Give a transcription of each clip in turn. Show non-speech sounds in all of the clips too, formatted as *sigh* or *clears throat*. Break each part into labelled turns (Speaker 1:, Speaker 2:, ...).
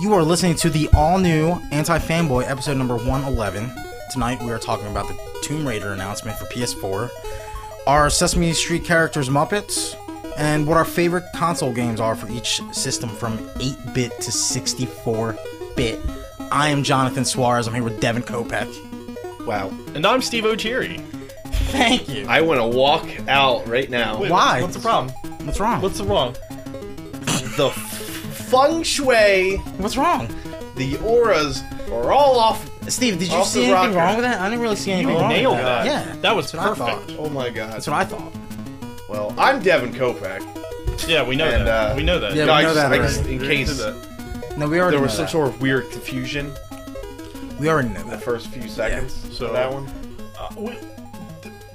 Speaker 1: You are listening to the all new Anti Fanboy episode number 111. Tonight we are talking about the Tomb Raider announcement for PS4, our Sesame Street characters Muppets, and what our favorite console games are for each system from 8 bit to 64 bit. I am Jonathan Suarez. I'm here with Devin Kopeck.
Speaker 2: Wow.
Speaker 3: And I'm Steve O'Cheery.
Speaker 1: Thank you.
Speaker 2: I want to walk out right now.
Speaker 3: Wait,
Speaker 1: Why?
Speaker 3: What's the problem?
Speaker 1: What's wrong?
Speaker 3: What's the wrong?
Speaker 2: The f- feng shui,
Speaker 1: What's wrong?
Speaker 2: the auras are all off.
Speaker 1: Steve, did you
Speaker 2: Off
Speaker 1: see
Speaker 2: the
Speaker 1: anything
Speaker 2: rocker.
Speaker 1: wrong with that? I didn't really see anything
Speaker 3: You
Speaker 1: wrong.
Speaker 3: nailed
Speaker 1: with
Speaker 3: that.
Speaker 1: Yeah,
Speaker 3: That was
Speaker 1: that's what I
Speaker 3: perfect.
Speaker 2: Oh my god.
Speaker 1: That's what I thought.
Speaker 2: Well, I'm Devin Kopeck.
Speaker 3: Yeah, we know
Speaker 2: And,
Speaker 3: that.
Speaker 2: uh,
Speaker 3: we know that.
Speaker 1: yeah,
Speaker 2: No, I
Speaker 1: know
Speaker 2: just,
Speaker 1: that
Speaker 2: I just
Speaker 1: already.
Speaker 2: in
Speaker 3: We
Speaker 2: case
Speaker 3: did
Speaker 1: No, we already
Speaker 2: there
Speaker 1: know
Speaker 2: was some
Speaker 1: that.
Speaker 2: sort of weird confusion
Speaker 1: We already know
Speaker 2: the
Speaker 1: that.
Speaker 2: first few seconds.
Speaker 3: So-
Speaker 2: of that one.
Speaker 3: Uh, we- th-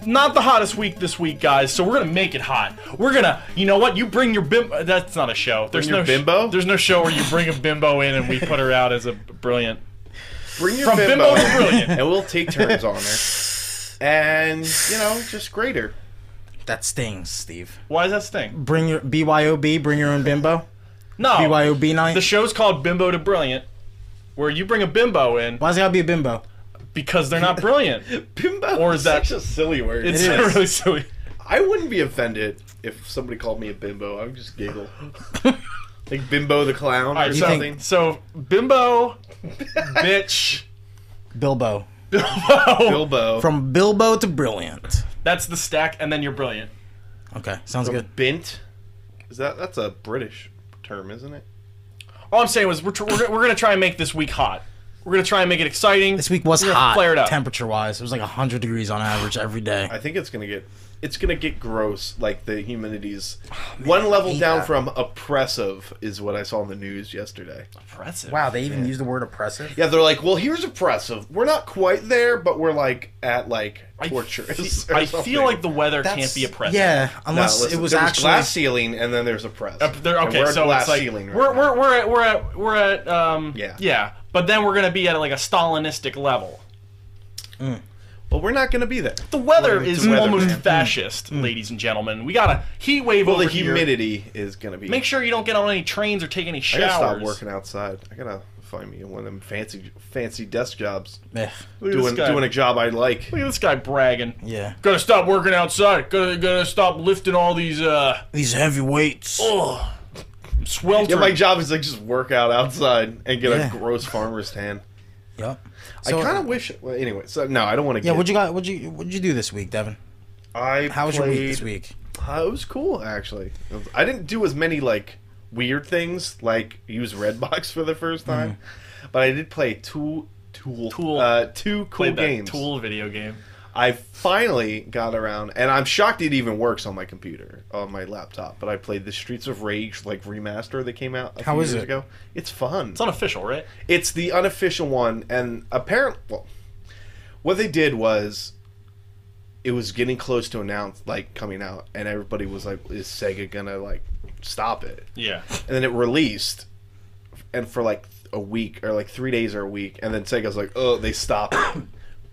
Speaker 3: not the hottest week this week, guys. So we're gonna make it hot. We're gonna, you know what? You bring your bimbo. That's not a show. There's
Speaker 2: your
Speaker 3: no sh-
Speaker 2: bimbo?
Speaker 3: there's no show where you bring a bimbo in and we put her out as a brilliant.
Speaker 2: Bring your
Speaker 3: From bimbo
Speaker 2: bimbo,
Speaker 3: to
Speaker 2: in,
Speaker 3: brilliant.
Speaker 2: and we'll take turns on her. And you know, just greater.
Speaker 1: That stings, Steve.
Speaker 3: Why is that sting?
Speaker 1: Bring your BYOB, bring your own bimbo.
Speaker 2: Oh.
Speaker 3: No.
Speaker 1: BYOB night.
Speaker 3: The show's called Bimbo to Brilliant, where you bring a bimbo in
Speaker 1: Why's it gotta be a bimbo?
Speaker 3: because they're not brilliant.
Speaker 2: Bimbo
Speaker 3: Or is that-
Speaker 2: such a silly word?
Speaker 3: It's
Speaker 1: is.
Speaker 3: really silly.
Speaker 2: *laughs* I wouldn't be offended if somebody called me a bimbo. I would just
Speaker 3: *laughs*
Speaker 2: giggle. like Bimbo the clown or
Speaker 3: Alright, so,
Speaker 2: something.
Speaker 3: so bimbo,
Speaker 2: *laughs*
Speaker 3: bitch.
Speaker 1: Bilbo.
Speaker 2: Bilbo.
Speaker 1: From Bilbo to brilliant.
Speaker 3: That's the stack, and then you're brilliant.
Speaker 1: Okay, sounds good.
Speaker 2: Bint. Is that that's a British term, isn't it?
Speaker 3: All I'm saying was we're, tr- we're, gonna- we're gonna try and make this week hot. We're gonna try and make it exciting.
Speaker 1: This week was
Speaker 3: we're gonna
Speaker 1: hot,
Speaker 3: Flare it up.
Speaker 1: temperature wise. It was like 100 degrees on average every day.
Speaker 2: I think it's gonna get it's gonna get gross. Like the humidity's
Speaker 3: Oh,
Speaker 2: one level
Speaker 1: hate
Speaker 2: down
Speaker 1: that.
Speaker 2: from oppressive is what I saw in the news yesterday.
Speaker 3: Impressive.
Speaker 1: Wow, they even used the word oppressive.
Speaker 2: Yeah, they're like, well, here's oppressive. We're not quite there, but we're like at like
Speaker 3: I
Speaker 2: torturous. *laughs*
Speaker 3: fe-
Speaker 2: or
Speaker 3: I
Speaker 2: something.
Speaker 3: feel like the weather
Speaker 1: That's-
Speaker 3: can't be oppressive.
Speaker 1: Yeah,
Speaker 2: No,
Speaker 1: unless
Speaker 2: listen,
Speaker 1: it was
Speaker 2: there
Speaker 1: actually.
Speaker 2: glass ceiling, and then there's oppressive.
Speaker 3: Up there-
Speaker 2: And
Speaker 3: okay,
Speaker 2: we're at
Speaker 3: so
Speaker 2: glass
Speaker 3: it's like
Speaker 2: ceiling. Right
Speaker 3: we're,
Speaker 2: now.
Speaker 3: we're, we're at we're at we're at um
Speaker 2: Yeah.
Speaker 3: yeah, but then we're gonna be at like a Stalinistic level.
Speaker 2: Well, we're not gonna be there.
Speaker 3: The weather
Speaker 2: It's
Speaker 3: is
Speaker 2: weather,
Speaker 3: almost
Speaker 1: Mm.
Speaker 2: man.
Speaker 3: fascist, ladies and gentlemen. We got a heat wave
Speaker 2: Well,
Speaker 3: over
Speaker 2: the
Speaker 3: here.
Speaker 2: humidity is gonna be.
Speaker 3: Make sure you don't get on any trains or take any
Speaker 2: I
Speaker 3: showers.
Speaker 2: gotta stop working outside. I gotta find me one of them fancy, fancy desk jobs.
Speaker 1: Ugh,
Speaker 3: Look at this
Speaker 2: Doing
Speaker 3: guy.
Speaker 2: doing a job I like.
Speaker 3: Look at this guy bragging.
Speaker 1: yeah.
Speaker 3: Gotta stop working outside. Gotta gotta stop lifting all these uh
Speaker 1: These heavy weights.
Speaker 2: Oh.
Speaker 3: ugh, I'm sweltering.
Speaker 2: Yeah, my job is like just work out outside and get
Speaker 1: Yeah.
Speaker 2: a gross farmer's tan.
Speaker 1: Yep.
Speaker 2: I kind of wish. Well, anyway, so no, I don't want to.
Speaker 1: Yeah, what'd you got? What'd you What'd you do this week, Devin?
Speaker 2: I
Speaker 1: How was your week this
Speaker 2: played-
Speaker 1: week?
Speaker 2: Uh, it was cool actually. It was- I didn't do as many like weird things like use Redbox for the
Speaker 1: Mm.
Speaker 2: first time, but I did play two tool
Speaker 3: Tool.
Speaker 2: uh, two cool
Speaker 3: played that
Speaker 2: games.
Speaker 3: Tool video game.
Speaker 2: I finally got around, and I'm shocked it even works on my computer, on my laptop. But I played the Streets of Rage like remaster that came out a
Speaker 1: How
Speaker 2: few
Speaker 1: is
Speaker 2: years
Speaker 1: it?
Speaker 2: ago. It's fun.
Speaker 3: It's unofficial, right?
Speaker 2: It's the unofficial one, and apparently, well, what they did was it was getting close to announce like coming out, and everybody was like, "Is Sega gonna like stop it?"
Speaker 3: Yeah.
Speaker 2: And then it released, and for like a week or like three days or a week, and then Sega's like, "Oh, they
Speaker 3: *coughs*
Speaker 2: stopped." it.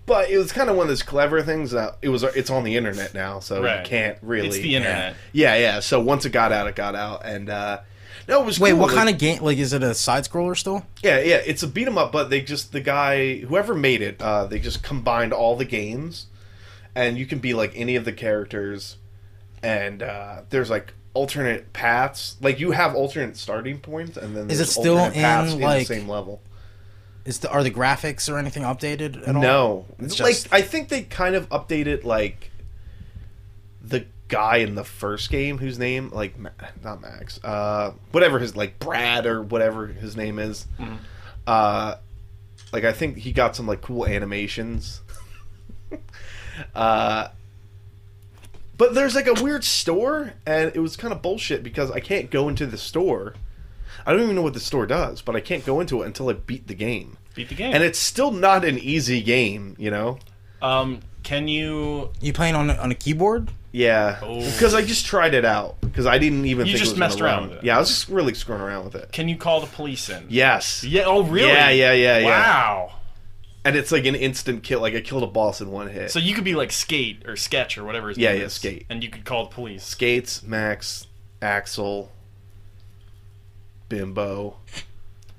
Speaker 2: But it was kind of one of those clever things that it was. It's on the internet now, so
Speaker 3: Right.
Speaker 2: you can't really.
Speaker 3: It's the internet.
Speaker 2: Yeah, yeah. So once it got out, it got out, and uh no, it was.
Speaker 1: Wait,
Speaker 2: cool.
Speaker 1: what
Speaker 2: Like-
Speaker 1: kind of game? Like, is it a side scroller still?
Speaker 2: yeah, yeah, it's a beat 'em up, but they just the guy whoever made it, uh, they just combined all the games, and you can be like any of the characters, and uh, there's like alternate paths. Like you have alternate starting points, and then
Speaker 1: Is
Speaker 2: there's
Speaker 1: it still
Speaker 2: alternate
Speaker 1: in,
Speaker 2: paths
Speaker 1: like-
Speaker 2: the same level?
Speaker 1: Is the are the graphics or anything updated at all?
Speaker 2: No,
Speaker 1: It's
Speaker 2: like
Speaker 1: just-
Speaker 2: I think they kind of updated like the guy in the first game whose name like Ma- not Max, uh, whatever his like Brad or whatever his name is. Uh, like I think he got some like cool animations. *laughs* uh, but there's like a weird store, and it was kind of bullshit because I can't go into the store. I don't even know what the store does, but I can't go into it until I beat the game
Speaker 3: Beat the game.
Speaker 2: and it's still not an easy game, you know.
Speaker 3: um, can you?
Speaker 1: You playing on a- on a keyboard?
Speaker 2: Yeah,
Speaker 3: Oh.
Speaker 2: because I just tried it out because I didn't even.
Speaker 3: You
Speaker 2: think
Speaker 3: just
Speaker 2: it was gonna
Speaker 3: messed around
Speaker 2: run.
Speaker 3: with it.
Speaker 2: Yeah, I was just really screwing around with it.
Speaker 3: Can you call the police in?
Speaker 2: Yes.
Speaker 3: Yeah. Oh, really?
Speaker 2: Yeah, yeah, yeah, yeah.
Speaker 3: Wow.
Speaker 2: And it's like an instant kill. Like I killed a boss in one hit.
Speaker 3: So you could be like Skate or Sketch or whatever. His
Speaker 2: Yeah,
Speaker 3: name
Speaker 2: yeah,
Speaker 3: is,
Speaker 2: Skate.
Speaker 3: And you could call the police.
Speaker 2: Skates, Max, Axel, Bimbo,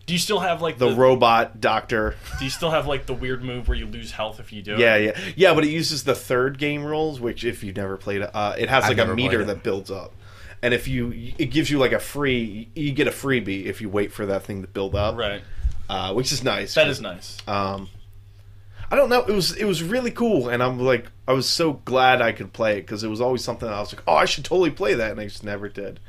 Speaker 3: Do you still have like
Speaker 2: the robot doctor.
Speaker 3: Do you still have like the weird move where you lose health if you do? it?
Speaker 2: Yeah, yeah, yeah. But it uses the third game rules, which if you've never played, it, uh, it has like a
Speaker 1: never played
Speaker 2: meter
Speaker 1: it.
Speaker 2: that builds up, and if you, it gives you like a free, you get a freebie if you wait for that thing to build up,
Speaker 3: Right.
Speaker 2: Uh, which is nice.
Speaker 3: That is nice.
Speaker 2: Um, I don't know. It was it was really cool, and I'm like, I was so glad I could play it because it was always something I was like, oh, I should totally play that, and I just never did.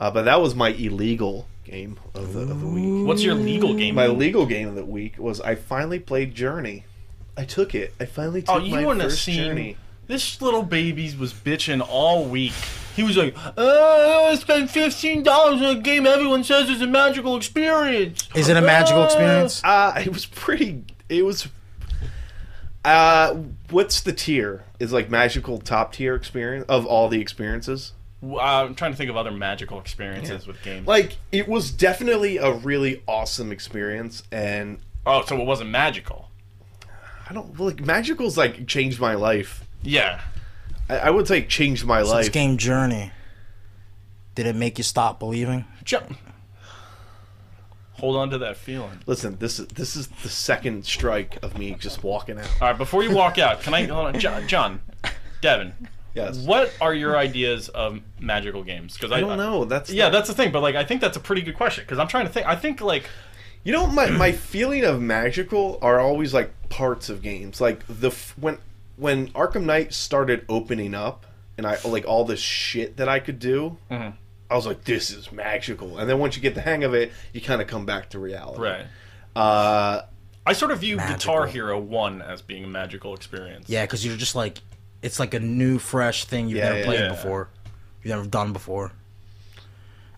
Speaker 2: Uh, but that was my illegal game of the, of the week.
Speaker 3: What's your legal game?
Speaker 2: My legal game of the week was I finally played Journey. I took it. I finally took
Speaker 3: oh, you
Speaker 2: my
Speaker 3: wouldn't have
Speaker 2: first
Speaker 3: seen.
Speaker 2: Journey.
Speaker 3: This little baby was bitching all week. He was like, oh, I spent fifteen dollars on a game everyone says is a magical experience.
Speaker 1: Is it a magical
Speaker 3: Ah.
Speaker 1: experience?
Speaker 2: Uh, it was pretty. It was. Uh, what's the tier? Is like magical top tier experience of all the experiences.
Speaker 3: Well, Uh, I'm trying to think of other magical experiences with games.
Speaker 2: Like it was definitely a really awesome experience, and
Speaker 3: oh, so it wasn't magical.
Speaker 2: I don't like magical's like changed my life.
Speaker 3: Yeah.
Speaker 2: I, I would say changed my
Speaker 1: This
Speaker 2: life.
Speaker 1: game Journey. Did it make you stop believing?
Speaker 3: Jump. Hold on to that feeling.
Speaker 2: Listen, this is this is the second strike of me just walking out.
Speaker 3: All right, before you walk out, can I hold on, John? John Devin,
Speaker 2: Yes.
Speaker 3: what are your ideas of magical games? Because I,
Speaker 2: I don't know. That's
Speaker 3: yeah, that's the thing. But like, I think that's a pretty good question because I'm trying to think. I think like
Speaker 2: You know, my, my feeling of magical are always like parts of games. Like the f- when when Arkham Knight started opening up, and I like all the shit that I could do. I was like, this is magical. And then once you get the hang of it, you kind of come back to reality.
Speaker 3: right.
Speaker 2: Uh,
Speaker 3: I sort of view
Speaker 1: Magical.
Speaker 3: Guitar Hero One as being a magical experience.
Speaker 1: Yeah, because you're just like, it's like a new, fresh thing you've
Speaker 2: Yeah,
Speaker 1: never
Speaker 2: yeah,
Speaker 1: played
Speaker 3: yeah.
Speaker 1: before, you've never done before.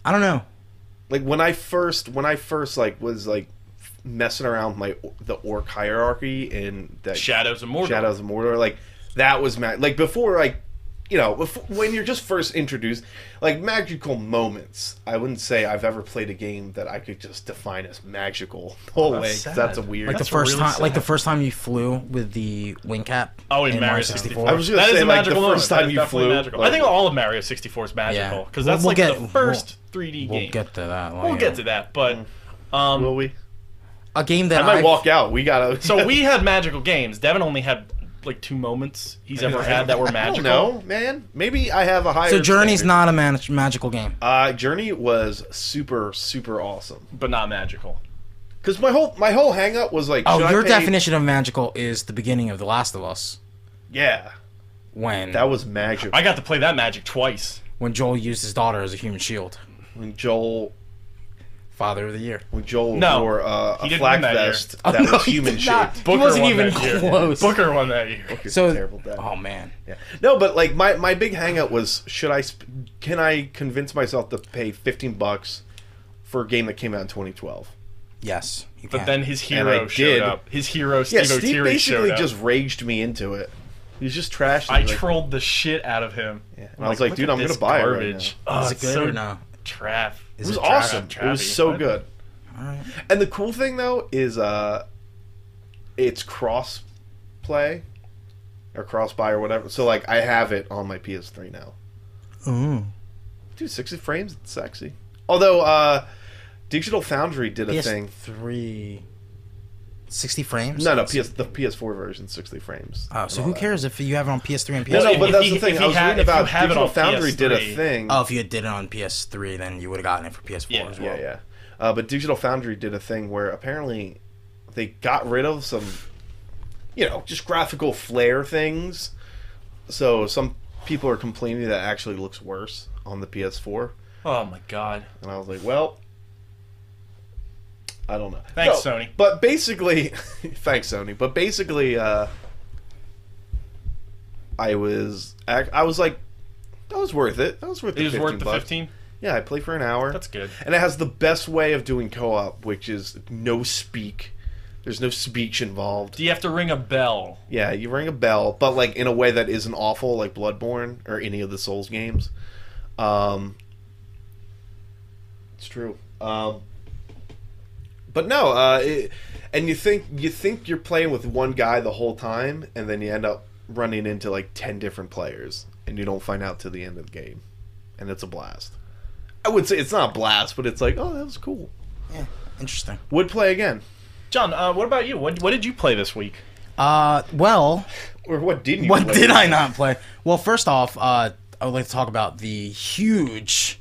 Speaker 1: I don't know.
Speaker 2: like when I first when I first like was like messing around with my the orc hierarchy in that
Speaker 3: Shadows of Mordor.
Speaker 2: Shadows of Mordor. Like that was mag- like before like you know before, when you're just first introduced like magical moments. I wouldn't say I've ever played a game that I could just define as magical the whole way.
Speaker 3: Oh, that's
Speaker 2: 'cause That's a
Speaker 3: sad.
Speaker 2: weird.
Speaker 1: Like
Speaker 3: That's
Speaker 1: the first
Speaker 3: really
Speaker 1: time, like
Speaker 3: sad.
Speaker 1: the first time you flew with the wing cap.
Speaker 3: Oh, in Mario 64.
Speaker 2: I was gonna
Speaker 3: That is
Speaker 2: say,
Speaker 3: a
Speaker 2: like,
Speaker 3: magical
Speaker 2: the
Speaker 3: moment.
Speaker 2: first
Speaker 3: That
Speaker 2: time
Speaker 3: is
Speaker 2: you
Speaker 3: definitely
Speaker 2: flew,
Speaker 3: magical. I
Speaker 2: like-
Speaker 3: think all of Mario 64 is magical
Speaker 1: Yeah.
Speaker 3: because
Speaker 1: We'll-
Speaker 3: that's
Speaker 1: we'll
Speaker 3: like
Speaker 1: get-
Speaker 3: the 1st 3D
Speaker 1: We'll
Speaker 3: game.
Speaker 1: get to that.
Speaker 3: we'll get to that, but um,
Speaker 2: will we?
Speaker 1: a game that
Speaker 2: I might
Speaker 1: I've-
Speaker 2: walk out. We gotta. *laughs*
Speaker 3: so we had magical games. Devin only had like two moments he's ever had that were magical.
Speaker 2: No, man. Maybe I have a higher.
Speaker 1: So Journey's
Speaker 2: standard.
Speaker 1: not a manag magical game.
Speaker 2: Uh, Journey was super super awesome.
Speaker 3: but not magical.
Speaker 2: Because my whole my whole hang up was like,
Speaker 1: Oh,
Speaker 2: should I
Speaker 1: your
Speaker 2: pay-
Speaker 1: definition of magical is the beginning of The Last of Us
Speaker 2: Yeah,
Speaker 1: when
Speaker 2: that was magic.
Speaker 3: I got to play that magic twice.
Speaker 1: when Joel used his daughter as a human shield.
Speaker 2: When Joel
Speaker 1: Father of the Year.
Speaker 2: when Joel
Speaker 3: No.
Speaker 2: wore uh,
Speaker 3: He
Speaker 2: a
Speaker 3: didn't
Speaker 2: flak
Speaker 3: win that year.
Speaker 2: vest that was human shaped.
Speaker 1: Oh, He wasn't even
Speaker 3: that
Speaker 1: close.
Speaker 3: Year. Booker won that year.
Speaker 2: You're
Speaker 1: So
Speaker 2: terrible dad.
Speaker 1: Oh man.
Speaker 2: Yeah. No, but like my my big hangout was should I sp- can I convince myself to pay 15 bucks for a game that came out in 2012?
Speaker 1: Yes. You
Speaker 3: But
Speaker 1: can.
Speaker 3: then his
Speaker 2: I
Speaker 3: hero showed
Speaker 2: did.
Speaker 3: up. His hero Steve
Speaker 2: Yeah, Steve,
Speaker 3: O'Teary
Speaker 2: basically
Speaker 3: showed up.
Speaker 2: just raged me into it. He was just trash.
Speaker 3: I
Speaker 2: like,
Speaker 3: trolled the shit out of him.
Speaker 2: Yeah. And I was like,
Speaker 3: look
Speaker 2: dude,
Speaker 3: at
Speaker 2: I'm gonna
Speaker 3: this
Speaker 2: buy it right
Speaker 3: Oh,
Speaker 1: is it
Speaker 3: it's
Speaker 1: good
Speaker 3: so
Speaker 1: or no?
Speaker 3: Trap.
Speaker 2: it
Speaker 1: Is
Speaker 2: was
Speaker 1: it trash?
Speaker 2: awesome.
Speaker 3: Trappy,
Speaker 2: It was so
Speaker 3: what?
Speaker 2: good.
Speaker 1: All right.
Speaker 2: And the cool thing though is uh, it's cross play or cross buy or whatever. So like I have it on my PS3 now.
Speaker 1: Ooh.
Speaker 2: Dude, 60 frames, it's sexy. Although, uh, Digital Foundry did a thing.
Speaker 1: PS3. 60 frames?
Speaker 2: No, no, PS, the PS4 version, 60 frames.
Speaker 1: Oh, so
Speaker 2: and all
Speaker 1: who
Speaker 2: that.
Speaker 1: cares if you have it on PS3 and PS4?
Speaker 2: No,
Speaker 3: Well,
Speaker 2: no,
Speaker 3: if-
Speaker 2: but
Speaker 3: if
Speaker 2: that's
Speaker 3: he-
Speaker 2: the thing.
Speaker 3: if
Speaker 2: I
Speaker 3: he
Speaker 2: was
Speaker 3: had-
Speaker 2: reading
Speaker 3: if you
Speaker 2: about
Speaker 3: have it
Speaker 2: Digital
Speaker 3: on
Speaker 2: Foundry did a
Speaker 3: PS3.
Speaker 2: thing.
Speaker 1: Oh, if you did it on PS3, then you would have gotten it for PS4
Speaker 3: Yeah.
Speaker 1: as well.
Speaker 2: yeah, yeah. Uh, but Digital Foundry did a thing where apparently they got rid of some, you know, just graphical flair things. So some people are complaining that it actually looks worse on the PS4.
Speaker 3: Oh my god.
Speaker 2: And I was like, well, I don't know.
Speaker 3: Thanks, Sony.
Speaker 2: But basically, *laughs* thanks, Sony. But basically, uh, I was, I, I was like, that was worth it. That was worth
Speaker 3: It
Speaker 2: the
Speaker 3: was
Speaker 2: 15
Speaker 3: worth the
Speaker 2: bucks.
Speaker 3: 15.
Speaker 2: Yeah, I play for an hour.
Speaker 3: That's good.
Speaker 2: And it has the best way of doing co-op, which is no speak. There's no speech involved.
Speaker 3: Do you have to ring a bell?
Speaker 2: Yeah, you ring a bell, but like in a way that isn't awful, like Bloodborne or any of the Souls games. Um, it's true. Um, but no, uh, it, and you think you think you're playing with one guy the whole time, and then you end up running into like ten different players, and you don't find out till the end of the game, and it's a blast. I would say it's not a blast, but it's like, oh, that was cool.
Speaker 1: Yeah. Interesting.
Speaker 2: Would play again.
Speaker 3: John, uh, what about you? What, what did you play this week?
Speaker 1: Uh,
Speaker 3: *laughs*
Speaker 1: well,
Speaker 2: Or what didn't you
Speaker 1: what
Speaker 2: play?
Speaker 1: did I not play? Well, first off, uh, I would like to talk about the huge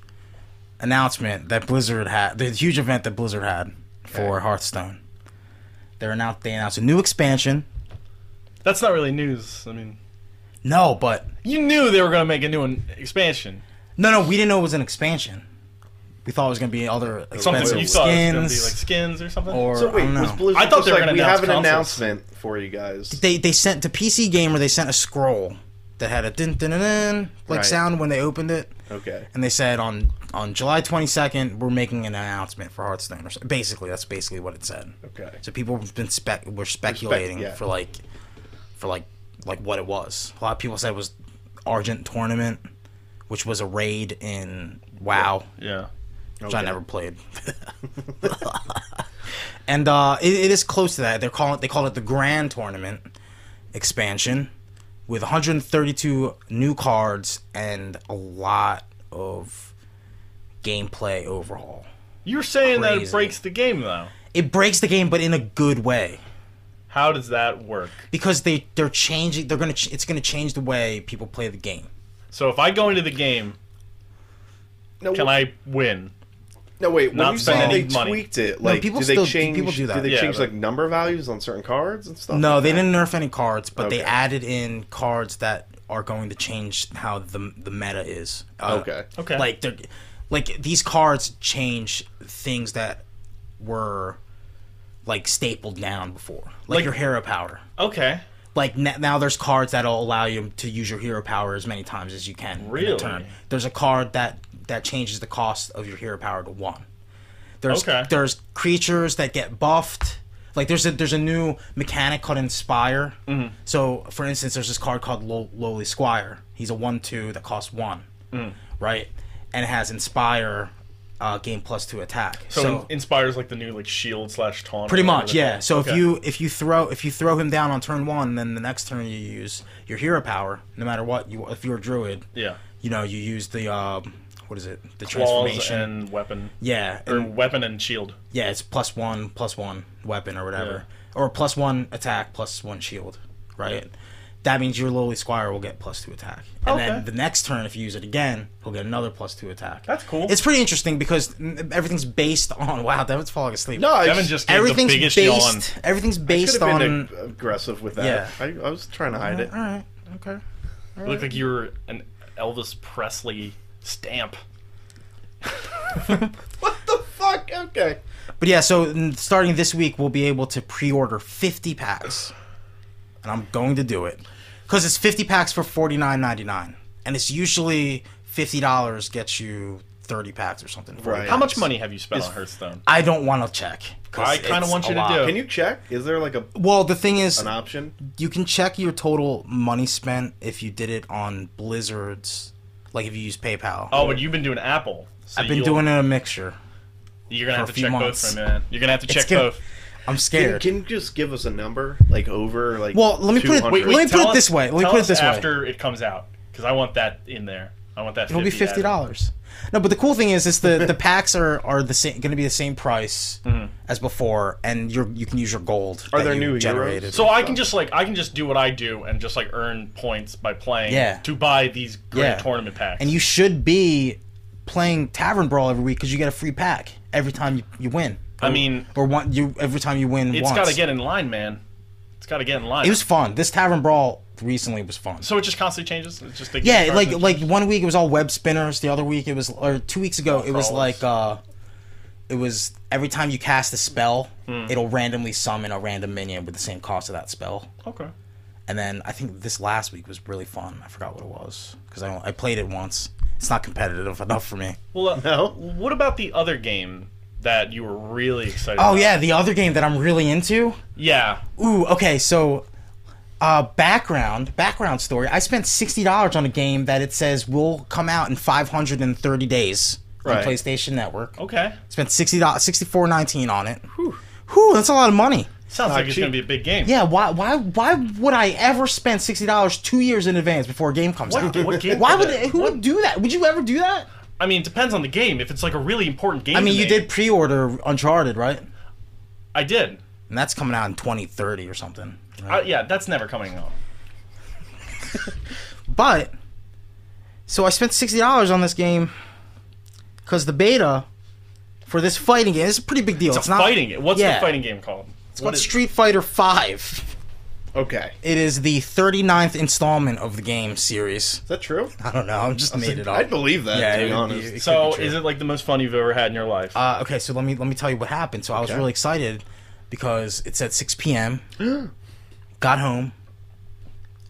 Speaker 1: announcement that Blizzard had, the huge event that Blizzard had for Hearthstone. They're announced. They announced a new expansion.
Speaker 3: That's not really news. I mean,
Speaker 1: No, but
Speaker 3: you knew they were going to make a new an- expansion.
Speaker 1: no, no, we didn't know it was an expansion. We thought it was going to be other
Speaker 3: Something
Speaker 1: expensive
Speaker 3: you
Speaker 1: skins
Speaker 3: thought it was going to be like skins or something.
Speaker 1: or
Speaker 2: So
Speaker 1: I
Speaker 2: wait,
Speaker 1: don't know.
Speaker 2: was Blizzard
Speaker 3: I thought
Speaker 2: just
Speaker 3: they were
Speaker 2: like,
Speaker 3: gonna
Speaker 2: we have
Speaker 3: announce
Speaker 2: an
Speaker 3: consoles."
Speaker 2: announcement for you guys.
Speaker 1: they they sent to PC Gamer. They sent a scroll that had a din din din, din like
Speaker 2: Right.
Speaker 1: sound when they opened it,
Speaker 2: Okay.
Speaker 1: and they said on on July twenty second we're making an announcement for Hearthstone. Or so. Basically, that's basically what it said.
Speaker 2: Okay.
Speaker 1: So people have been spec were speculating
Speaker 2: yeah.
Speaker 1: for like for like like what it was. A lot of people said it was Argent Tournament, which was a raid in WoW
Speaker 3: yeah.
Speaker 1: which I never played. *laughs* and uh, it, it is close to that. They're calling they call it the Grand Tournament expansion, with 132 new cards and a lot of gameplay overhaul.
Speaker 3: You're saying that it
Speaker 1: Crazy.
Speaker 3: breaks the game, though.
Speaker 1: It breaks the game, but in a good way
Speaker 3: How does that work?
Speaker 1: because they they're changing. They're gonna ch- it's gonna change the way people play the game.
Speaker 3: So if I go into the game,
Speaker 2: No,
Speaker 3: can I win?
Speaker 2: No, wait. When
Speaker 3: not
Speaker 2: you
Speaker 3: spend
Speaker 2: say
Speaker 3: any
Speaker 2: they
Speaker 3: money.
Speaker 2: tweaked it, like
Speaker 1: people
Speaker 2: do they
Speaker 1: still-
Speaker 2: change?
Speaker 1: people do that.
Speaker 2: they
Speaker 3: Yeah,
Speaker 2: change
Speaker 3: but-
Speaker 2: like number values on certain cards and stuff?
Speaker 1: No,
Speaker 2: like
Speaker 1: they
Speaker 2: that?
Speaker 1: didn't nerf any cards, but they
Speaker 2: Okay.
Speaker 1: added in cards that are going to change how the the meta is. Uh,
Speaker 2: Okay.
Speaker 3: Okay.
Speaker 1: Like they're like these cards change things that were like stapled down before, like,
Speaker 3: Like-
Speaker 1: your hero power.
Speaker 3: Okay.
Speaker 1: Like n- now, there's cards that'll allow you to use your hero power as many times as you can. in a
Speaker 3: Really?
Speaker 1: turn. There's a card that that changes the cost of your hero power to one. There's
Speaker 3: Okay.
Speaker 1: there's creatures that get buffed. Like there's a there's a new mechanic called Inspire.
Speaker 3: Mm-hmm.
Speaker 1: So for instance, there's this card called Lo- Lowly Squire. He's a one two that costs one,
Speaker 3: Mm.
Speaker 1: right? And it has Inspire, uh, game plus two attack.
Speaker 3: So, in- inspires like the new like shield slash taunt.
Speaker 1: Pretty
Speaker 3: or whatever
Speaker 1: much,
Speaker 3: they're
Speaker 1: yeah.
Speaker 3: called.
Speaker 1: So if
Speaker 3: Okay.
Speaker 1: you if you throw if you throw him down on turn one, then the next turn you use your hero power, no matter what you if you're a druid,
Speaker 3: yeah
Speaker 1: you know you use the uh, what is it the
Speaker 3: claws Erm
Speaker 1: transformation,
Speaker 3: and weapon
Speaker 1: yeah,
Speaker 3: or
Speaker 1: and-
Speaker 3: weapon and shield.
Speaker 1: yeah. It's plus one plus one weapon or whatever, or plus one attack plus one shield, right? That means your lowly squire will get plus two attack, and then
Speaker 3: Okay.
Speaker 1: the next turn if you use it again, he'll get another plus two attack.
Speaker 3: That's cool.
Speaker 1: It's pretty interesting because mm, everything's based on *laughs* wow, that was falling asleep.
Speaker 2: No, I
Speaker 3: Devin
Speaker 2: sh-
Speaker 3: just gave the
Speaker 1: everything's
Speaker 3: biggest
Speaker 1: based.
Speaker 3: yawn.
Speaker 1: Everything's
Speaker 2: should
Speaker 1: based
Speaker 2: have
Speaker 1: on.
Speaker 2: been ag- aggressive with that.
Speaker 1: Yeah.
Speaker 2: I, I was trying to hide it.
Speaker 1: All right. Okay.
Speaker 3: You look like you were an Elvis Presley stamp.
Speaker 2: What the fuck? Okay.
Speaker 1: But yeah, so n- starting this week, we'll be able to pre-order 50 packs, and I'm going to do it because it's 50 packs for 49.99, and it's usually fifty dollars gets you 30 packs or something. for
Speaker 2: Right.
Speaker 1: it.
Speaker 3: How much money have you spent
Speaker 2: Is-
Speaker 3: on Hearthstone?
Speaker 1: I don't want to check. 'cause
Speaker 3: I kinda
Speaker 1: it's
Speaker 3: want
Speaker 1: a
Speaker 3: you to
Speaker 1: lot.
Speaker 3: do it.
Speaker 2: Can you check? Is there like a
Speaker 1: Well, the thing is,
Speaker 2: an option?
Speaker 1: you can check your total money spent if you did it on Blizzard's, like if you use PayPal.
Speaker 3: Oh, but you've been doing Apple. So
Speaker 1: I've been
Speaker 3: you'll-
Speaker 1: doing it in a mixture.
Speaker 3: You're gonna
Speaker 1: for a
Speaker 3: have to
Speaker 1: few
Speaker 3: check
Speaker 1: months.
Speaker 3: both, my man. You're gonna have to check
Speaker 1: gonna-
Speaker 3: both.
Speaker 1: I'm
Speaker 2: Can,
Speaker 1: scared.
Speaker 2: can you just give us a number, like over, like?
Speaker 1: Well, let me put it-
Speaker 2: 200?
Speaker 1: wait, let me- put
Speaker 3: tell
Speaker 1: it this way. Let me
Speaker 3: tell
Speaker 1: put it
Speaker 3: us
Speaker 1: this way.
Speaker 3: after it comes out, because I want that in there. I want that.
Speaker 1: It'll be fifty dollars. No, but the cool thing is, is the the packs are are the same, going to be the same price as before, and you you can use your gold.
Speaker 2: Are
Speaker 1: that
Speaker 2: there
Speaker 1: you
Speaker 2: new heroes?
Speaker 3: So I can just like I can just do what I do and just like earn points by playing
Speaker 1: Yeah.
Speaker 3: to buy these great
Speaker 1: Yeah.
Speaker 3: tournament packs.
Speaker 1: and you should be playing Tavern Brawl every week because you get a free pack every time you, you win.
Speaker 3: I mean,
Speaker 1: or one you every time you win.
Speaker 3: it's
Speaker 1: once.
Speaker 3: got to get in line, man. It's got to get in line.
Speaker 1: It was fun. This Tavern Brawl recently was fun.
Speaker 3: so it just constantly changes. It's just they
Speaker 1: yeah,
Speaker 3: keep
Speaker 1: like
Speaker 3: charging-
Speaker 1: like one week it was all web spinners. The other week it was, or two weeks ago it was
Speaker 3: Crawlers.
Speaker 1: like, uh it was every time you cast a spell,
Speaker 3: Hmm.
Speaker 1: it'll randomly summon a random minion with the same cost of that spell.
Speaker 3: okay.
Speaker 1: And then I think this last week was really fun. I forgot what it was because I don't- I played it once. It's not competitive enough for me.
Speaker 3: Well, uh,
Speaker 2: No?
Speaker 3: What about the other game that you were really excited?
Speaker 1: Oh
Speaker 3: about?
Speaker 1: yeah, the other game that I'm really into.
Speaker 3: yeah.
Speaker 1: Ooh, okay, so. Uh, background, background story. I spent sixty dollars on a game that it says will come out in five hundred and thirty days on
Speaker 2: Right.
Speaker 1: PlayStation Network.
Speaker 3: Okay.
Speaker 1: Spent sixty dollars, sixty four nineteen on it. Whew. Whew, that's a lot of money.
Speaker 3: Sounds like it's
Speaker 2: cheap.
Speaker 3: gonna be a big game.
Speaker 1: Yeah, why, why, why would I ever spend sixty dollars two years in advance before a game comes
Speaker 3: What,
Speaker 1: out?
Speaker 3: what game?
Speaker 1: Why
Speaker 3: is
Speaker 1: would
Speaker 3: it?
Speaker 1: who would do that? Would you ever do that?
Speaker 3: I mean, it depends on the game. If it's like a really important game,
Speaker 1: I mean,
Speaker 3: to
Speaker 1: you
Speaker 3: me-
Speaker 1: did pre-order Uncharted, right?
Speaker 3: I did.
Speaker 1: and that's coming out in 2030 or something. right?
Speaker 3: I, yeah, that's never coming out.
Speaker 1: But so I spent sixty dollars on this game because the beta for this fighting game this is a pretty big deal. It's,
Speaker 3: It's
Speaker 1: not
Speaker 3: fighting it. What's
Speaker 1: yeah.
Speaker 3: the fighting game called?
Speaker 1: It's called Street Fighter Five.
Speaker 2: Okay.
Speaker 1: It is the 39th installment of the game series.
Speaker 2: Is that true?
Speaker 1: I don't know. I just made it up.
Speaker 2: I'd believe that, to be
Speaker 1: it would be-
Speaker 2: honest.
Speaker 1: it could
Speaker 3: So
Speaker 1: be true.
Speaker 3: is it like the most fun you've ever had in your life?
Speaker 1: Uh, okay, so let me let me tell you what happened. So I was
Speaker 2: Okay.
Speaker 1: really excited because it's at 6 p.m.
Speaker 2: *gasps*
Speaker 1: got home.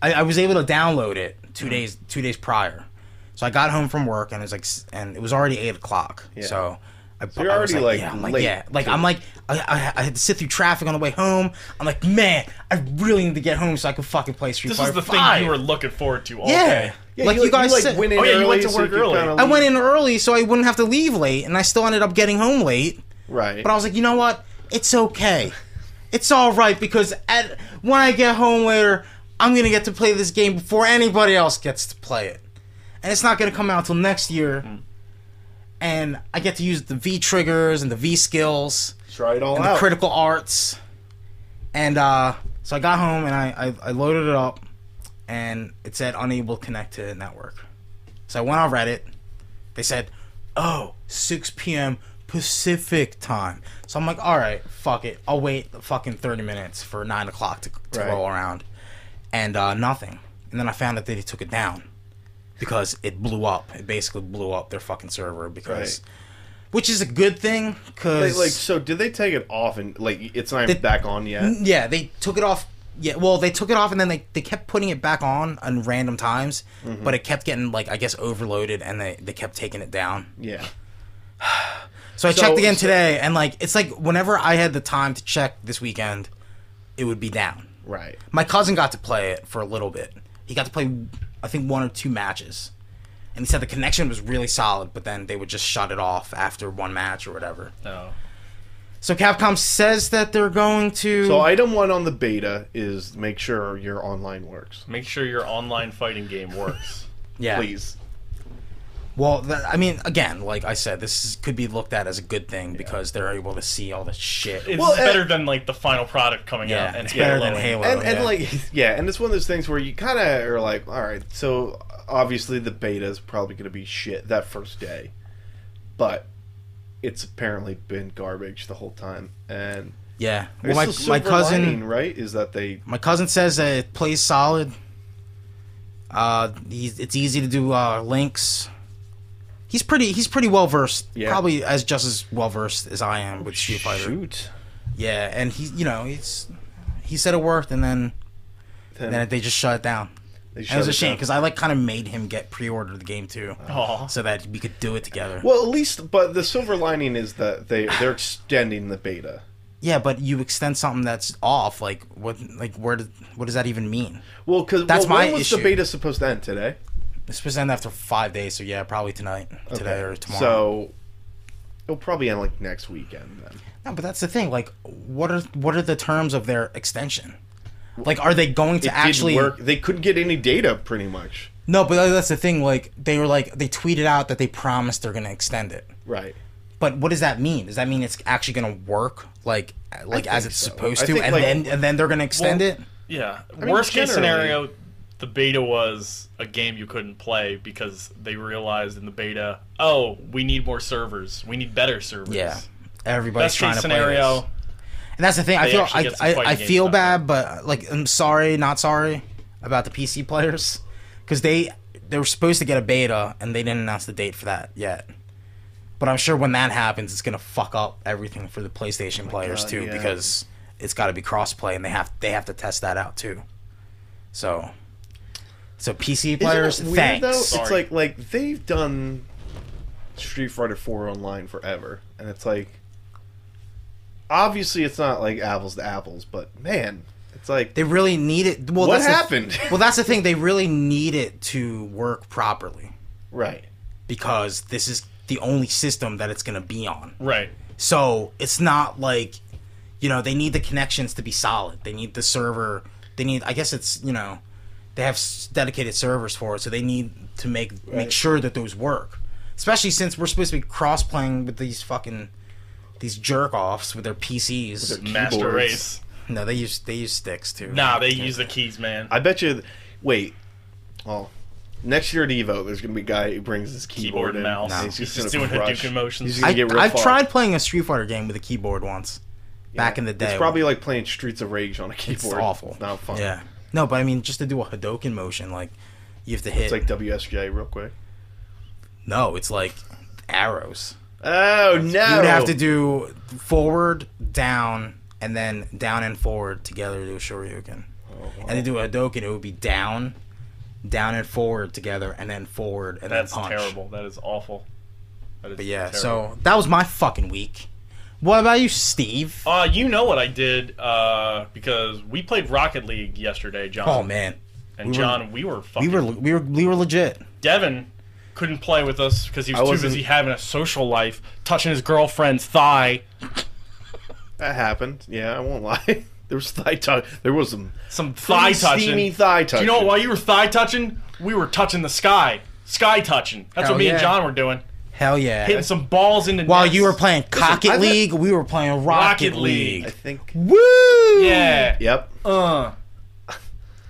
Speaker 1: I, I was able to download it two
Speaker 2: Mm-hmm.
Speaker 1: days two days prior. So I got home from work and it was like s- and it was already eight o'clock. So. I,
Speaker 2: you're
Speaker 1: I was
Speaker 2: already, like,
Speaker 1: yeah, I'm like
Speaker 2: late,
Speaker 1: yeah, like
Speaker 2: too.
Speaker 1: I'm like I, I, I had to sit through traffic on the way home. I'm like, man, I really need to get home so I can fucking play Street
Speaker 3: this
Speaker 1: Fighter
Speaker 3: is the
Speaker 1: 5.
Speaker 3: thing you were looking forward to all
Speaker 1: yeah.
Speaker 3: day.
Speaker 2: Yeah,
Speaker 1: like you, guys said,
Speaker 2: went in
Speaker 3: Oh, yeah, you
Speaker 2: early
Speaker 3: went to
Speaker 2: so
Speaker 3: work
Speaker 2: could
Speaker 3: early.
Speaker 2: kinda
Speaker 1: I went
Speaker 2: leave-
Speaker 1: in early so I wouldn't have to leave late, and I still ended up getting home late.
Speaker 2: Right.
Speaker 1: But I was like, you know what? It's okay. It's all right because at when I get home later, I'm gonna get to play this game before anybody else gets to play it, and it's not gonna come out till next year. And I get to use the V triggers and the V skills
Speaker 2: Try it all
Speaker 1: and
Speaker 2: out.
Speaker 1: the critical arts. And uh, so I got home and I, I, I loaded it up, and it said unable to connect to network. So I went on Reddit. They said, oh, 6 p.m. Pacific time. So I'm like, all right, fuck it. I'll wait the fucking 30 minutes for 9 o'clock to, to
Speaker 2: Right.
Speaker 1: roll around. And uh, nothing. And then I found out that they took it down because it blew up. It basically blew up their fucking server because. Which is a good thing,
Speaker 2: Like,
Speaker 1: because
Speaker 2: like, so did they take it off and like it's not even
Speaker 1: They-
Speaker 2: back on yet?
Speaker 1: Yeah, they took it off. Yeah, well, they took it off and then they, they kept putting it back on on random times,
Speaker 2: Mm-hmm.
Speaker 1: but it kept getting like I guess overloaded and they, they kept taking it down.
Speaker 2: Yeah.
Speaker 1: So I
Speaker 2: So-
Speaker 1: checked again
Speaker 2: so-
Speaker 1: today and like it's like whenever I had the time to check this weekend, it would be down.
Speaker 2: Right.
Speaker 1: My cousin got to play it for a little bit. He got to play I think one or two matches. And he said the connection was really solid, but then they would just shut it off after one match or whatever.
Speaker 3: No.
Speaker 1: So Capcom says that they're going to
Speaker 2: So item one on the beta is make sure your online works.
Speaker 3: Make sure your online fighting game
Speaker 1: *laughs*
Speaker 3: works.
Speaker 1: yeah.
Speaker 2: Please.
Speaker 1: Well, th- I mean, again, like I said, this is, could be looked at as a good thing because they're able to see all the shit.
Speaker 3: It's
Speaker 2: Well, and-
Speaker 3: better than like the final product coming
Speaker 1: eh, yeah,
Speaker 3: out. And
Speaker 1: it's better than
Speaker 3: Haloing.
Speaker 1: Halo.
Speaker 2: and,
Speaker 1: yeah.
Speaker 2: and like *laughs* yeah and it's one of those things where you kind of are like all right so obviously the beta is probably going to be shit that first day but it's apparently been garbage the whole time and
Speaker 1: yeah.
Speaker 2: I
Speaker 1: Well, my,
Speaker 2: guess the
Speaker 1: my
Speaker 2: silver
Speaker 1: cousin,
Speaker 2: lining, right is that they
Speaker 1: my cousin says that it plays solid. Uh, he's, it's easy to do uh, links. He's pretty. He's pretty well versed.
Speaker 2: Yeah.
Speaker 1: Probably as just as well versed as I am with Street Fighter.
Speaker 2: shoot
Speaker 1: Yeah, and he, you know, he's he said it worked, and then
Speaker 2: then,
Speaker 1: then they just shut it down.
Speaker 2: they
Speaker 1: And it was
Speaker 2: shut
Speaker 1: a shame
Speaker 2: down. Oh.
Speaker 1: because I like kind of made him get pre-ordered the game too,
Speaker 3: *laughs* Aw.
Speaker 1: so that we could do it together.
Speaker 2: well at least but the silver lining is that they
Speaker 1: *sighs*
Speaker 2: they're extending the beta
Speaker 1: Yeah, but you extend something that's off. Like what? Like where? Does, what does that even mean?
Speaker 2: well because
Speaker 1: That's
Speaker 2: well,
Speaker 1: my
Speaker 2: when was the
Speaker 1: issue.
Speaker 2: beta supposed to end today
Speaker 1: It's supposed to end after five days, so yeah, probably tonight, today or tomorrow.
Speaker 2: so it'll probably end like next weekend then
Speaker 1: So no, but that's the thing. Like, what are what are the terms of their extension? Like, are they going to
Speaker 2: It didn't
Speaker 1: actually?
Speaker 2: work they couldn't get any data pretty much
Speaker 1: No, but that's the thing. Like, they were like they tweeted out that they promised they're going to extend it.
Speaker 2: Right.
Speaker 1: But what does that mean? Does that mean it's actually going to work? Like, like as
Speaker 2: think
Speaker 1: it's
Speaker 2: so.
Speaker 1: supposed
Speaker 2: I
Speaker 1: to,
Speaker 2: think,
Speaker 1: and
Speaker 2: like-
Speaker 1: then and then they're going to extend
Speaker 3: Well,
Speaker 1: it.
Speaker 3: Yeah.
Speaker 2: mean,
Speaker 3: Worst case
Speaker 2: generally-
Speaker 3: scenario, the beta was a game you couldn't play because they realized in the beta, oh, we need more servers. We need better servers.
Speaker 1: Yeah, everybody's
Speaker 3: Best
Speaker 1: trying
Speaker 3: case
Speaker 1: to Play this.
Speaker 3: scenario.
Speaker 1: And that's the thing. I
Speaker 3: They
Speaker 1: feel
Speaker 3: actually
Speaker 1: I,
Speaker 3: get some
Speaker 1: I,
Speaker 3: fighting
Speaker 1: I
Speaker 3: games
Speaker 1: feel
Speaker 3: out of it.
Speaker 1: bad, but like I'm sorry, not sorry about the PC players because they they were supposed to get a beta and they didn't announce the date for that yet. But I'm sure when that happens, it's gonna fuck up everything for the PlayStation players
Speaker 2: Oh God,
Speaker 1: too
Speaker 2: yeah.
Speaker 1: because it's got to be crossplay and they have they have to test that out too. So, so PC players,
Speaker 2: Isn't it weird,
Speaker 1: thanks.
Speaker 2: though?
Speaker 3: Sorry.
Speaker 2: It's like like they've done Street Fighter Four online forever, and it's like obviously it's not like apples to apples, but man, it's like
Speaker 1: They really need it. Well,
Speaker 2: What
Speaker 1: that's the-
Speaker 2: happened?
Speaker 1: well, that's the thing. They really need it to work properly.
Speaker 2: right.
Speaker 1: because this is the only system that it's going to be on.
Speaker 3: Right.
Speaker 1: So it's not like, you know, they need the connections to be solid. They need the server. They need, I guess it's, you know, they have s- dedicated servers for it, so they need to make make
Speaker 2: Right.
Speaker 1: sure that those work. Especially since we're supposed to be cross playing with these fucking these jerk offs with their PCs.
Speaker 3: Master
Speaker 2: Keyboards.
Speaker 3: race.
Speaker 1: No, they use they use sticks too.
Speaker 3: Nah, they use the keys, man.
Speaker 2: I bet you. Wait.
Speaker 1: Oh.
Speaker 2: Well, next year at Evo, there's gonna be a guy who brings his keyboard,
Speaker 3: Keyboard and
Speaker 2: in.
Speaker 3: mouse.
Speaker 2: and
Speaker 3: He's just doing
Speaker 2: crush.
Speaker 3: Hadouken motions.
Speaker 2: He's
Speaker 1: I,
Speaker 2: gonna get real
Speaker 1: I've
Speaker 2: far.
Speaker 1: tried playing a Street Fighter game with a keyboard once, back in the day.
Speaker 2: It's probably like playing Streets of Rage on a keyboard.
Speaker 1: it's awful.
Speaker 2: It's not fun.
Speaker 1: Yeah. No, but I mean, just to do a Hadoken motion, like you have to hit.
Speaker 2: It's like WSJ real quick.
Speaker 1: no, it's like arrows.
Speaker 2: Oh no! You'd
Speaker 1: You would have to do forward, down, and then down and forward together to do a Shoryuken.
Speaker 2: Oh,
Speaker 1: And to do a Hadoken, it would be down, down and forward together, and then forward and
Speaker 3: That's
Speaker 1: then punch.
Speaker 3: terrible. That is awful. That is
Speaker 1: But yeah,
Speaker 3: terrible.
Speaker 1: so that was my fucking week. What about you, Steve?
Speaker 2: Oh.
Speaker 3: Uh, you know what I did uh, because we played Rocket League yesterday, John.
Speaker 1: Oh man,
Speaker 3: And
Speaker 1: we were-
Speaker 3: John, we were
Speaker 1: we
Speaker 3: fucking.
Speaker 1: were we were we were legit.
Speaker 3: Devin couldn't play with us because he was
Speaker 2: I
Speaker 3: too
Speaker 2: wasn't-
Speaker 3: busy having a social life, touching his girlfriend's thigh.
Speaker 2: That happened. Yeah, I won't lie. *laughs* There was thigh touch. There was some
Speaker 3: Some thigh
Speaker 2: pretty
Speaker 3: touching.
Speaker 2: steamy thigh
Speaker 3: Do
Speaker 2: touch.
Speaker 3: you know what? While you were thigh touching, we were touching the sky. Sky touching. That's
Speaker 1: Hell
Speaker 3: what me
Speaker 1: Oh,
Speaker 3: and
Speaker 1: yeah.
Speaker 3: John were doing.
Speaker 1: Hell yeah!
Speaker 3: Hitting some balls into
Speaker 1: While
Speaker 3: nets.
Speaker 1: you were playing Cocket
Speaker 2: I've-
Speaker 1: League, we were playing Rocket,
Speaker 3: Rocket
Speaker 1: League.
Speaker 3: League.
Speaker 2: I think.
Speaker 1: Woo!
Speaker 3: Yeah.
Speaker 2: Yep.
Speaker 3: Uh.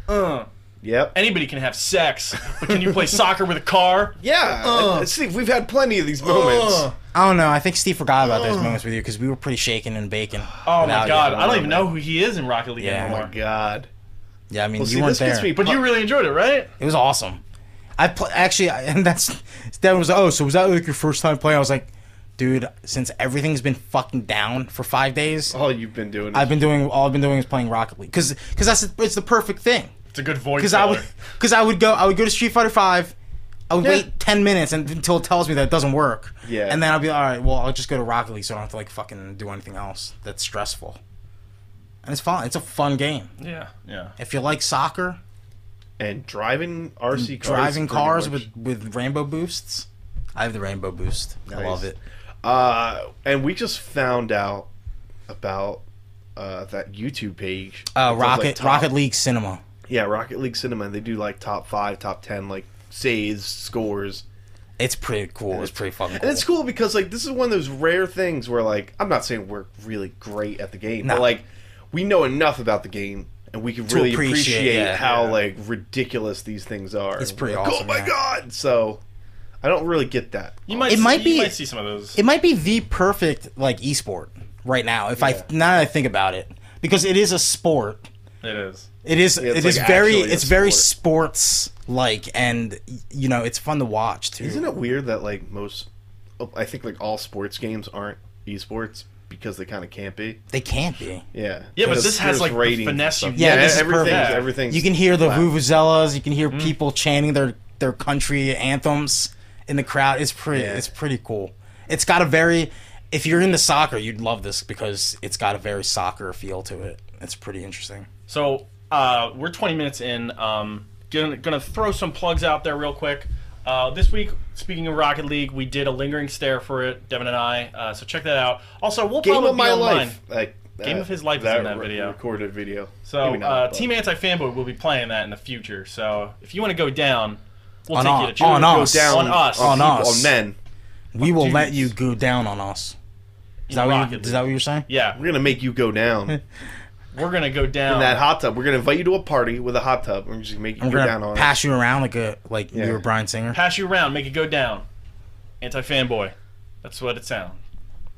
Speaker 3: Uh.
Speaker 2: Yep.
Speaker 3: Anybody can have sex, but can you play soccer with
Speaker 1: *laughs*
Speaker 3: a car?
Speaker 2: yeah.
Speaker 1: uh.
Speaker 2: and- Steve, we've had plenty of these moments.
Speaker 3: Uh.
Speaker 1: I don't know. I think Steve forgot about those moments with you because we were pretty shaken and bacon.
Speaker 3: Oh
Speaker 1: without
Speaker 3: my
Speaker 1: you.
Speaker 3: god, I don't even
Speaker 2: man.
Speaker 3: know who he is in Rocket League
Speaker 1: Yeah.
Speaker 2: Oh
Speaker 3: anymore.
Speaker 2: my God.
Speaker 1: Yeah, I mean,
Speaker 2: Well,
Speaker 1: you
Speaker 2: see,
Speaker 1: weren't
Speaker 2: this
Speaker 1: there.
Speaker 2: gets me.
Speaker 3: But you really enjoyed it, right?
Speaker 1: It was awesome. I pl- actually, I, *laughs* and that's Devin was like, oh, so was that like your first time playing? I was like, dude, since everything's been fucking down for five days,
Speaker 3: Oh.
Speaker 2: all you've been doing.
Speaker 1: I've
Speaker 2: Is,
Speaker 1: been doing all I've been doing is playing Rocket League because because that's it's the perfect thing
Speaker 3: It's a good voice.
Speaker 1: because I would
Speaker 3: filler.
Speaker 1: because I would go I would go to Street Fighter Five. I would
Speaker 2: Yeah.
Speaker 1: wait ten minutes and, until it tells me that it doesn't work.
Speaker 2: Yeah.
Speaker 1: And then I'll be like, all right. Well, I'll just go to Rocket League, so I don't have to like fucking do anything else that's stressful. And it's fun. It's a fun game.
Speaker 3: Yeah, yeah.
Speaker 1: If you like soccer,
Speaker 2: and driving RC cars.
Speaker 1: driving
Speaker 2: Oh, pretty
Speaker 1: cars
Speaker 2: much.
Speaker 1: with with rainbow boosts. I have the rainbow boost. I
Speaker 2: Nice.
Speaker 1: love it.
Speaker 2: Uh, and we just found out about uh, that YouTube page.
Speaker 1: Uh,
Speaker 2: It does, like,
Speaker 1: Rocket
Speaker 2: top-
Speaker 1: Rocket League Cinema.
Speaker 2: Yeah, Rocket League Cinema. They do like top five, top ten, like saves, scores.
Speaker 1: It's pretty cool. It's, pretty fucking cool.
Speaker 2: And it's cool because like this is one of those rare things where like I'm not saying we're really great at the game,
Speaker 1: No.
Speaker 2: but like we know enough about the game and we can really
Speaker 1: appreciate,
Speaker 2: appreciate,
Speaker 1: yeah.
Speaker 2: how
Speaker 3: Yeah.
Speaker 2: like ridiculous these things are.
Speaker 1: It's pretty
Speaker 2: Like,
Speaker 1: awesome,
Speaker 2: Oh my
Speaker 1: yeah.
Speaker 2: god! So I don't really get that.
Speaker 3: You might.
Speaker 1: It
Speaker 3: see,
Speaker 1: might be-
Speaker 3: You might see some of those.
Speaker 1: it might be the perfect like esport right now. If I
Speaker 2: Yeah.
Speaker 1: now that I think about it, because it is a sport.
Speaker 3: it is.
Speaker 1: It is. It
Speaker 2: it's
Speaker 1: is
Speaker 2: like
Speaker 1: very.
Speaker 2: actually a
Speaker 1: It's very
Speaker 2: sport.
Speaker 1: sports like, and you know, it's fun to watch too.
Speaker 2: Isn't it weird that like most, oh, I think like all sports games aren't esports because they kind of can't be.
Speaker 1: They can't be.
Speaker 2: Yeah.
Speaker 3: Yeah, but
Speaker 2: Because
Speaker 3: this has,
Speaker 2: there's
Speaker 3: like, the
Speaker 2: ratings and
Speaker 3: finesse you
Speaker 2: stuff.
Speaker 3: get.
Speaker 1: Yeah, this is
Speaker 2: everything's
Speaker 1: perfect.
Speaker 2: everything's
Speaker 1: You can hear the
Speaker 2: flat.
Speaker 1: vuvuzelas. You can hear people chanting their their country anthems in the crowd. It's pretty.
Speaker 2: Yeah.
Speaker 1: It's pretty cool. It's got a very. If you're into soccer, you'd love this because it's got a very soccer feel to it. It's pretty interesting.
Speaker 3: So uh, we're 20 minutes in. Um, gonna, gonna throw some plugs out there real quick. Uh, this week, speaking of Rocket League, we did a lingering stare for it, Devin and I. Uh, so check that out. Also, we'll
Speaker 2: Game
Speaker 3: probably
Speaker 2: of my
Speaker 3: be online.
Speaker 2: life.
Speaker 1: Uh,
Speaker 2: Like,
Speaker 3: Game of his life is in that
Speaker 2: re-
Speaker 3: video.
Speaker 2: Recorded video.
Speaker 3: So
Speaker 2: Maybe not,
Speaker 3: uh,
Speaker 2: but-
Speaker 3: Team Anti Fanboy will be playing that in the future. So if you want to go down, we'll
Speaker 1: On
Speaker 3: take
Speaker 1: our-
Speaker 3: you to June.
Speaker 1: on
Speaker 2: go
Speaker 1: us.
Speaker 2: down
Speaker 3: on us.
Speaker 1: on
Speaker 2: people,
Speaker 1: us.
Speaker 2: on men.
Speaker 1: We will let
Speaker 3: dudes.
Speaker 1: you go down on us. Is
Speaker 3: In
Speaker 1: that what you,
Speaker 3: Rocket
Speaker 1: is that what you're saying?
Speaker 3: Yeah,
Speaker 2: We're gonna make you go
Speaker 1: *laughs*
Speaker 2: down in
Speaker 3: we're gonna go down.
Speaker 2: that hot tub. We're gonna invite you to a party with a hot tub. We're just gonna make you
Speaker 1: I'm
Speaker 2: go
Speaker 1: gonna
Speaker 2: down on
Speaker 1: pass you around like a like
Speaker 2: Yeah.
Speaker 1: you were Brian Singer.
Speaker 3: pass you around, make it go down. Anti fanboy. That's what it sounds.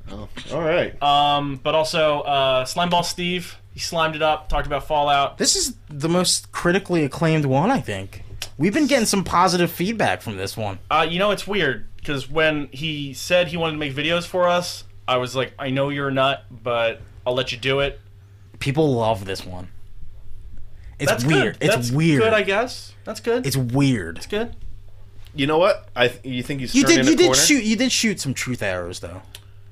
Speaker 2: it. Oh, all right.
Speaker 3: Um, but also uh, Slimeball Steve, he slimed it up. Talked about Fallout.
Speaker 1: This is the most critically acclaimed one, I think. We've been getting some positive feedback from this one.
Speaker 3: Uh, you know it's weird because when he said he wanted to make videos for us, I was like, I know you're a nut, but I'll let you do it.
Speaker 1: People love this one. It's
Speaker 3: That's
Speaker 1: weird.
Speaker 3: Good.
Speaker 1: It's
Speaker 3: That's
Speaker 1: weird.
Speaker 3: Good, I guess. That's good.
Speaker 1: it's weird.
Speaker 3: It's good.
Speaker 2: you know what? I th- you think he's
Speaker 1: You
Speaker 2: turning
Speaker 1: did. You
Speaker 2: a
Speaker 1: did
Speaker 2: corner?
Speaker 1: shoot. You did shoot some truth arrows though.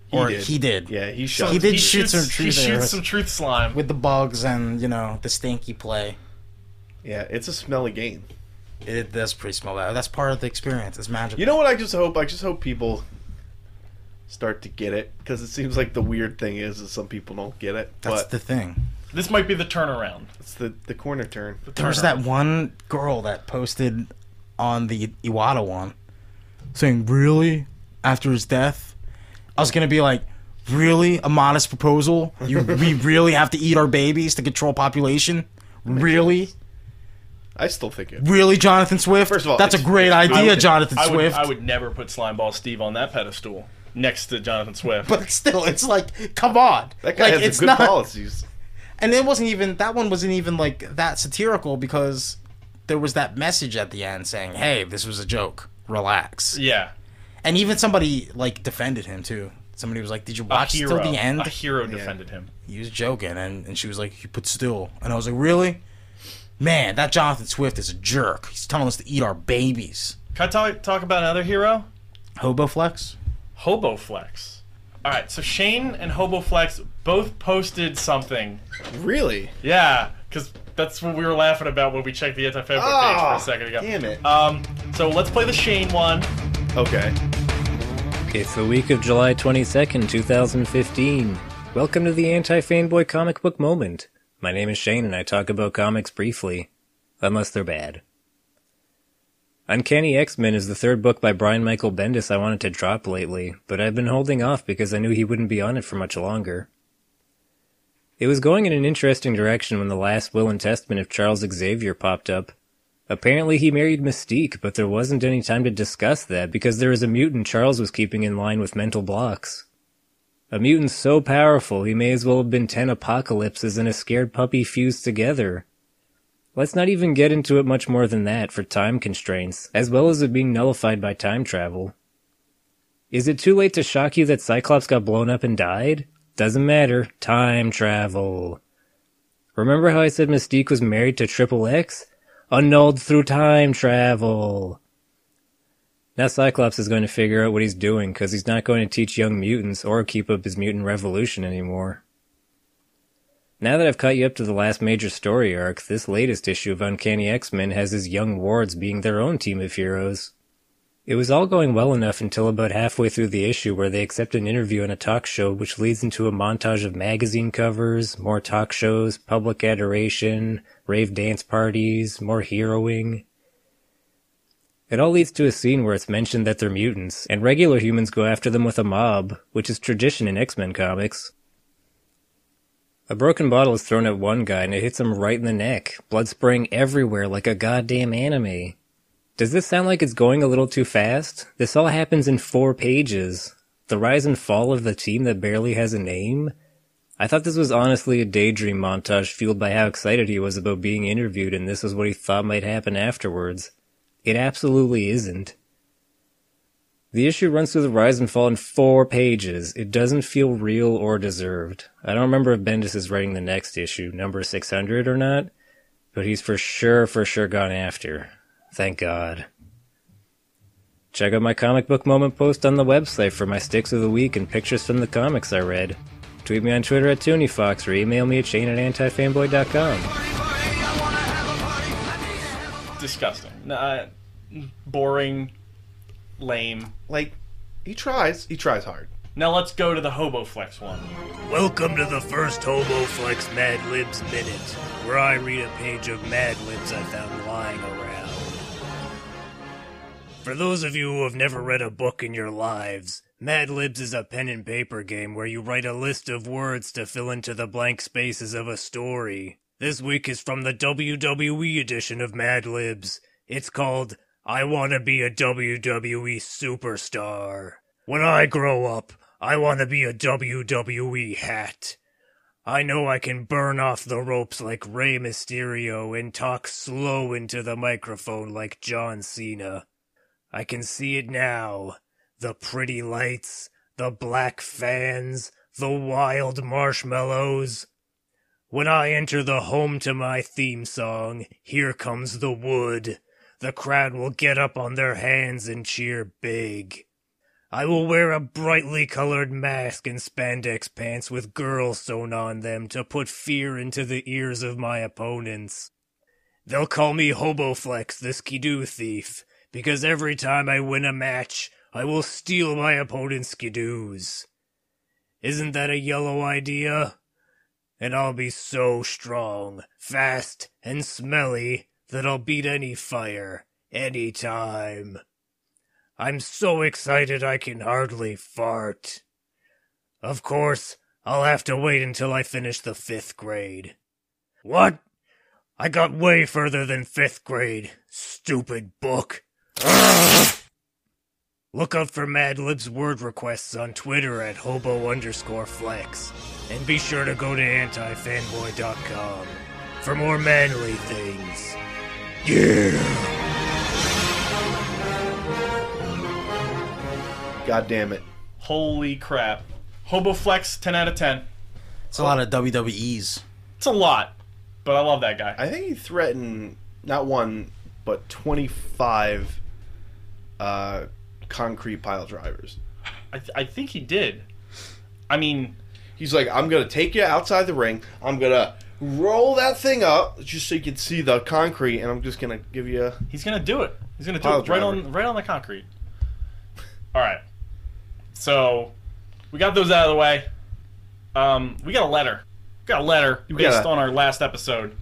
Speaker 2: He
Speaker 1: or
Speaker 2: did.
Speaker 1: he did.
Speaker 2: Yeah, he shot.
Speaker 1: He did
Speaker 2: some
Speaker 1: shoot
Speaker 3: shoots-
Speaker 1: some
Speaker 3: He
Speaker 1: truth
Speaker 3: shoots
Speaker 1: arrows.
Speaker 3: some truth slime.
Speaker 1: With the bugs and you know the stinky play.
Speaker 2: Yeah, it's a smelly game.
Speaker 1: It does pretty smell bad. That's part of the experience. It's magical.
Speaker 2: You know what? I just hope. I just hope people start to get it because it seems like the weird thing is that some people don't get it.
Speaker 1: That's
Speaker 2: but
Speaker 1: the thing.
Speaker 3: This might be the turnaround.
Speaker 2: it's the the corner turn.
Speaker 1: There was that one girl that posted on the Iwata one saying, Really? After his death? I was going to be like, Really, a modest proposal? *laughs* You, we really have to eat our babies to control population? Really,
Speaker 2: I still think it.
Speaker 1: really, Jonathan Swift?
Speaker 2: First of all,
Speaker 1: that's a
Speaker 2: it's-
Speaker 1: great
Speaker 3: I
Speaker 1: idea,
Speaker 3: would-
Speaker 1: Jonathan
Speaker 3: I would,
Speaker 1: Swift.
Speaker 3: I would never put Slimeball Steve on that pedestal next to Jonathan Swift.
Speaker 1: but still, it's like, come on,
Speaker 2: That guy
Speaker 1: like,
Speaker 2: has
Speaker 1: it's
Speaker 2: good
Speaker 1: not,
Speaker 2: policies.
Speaker 1: and it wasn't even that one wasn't even like that satirical because there was that message at the end saying, "Hey, this was a joke. Relax."
Speaker 3: yeah,
Speaker 1: And even somebody like defended him too. Somebody was like, "Did you
Speaker 3: a
Speaker 1: watch
Speaker 3: hero.
Speaker 1: till the end?"
Speaker 3: A hero defended him.
Speaker 1: He was joking, and, and she was like, "You put still," and I was like, "Really?" Man, that Jonathan Swift is a jerk. He's telling us to eat our babies.
Speaker 3: Can I talk, talk about another hero?
Speaker 1: Hobo flex.
Speaker 3: Hobo Flex. All right, so Shane and Hobo Flex both posted something.
Speaker 2: Really?
Speaker 3: Yeah, because that's what we were laughing about when we checked the anti-fanboy page for
Speaker 2: Ah,
Speaker 3: a second ago.
Speaker 2: damn it.
Speaker 3: Um, so let's play the Shane one.
Speaker 2: Okay.
Speaker 4: It's the week of July 22nd, 2015. Welcome to the Anti Fanboy Comic Book Moment. My name is Shane and I talk about comics briefly, unless they're bad. Uncanny X Men is the third book by Brian Michael Bendis I wanted to drop lately, but I've been holding off because I knew he wouldn't be on it for much longer. It was going in an interesting direction when the last will and testament of Charles Xavier popped up, Apparently, he married Mystique, but there wasn't any time to discuss that because there was a mutant Charles was keeping in line with mental blocks. A mutant so powerful he may as well have been ten apocalypses and a scared puppy fused together. Let's not even get into it much more than that for time constraints, as well as it being nullified by time travel. Is it too late to shock you that Cyclops got blown up and died? Doesn't matter. Time travel. Remember how I said Mystique was married to Triple X? annulled through time travel. Now Cyclops is going to figure out what he's doing because he's not going to teach young mutants or keep up his mutant revolution anymore. Now that I've caught you up to the last major story arc, this latest issue of Uncanny X-Men has his young wards being their own team of heroes. It was all going well enough until about halfway through the issue where they accept an interview on a talk show which leads into a montage of magazine covers, more talk shows, public adoration, rave dance parties, more heroing. It all leads to a scene where it's mentioned that they're mutants, and regular humans go after them with a mob, which is tradition in X-Men comics. A broken bottle is thrown at one guy and it hits him right in the neck, blood spraying everywhere like a goddamn anime. Does this sound like it's going a little too fast? This all happens in four pages. The rise and fall of the team that barely has a name? I thought this was honestly a daydream montage fueled by how excited he was about being interviewed and this was what he thought might happen afterwards. It absolutely isn't. The issue runs through the rise and fall in four pages. It doesn't feel real or deserved. I don't remember if Bendis is writing the next issue, number 600 or not, but he's for sure, for sure gone after. Thank God. Check out my comic book moment post on the website for my sticks of the week and pictures from the comics I read. Tweet me on Twitter at ToonieFox or email me at Shane at antifanboy.com.
Speaker 3: Disgusting. Nah, uh, boring. Lame.
Speaker 2: Like, he tries. He tries hard.
Speaker 3: Now let's go to the Hobo Flex one.
Speaker 5: Welcome to the first HoboFlex Mad Libs Minute, where I read a page of Mad Libs I found lying around. For those of you who have never read a book in your lives, Mad Libs is a pen and paper game where you write a list of words to fill into the blank spaces of a story. This week is from the WWE edition of Mad Libs. It's called I Want to Be a WWE Superstar. When I grow up, I want to be a WWE hat. I know I can burn off the ropes like Rey Mysterio and talk slow into the microphone like John Cena. I can see it now. The pretty lights, the black fans, the wild marshmallows. When I enter the home to my theme song, Here Comes the Wood, the crowd will get up on their hands and cheer big. I will wear a brightly colored mask and spandex pants with girls sewn on them to put fear into the ears of my opponents. They'll call me Hoboflex the Skidoo Thief, because every time I win a match, I will steal my opponent's Skidoos. Isn't that a yellow idea? And I'll be so strong, fast, and smelly that I'll beat any fire, any time. I'm so excited I can hardly fart. Of course, I'll have to wait until I finish the fifth grade. What? I got way further than fifth grade. Stupid book. Ugh. Look up for Mad Lib's word requests on Twitter at hobo underscore flex. And be sure to go to antifanboy.com for more manly things. Yeah!
Speaker 2: God damn it.
Speaker 3: Holy crap. Hoboflex, 10 out of 10.
Speaker 1: It's a lot of WWEs.
Speaker 3: It's a lot, but I love that guy.
Speaker 2: I think he threatened not one, but 25 uh, concrete pile drivers.
Speaker 3: I, th- I think he did. I mean,
Speaker 2: He's like, I'm going to take you outside the ring. I'm going to roll that thing up just so you can see the concrete, and I'm just going to give you.
Speaker 3: he's gonna do it. He's gonna do
Speaker 2: Pile
Speaker 3: it right
Speaker 2: driver.
Speaker 3: on right on the concrete. All right. So we got those out of the way. Um, we got a letter. We got a letter based
Speaker 2: got a-
Speaker 3: on our last episode.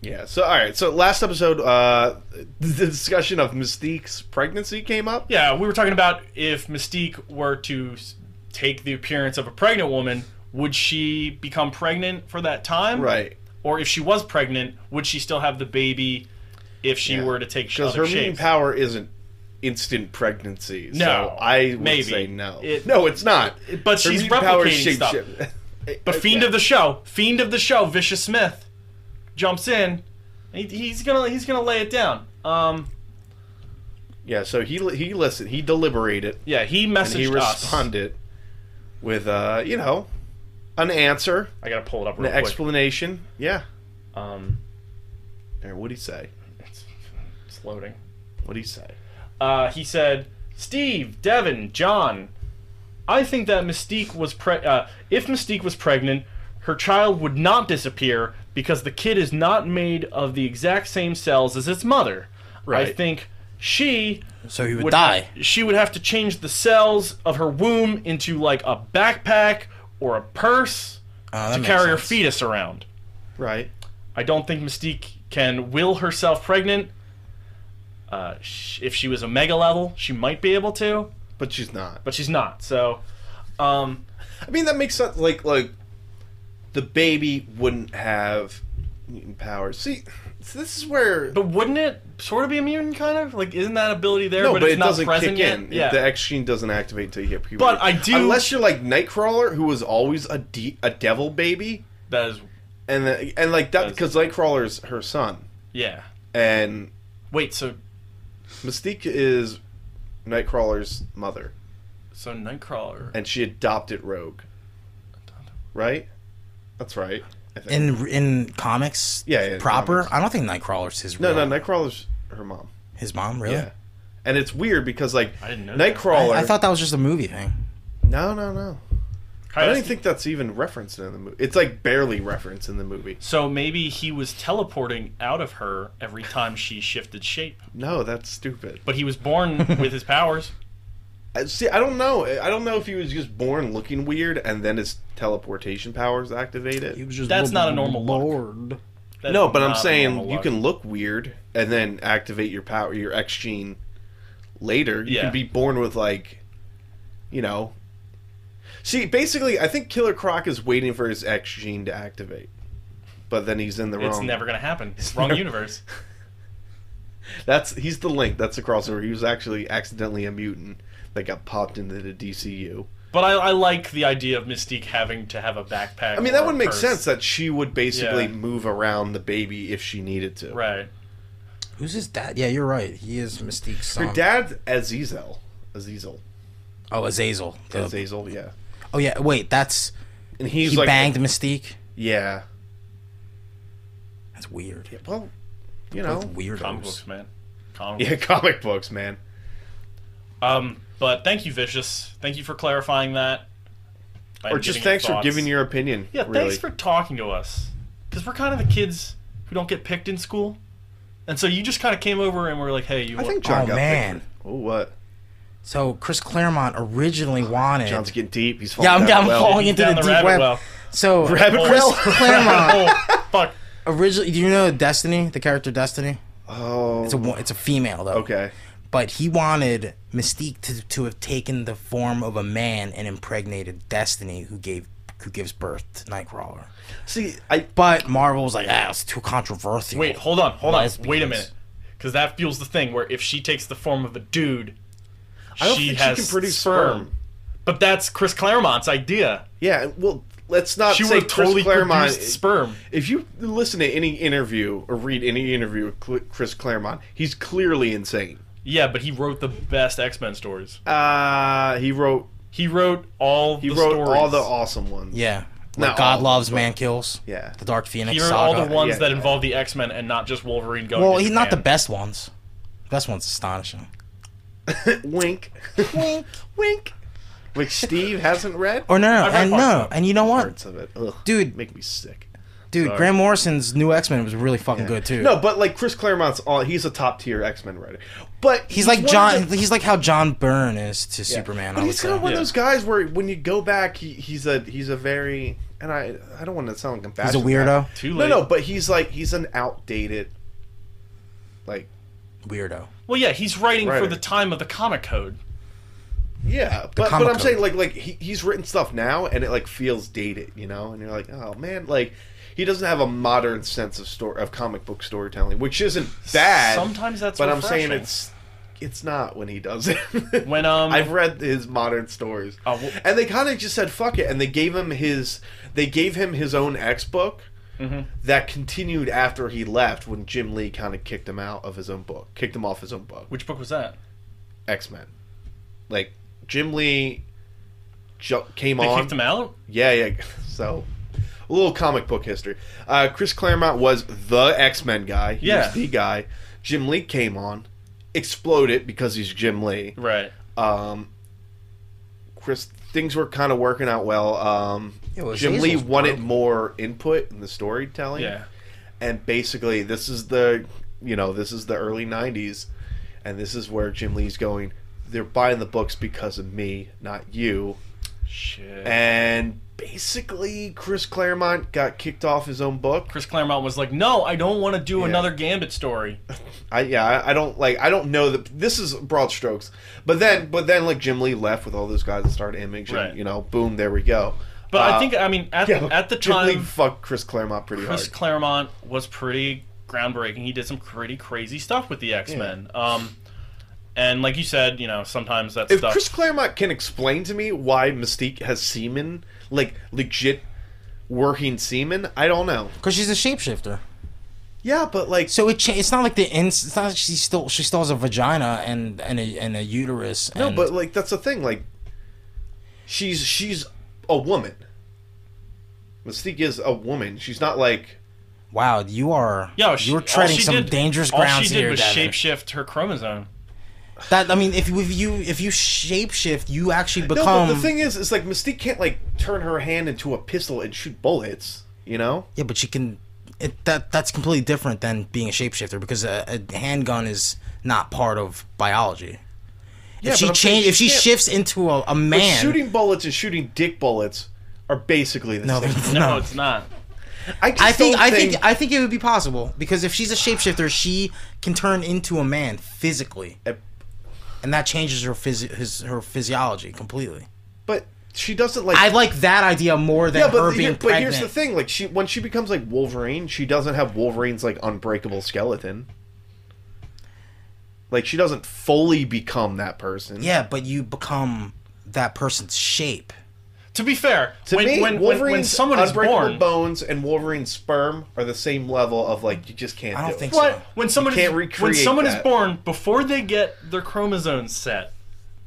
Speaker 2: Yeah. So, all right. So, last episode, uh, *laughs* the discussion of Mystique's pregnancy came up.
Speaker 3: Yeah, we were talking about if Mystique were to s- take the appearance of a pregnant woman, would she become pregnant for that time?
Speaker 2: Right.
Speaker 3: Or if she was pregnant, would she still have the baby if she
Speaker 2: Yeah.
Speaker 3: were to take
Speaker 2: Because
Speaker 3: other
Speaker 2: her
Speaker 3: shapes?
Speaker 2: mutant power isn't instant pregnancy.
Speaker 3: No,
Speaker 2: So I would
Speaker 3: maybe.
Speaker 2: say no.
Speaker 3: It-
Speaker 2: no, it's not.
Speaker 3: but she's
Speaker 2: mutant power is
Speaker 3: replicating stuff.
Speaker 2: *laughs* shapeshift-
Speaker 3: But fiend of the show, fiend of the show, Vicious Smith jumps in. He, he's gonna he's gonna lay it down. Um,
Speaker 2: Yeah, so he he listened, he deliberated,
Speaker 3: yeah, he messaged
Speaker 2: and he
Speaker 3: us.
Speaker 2: responded with uh, you know, an answer,
Speaker 3: I gotta pull it up
Speaker 2: an
Speaker 3: real quick.
Speaker 2: explanation. Yeah.
Speaker 3: um,
Speaker 2: Or what'd he say?
Speaker 3: it's, it's loading.
Speaker 2: What'd he say?
Speaker 3: uh, he said, Steve, Devin, John, I think that Mystique was pre- uh, if Mystique was pregnant, her child would not disappear because the kid is not made of the exact same cells as its mother. I
Speaker 2: Right.
Speaker 3: think she
Speaker 1: So he would,
Speaker 3: would
Speaker 1: die.
Speaker 3: she would have to change the cells of her womb into like a backpack or a purse
Speaker 1: Oh, that
Speaker 3: to
Speaker 1: makes
Speaker 3: carry her
Speaker 1: sense.
Speaker 3: fetus around.
Speaker 2: Right.
Speaker 3: I don't think Mystique can will herself pregnant. Uh, sh- if she was a mega level, she might be able to,
Speaker 2: But she's not.
Speaker 3: but she's not. So, um,
Speaker 2: I mean that makes sense like like the baby wouldn't have mutant powers. See, so this is where
Speaker 3: but wouldn't it sort of be immune, kind of? Like, isn't that ability there,
Speaker 2: no,
Speaker 3: but,
Speaker 2: but,
Speaker 3: it's
Speaker 2: it
Speaker 3: not
Speaker 2: doesn't
Speaker 3: present
Speaker 2: kick
Speaker 3: yet?
Speaker 2: in.
Speaker 3: Yeah.
Speaker 2: The X gene doesn't activate until you hit puberty.
Speaker 3: But I do-
Speaker 2: unless you're like Nightcrawler, who was always a de- a devil baby,
Speaker 3: that is,
Speaker 2: and the, and like that
Speaker 3: That's-
Speaker 2: because Nightcrawler's her son,
Speaker 3: yeah.
Speaker 2: and
Speaker 3: Wait, so
Speaker 2: Mystique is Nightcrawler's mother,
Speaker 3: so Nightcrawler.
Speaker 2: and she adopted Rogue, right? That's right. I think.
Speaker 1: In in comics,
Speaker 2: Yeah, yeah,
Speaker 1: proper.
Speaker 2: comics.
Speaker 1: I don't think Nightcrawler's his.
Speaker 2: no,
Speaker 1: real-
Speaker 2: no, Nightcrawler's her mom.
Speaker 1: his mom really.
Speaker 2: Yeah, and it's weird because like
Speaker 3: I didn't know that.
Speaker 2: Nightcrawler.
Speaker 1: I, I thought that was just a movie thing.
Speaker 2: no, no, no. I don't even think that's even referenced in the movie. It's like barely referenced in the movie.
Speaker 3: so. Maybe he was teleporting out of her every time she shifted shape,
Speaker 2: No, that's stupid.
Speaker 3: but he was born with his
Speaker 2: *laughs*
Speaker 3: powers.
Speaker 2: I- See, I don't know. I don't know if he was just born looking weird and then his teleportation powers activated.
Speaker 1: He was just
Speaker 3: That's
Speaker 1: l-
Speaker 3: not a normal look.
Speaker 1: lord.
Speaker 3: That
Speaker 2: no,
Speaker 3: is
Speaker 2: but I'm
Speaker 3: not a
Speaker 2: saying
Speaker 3: normal
Speaker 2: you
Speaker 3: look.
Speaker 2: can look weird and then activate your power, your X gene later. You
Speaker 3: Yeah.
Speaker 2: can be born with like, you know. See, basically, I think Killer Croc is waiting for his X gene to activate, but then he's in the
Speaker 3: It's
Speaker 2: wrong.
Speaker 3: never gonna
Speaker 2: *laughs*
Speaker 3: happen. Wrong universe.
Speaker 2: That's he's the link. That's the crossover. He was actually accidentally a mutant that got popped into the DCU.
Speaker 3: But I, I like the idea of Mystique having to have a backpack.
Speaker 2: I mean, that
Speaker 3: or a
Speaker 2: would make
Speaker 3: purse.
Speaker 2: sense that she would basically
Speaker 3: Yeah.
Speaker 2: move around the baby if she needed to.
Speaker 3: Right.
Speaker 1: Who's his dad? Yeah, you're right. He is Mystique's son.
Speaker 2: Her dad's Azizel. Azizel.
Speaker 1: Oh, Azazel. The-
Speaker 2: Azazel, yeah.
Speaker 1: oh yeah. Wait, that's
Speaker 2: And he's
Speaker 1: he
Speaker 2: like,
Speaker 1: banged Mystique.
Speaker 2: yeah.
Speaker 1: That's weird.
Speaker 2: Well, you
Speaker 1: Both *laughs*
Speaker 2: know.
Speaker 1: weirdos.
Speaker 3: Comic books, man. Comic
Speaker 2: Yeah, comic books, man.
Speaker 3: Um, but thank you, Vicious. Thank you for clarifying that. and
Speaker 2: Or just
Speaker 3: giving your
Speaker 2: thanks for
Speaker 3: thoughts.
Speaker 2: giving your opinion.
Speaker 3: Yeah,
Speaker 2: really.
Speaker 3: thanks for talking to us. Because we're kind of the kids who don't get picked in school. And so you just kind of came over and were like, hey, you
Speaker 2: I
Speaker 3: want-
Speaker 2: think
Speaker 1: Oh,
Speaker 2: John got
Speaker 1: man.
Speaker 2: picked. Oh, what?
Speaker 1: So Chris Claremont
Speaker 2: *sighs*
Speaker 1: originally wanted.
Speaker 2: John's getting deep. He's falling
Speaker 1: yeah, I'm,
Speaker 2: down
Speaker 1: I'm
Speaker 2: well.
Speaker 1: falling
Speaker 3: He's
Speaker 1: into
Speaker 3: Oh, down
Speaker 1: the,
Speaker 3: the
Speaker 1: deep
Speaker 3: rabbit
Speaker 1: web.
Speaker 3: well.
Speaker 1: So
Speaker 2: Rabbit
Speaker 1: Chris
Speaker 2: well?
Speaker 1: Claremont
Speaker 3: oh, fuck.
Speaker 1: *laughs* originally. Do you know Destiny? The character Destiny.
Speaker 2: Oh,
Speaker 1: It's a wo- it's a female though.
Speaker 2: okay.
Speaker 1: but he wanted Mystique to, to have taken the form of a man and impregnated Destiny, who gave who gives birth to Nightcrawler.
Speaker 2: See, I
Speaker 1: But Marvel was like, ah, it's too controversial.
Speaker 3: Wait, hold on, hold on.
Speaker 1: Lesbians.
Speaker 3: Wait a minute. Because that fuels the thing where if she takes the form of a dude,
Speaker 2: I don't
Speaker 3: she
Speaker 2: think
Speaker 3: has
Speaker 2: she can produce
Speaker 3: sperm.
Speaker 2: sperm.
Speaker 3: But that's Chris Claremont's idea.
Speaker 2: Yeah, well, let's not
Speaker 3: She would
Speaker 2: say
Speaker 3: have
Speaker 2: Chris
Speaker 3: totally
Speaker 2: Claremont.
Speaker 3: produced sperm.
Speaker 2: If you listen to any interview or read any interview with Cl- Chris Claremont, he's clearly insane.
Speaker 3: Yeah, but he wrote the best X Men stories.
Speaker 2: Uh, he wrote
Speaker 3: He wrote all
Speaker 2: he
Speaker 3: the
Speaker 2: wrote
Speaker 3: stories.
Speaker 2: all the awesome ones.
Speaker 1: Yeah.
Speaker 2: Not
Speaker 1: Like God
Speaker 2: all,
Speaker 1: loves, man kills.
Speaker 2: Yeah.
Speaker 1: The Dark Phoenix.
Speaker 3: he wrote
Speaker 1: saga.
Speaker 3: all the ones
Speaker 2: yeah,
Speaker 3: that
Speaker 2: yeah.
Speaker 3: involved the X Men and not just Wolverine going.
Speaker 1: Well,
Speaker 3: to
Speaker 1: he's not the
Speaker 3: Japan.
Speaker 1: best ones. The best one's astonishing.
Speaker 2: Wink, *laughs* wink. Which Steve hasn't read
Speaker 1: Or no, no,
Speaker 3: I've read
Speaker 1: and
Speaker 3: parts
Speaker 1: no,
Speaker 3: of
Speaker 1: and you know what,
Speaker 2: parts of it. Ugh,
Speaker 1: Dude.
Speaker 2: make me sick.
Speaker 1: dude? Grant Morrison's new X Men was really fucking good too.
Speaker 2: No, but like Chris Claremont's all he's a top tier X Men writer. But
Speaker 1: he's like
Speaker 2: one of
Speaker 1: John.
Speaker 2: the-
Speaker 1: He's like how John Byrne is to
Speaker 2: Yeah.
Speaker 1: Superman.
Speaker 2: But
Speaker 1: I would
Speaker 2: he's kind
Speaker 1: say.
Speaker 2: of one
Speaker 3: Yeah.
Speaker 2: of those guys where when you go back, he, he's a he's a very and I I don't want to sound like I'm
Speaker 1: He's a
Speaker 2: bashing
Speaker 1: weirdo.
Speaker 2: that.
Speaker 3: Too
Speaker 2: No,
Speaker 3: late.
Speaker 2: no, but he's like he's an outdated, like
Speaker 1: Weirdo.
Speaker 3: Well, yeah, he's writing for
Speaker 2: Writer.
Speaker 3: the time of the comic code.
Speaker 2: yeah. But but
Speaker 1: comic
Speaker 2: I'm
Speaker 1: code.
Speaker 2: saying like like he, he's written stuff now and it like feels dated, you know. And you're like, oh man, like he doesn't have a modern sense of story of comic book storytelling, which isn't bad.
Speaker 3: Sometimes that's
Speaker 2: but I'm
Speaker 3: refreshing.
Speaker 2: saying it's it's not when he does it. *laughs*
Speaker 3: When, um,
Speaker 2: I've read his modern stories,
Speaker 3: Oh, well-
Speaker 2: and they kind of just said fuck it, and they gave him his they gave him his own X book
Speaker 3: Mm-hmm.
Speaker 2: that continued after he left when Jim Lee kind of kicked him out of his own book, kicked him off his own book,
Speaker 3: Which book was that?
Speaker 2: X Men. Like Jim Lee ju- came
Speaker 3: They
Speaker 2: on,
Speaker 3: kicked him out.
Speaker 2: yeah, yeah. *laughs* So, a little comic book history. Uh, Chris Claremont was the X Men guy. He
Speaker 3: Yeah.
Speaker 2: was the guy. Jim Lee came on, exploded because he's Jim Lee.
Speaker 3: Right.
Speaker 2: Um, Chris, things were kind of working out well. Um,
Speaker 1: Yeah, well,
Speaker 2: Jim
Speaker 1: Hazel's
Speaker 2: Lee wanted
Speaker 1: brutal.
Speaker 2: more input in the storytelling.
Speaker 3: Yeah.
Speaker 2: And basically, this is the you know this is the early '90s, and this is where Jim Lee's going. They're buying the books because of me, not you.
Speaker 3: Shit.
Speaker 2: And basically, Chris Claremont got kicked off his own book.
Speaker 3: Chris Claremont was like, "No, I don't want to do
Speaker 2: Yeah.
Speaker 3: another Gambit story."
Speaker 2: I yeah, I, I don't like I don't know that this is broad strokes. But then but then like Jim Lee left with all those guys that started Image
Speaker 3: Right.
Speaker 2: and you know boom there we go.
Speaker 3: But I
Speaker 2: Uh,
Speaker 3: think, I mean, at,
Speaker 2: *laughs* yeah,
Speaker 3: at the
Speaker 2: Jim Lee
Speaker 3: time,
Speaker 2: fucked Chris Claremont pretty
Speaker 3: Chris
Speaker 2: hard.
Speaker 3: Claremont was pretty groundbreaking. He did some pretty crazy stuff with the X Men. Um, and like you said, you know, sometimes that
Speaker 2: If
Speaker 3: stuff.
Speaker 2: Chris Claremont can explain to me why Mystique has semen like legit working semen, I don't know.
Speaker 1: Because she's a shapeshifter.
Speaker 2: Yeah, but like
Speaker 1: So it cha- it's not like the ins. It's not like she still she still has a vagina and and a and a uterus.
Speaker 2: No,
Speaker 1: and-
Speaker 2: but like that's the thing. Like, she's she's a woman. Mystique is a woman. She's not like
Speaker 1: wow, you are
Speaker 3: yeah, she,
Speaker 1: you're
Speaker 3: all
Speaker 1: treading
Speaker 3: she
Speaker 1: some
Speaker 3: did-
Speaker 1: dangerous grounds
Speaker 3: All she did
Speaker 1: here.
Speaker 3: was
Speaker 1: Devin.
Speaker 3: shapeshift her chromosome.
Speaker 1: That I mean, if you if you if you shapeshift, you actually
Speaker 2: no.
Speaker 1: become.
Speaker 2: but the thing is, it's like Mystique can't like turn her hand into a pistol and shoot bullets. You know?
Speaker 1: Yeah, but she can. It, that that's completely different than being a shapeshifter because a, a handgun is not part of biology.
Speaker 2: Yeah,
Speaker 1: if she
Speaker 2: but I'm saying
Speaker 1: change, if she
Speaker 2: can't-
Speaker 1: shifts into a, a
Speaker 2: but
Speaker 1: man,
Speaker 2: shooting bullets and shooting dick bullets are basically the
Speaker 1: no,
Speaker 2: *laughs* same.
Speaker 1: there's-
Speaker 3: No,
Speaker 1: no.
Speaker 3: it's not.
Speaker 2: I, just
Speaker 1: I think
Speaker 2: don't
Speaker 1: I think I think it would be possible because if she's a shapeshifter, she can turn into a man physically,
Speaker 2: I-
Speaker 1: and that changes her phys- his, her physiology completely.
Speaker 2: but she doesn't like.
Speaker 1: I like that idea more than
Speaker 2: yeah, but,
Speaker 1: her
Speaker 2: here-
Speaker 1: being
Speaker 2: but
Speaker 1: pregnant.
Speaker 2: here's the thing: like she, when she becomes like Wolverine, she doesn't have Wolverine's like unbreakable skeleton. Like she doesn't fully become that person.
Speaker 1: Yeah, but you become that person's shape.
Speaker 3: To be fair,
Speaker 2: To
Speaker 3: when,
Speaker 2: me,
Speaker 3: when, when-
Speaker 2: Wolverine's
Speaker 3: when someone is
Speaker 2: unbreakable
Speaker 3: born,
Speaker 2: bones and Wolverine's sperm are the same level of like you just can't.
Speaker 1: I don't
Speaker 2: do
Speaker 1: think
Speaker 2: it.
Speaker 1: so.
Speaker 3: what when someone
Speaker 2: can't
Speaker 3: is, when
Speaker 2: recreate
Speaker 3: someone is
Speaker 2: that.
Speaker 3: born before they get their chromosomes set,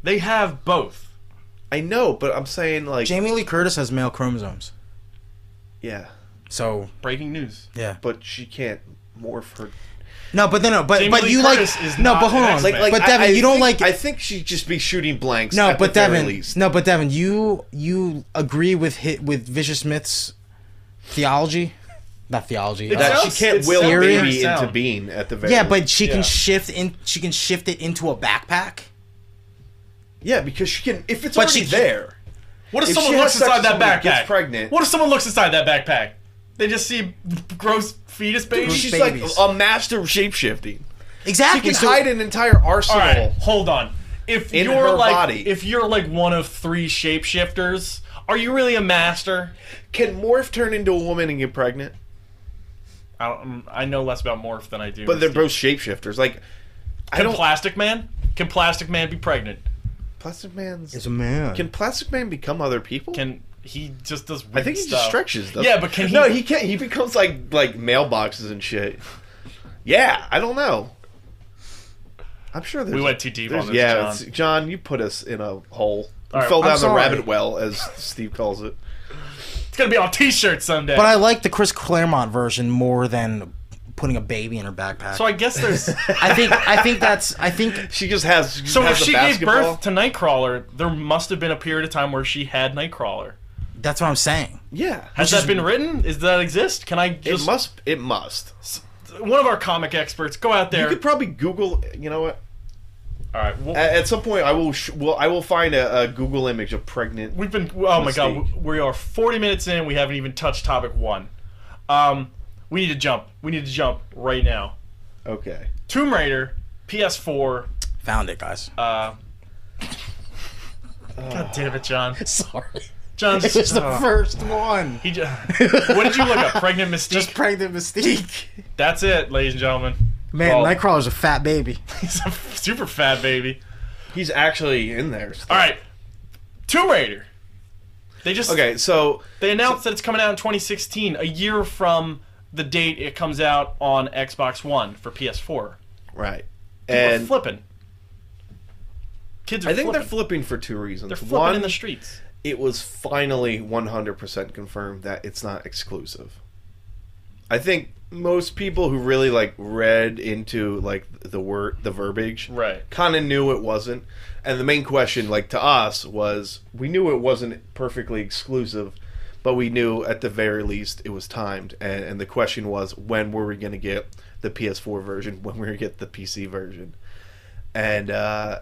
Speaker 3: they have both.
Speaker 2: I know, but I'm saying like
Speaker 1: Jamie Lee Curtis has male chromosomes,
Speaker 2: yeah,
Speaker 1: so
Speaker 3: Breaking news.
Speaker 1: yeah.
Speaker 2: but she can't morph her.
Speaker 1: No, but no, no, but
Speaker 3: Jamie
Speaker 1: but
Speaker 3: Lee
Speaker 1: you
Speaker 3: Curtis
Speaker 1: like
Speaker 3: is
Speaker 1: no,
Speaker 3: not
Speaker 1: but
Speaker 3: an
Speaker 1: hold on,
Speaker 3: X-Man.
Speaker 1: but
Speaker 2: I-
Speaker 1: Devin,
Speaker 2: I
Speaker 1: you don't like
Speaker 2: think- I think she'd just be shooting blanks.
Speaker 1: no,
Speaker 2: at
Speaker 1: but
Speaker 2: the very
Speaker 1: Devin,
Speaker 2: least.
Speaker 1: no, but Devin, you you agree with hit with Vicious Smith's theology, not theology. uh,
Speaker 2: that
Speaker 3: sounds-
Speaker 2: she can't
Speaker 3: it
Speaker 2: will
Speaker 1: sounds
Speaker 2: a
Speaker 1: very
Speaker 2: baby into
Speaker 3: sound.
Speaker 2: being at the very.
Speaker 1: yeah,
Speaker 2: least.
Speaker 1: but she
Speaker 3: Yeah.
Speaker 1: can shift in. She can shift it into a backpack.
Speaker 2: yeah, because she can if it's
Speaker 1: But
Speaker 2: already
Speaker 1: she can't-
Speaker 2: there.
Speaker 3: What if,
Speaker 2: If
Speaker 3: someone
Speaker 2: she
Speaker 3: looks
Speaker 2: has sex
Speaker 3: inside
Speaker 2: with
Speaker 3: that
Speaker 2: someone that
Speaker 3: backpack?
Speaker 2: gets pregnant-
Speaker 3: What if someone looks inside that backpack? They just see gross fetus baby.
Speaker 1: Gross
Speaker 2: She's oh,
Speaker 1: babies.
Speaker 2: like a master of shapeshifting.
Speaker 1: Exactly,
Speaker 2: She can
Speaker 1: so-
Speaker 2: hide an entire
Speaker 3: All
Speaker 2: arsenal.
Speaker 3: right, hold on. If
Speaker 2: In
Speaker 3: you're
Speaker 2: her
Speaker 3: like
Speaker 2: body.
Speaker 3: if you're like one of three shapeshifters, are you really a master?
Speaker 2: Can morph turn into a woman and get pregnant?
Speaker 3: I, don't, I know less about morph than I do.
Speaker 2: But they're both shapeshifters. Like I
Speaker 3: Can
Speaker 2: don't.
Speaker 3: Plastic Man? Can Plastic Man be pregnant?
Speaker 2: Plastic Man's.
Speaker 1: It's a man.
Speaker 2: Can Plastic Man become other people?
Speaker 3: Can he just does? Weird
Speaker 2: I think he
Speaker 3: stuff.
Speaker 2: just stretches. Though.
Speaker 3: Yeah, but can he-
Speaker 2: No, he can't. He becomes like like mailboxes and shit. Yeah, I don't know. I'm sure there's.
Speaker 3: We went too deep
Speaker 2: there's-
Speaker 3: on this,
Speaker 2: yeah,
Speaker 3: John.
Speaker 2: it's- John, you put us in a hole. We
Speaker 3: All right,
Speaker 2: fell
Speaker 1: I'm
Speaker 2: down the
Speaker 1: sorry.
Speaker 2: rabbit well, as Steve calls it.
Speaker 3: It's gonna be on T-shirts someday.
Speaker 1: But I like the Chris Claremont version more than putting a baby in her backpack.
Speaker 3: so I guess
Speaker 2: *laughs*
Speaker 3: there's.
Speaker 1: I think I think that's I think
Speaker 2: She just has. She just
Speaker 3: so if
Speaker 2: has a
Speaker 3: she gave
Speaker 2: basketball.
Speaker 3: birth to Nightcrawler, there must have been a period of time where she had Nightcrawler.
Speaker 1: that's what I'm saying.
Speaker 2: yeah,
Speaker 3: Has that been written? Is that exist? Can I
Speaker 2: it
Speaker 3: just
Speaker 2: must. It must.
Speaker 3: one of our comic experts go out
Speaker 2: You
Speaker 3: there?
Speaker 2: could probably Google. You know what?
Speaker 3: All right, well,
Speaker 2: At, at some point, I will. Sh- will I will find a, a Google image of pregnant.
Speaker 3: we've been. Oh my god,
Speaker 2: Mistake.
Speaker 3: we we are 40 minutes in. We haven't even touched topic one. Um, we need to jump. We need to jump right now.
Speaker 2: Okay.
Speaker 3: Tomb Raider, PS4.
Speaker 1: Found it, guys.
Speaker 3: Uh, God damn it,
Speaker 2: *laughs*
Speaker 3: John.
Speaker 1: Sorry,
Speaker 3: John's
Speaker 1: it's just the
Speaker 3: uh,
Speaker 1: first one.
Speaker 3: He just, what did you look up?
Speaker 2: *laughs*
Speaker 3: Pregnant Mystique.
Speaker 1: Just pregnant Mystique.
Speaker 3: That's it, ladies and gentlemen. *laughs*
Speaker 1: Man,
Speaker 3: Well-
Speaker 1: Nightcrawler's a fat baby.
Speaker 3: He's a super fat baby.
Speaker 2: He's actually in there. still.
Speaker 3: All right, Tomb Raider. They just
Speaker 2: Okay, so
Speaker 3: They announced that it's coming out in 2016, a year from the date it comes out on Xbox One for PS4.
Speaker 2: right,
Speaker 3: People are
Speaker 2: and
Speaker 3: flipping. Kids are.
Speaker 2: I think
Speaker 3: flipping.
Speaker 2: they're flipping for two reasons.
Speaker 3: They're flipping
Speaker 2: One,
Speaker 3: in the streets.
Speaker 2: it was finally 100% confirmed that it's not exclusive. I think most people who really like read into like the word the verbiage
Speaker 3: Right.
Speaker 2: kind of knew it wasn't. And the main question like to us was we knew it wasn't perfectly exclusive, but we knew at the very least it was timed and and the question was when were we going to get the PS4 version, *laughs* when were we going to get the PC version. And uh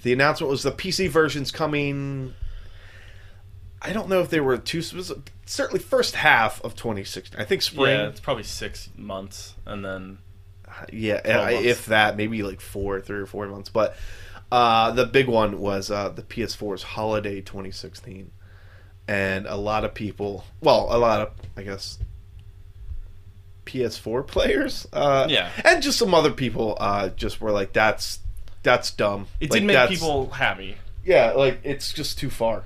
Speaker 2: the announcement was the PC version's coming I don't know if they were too specific. Certainly, first half of 2016. I think spring.
Speaker 3: Yeah,
Speaker 2: Yeah,
Speaker 3: it's probably six months, and then
Speaker 2: uh,
Speaker 3: months.
Speaker 2: if that, maybe like four, three or four months. But uh, the big one was uh, the PS4's holiday 2016, and a lot of people. Well, a lot of I guess PS4 *laughs* players. Uh,
Speaker 3: Yeah.
Speaker 2: and just some other people uh, just were like, "That's that's dumb."
Speaker 3: it
Speaker 2: Like,
Speaker 3: did make
Speaker 2: that's-
Speaker 3: people happy.
Speaker 2: Yeah, like it's just too far.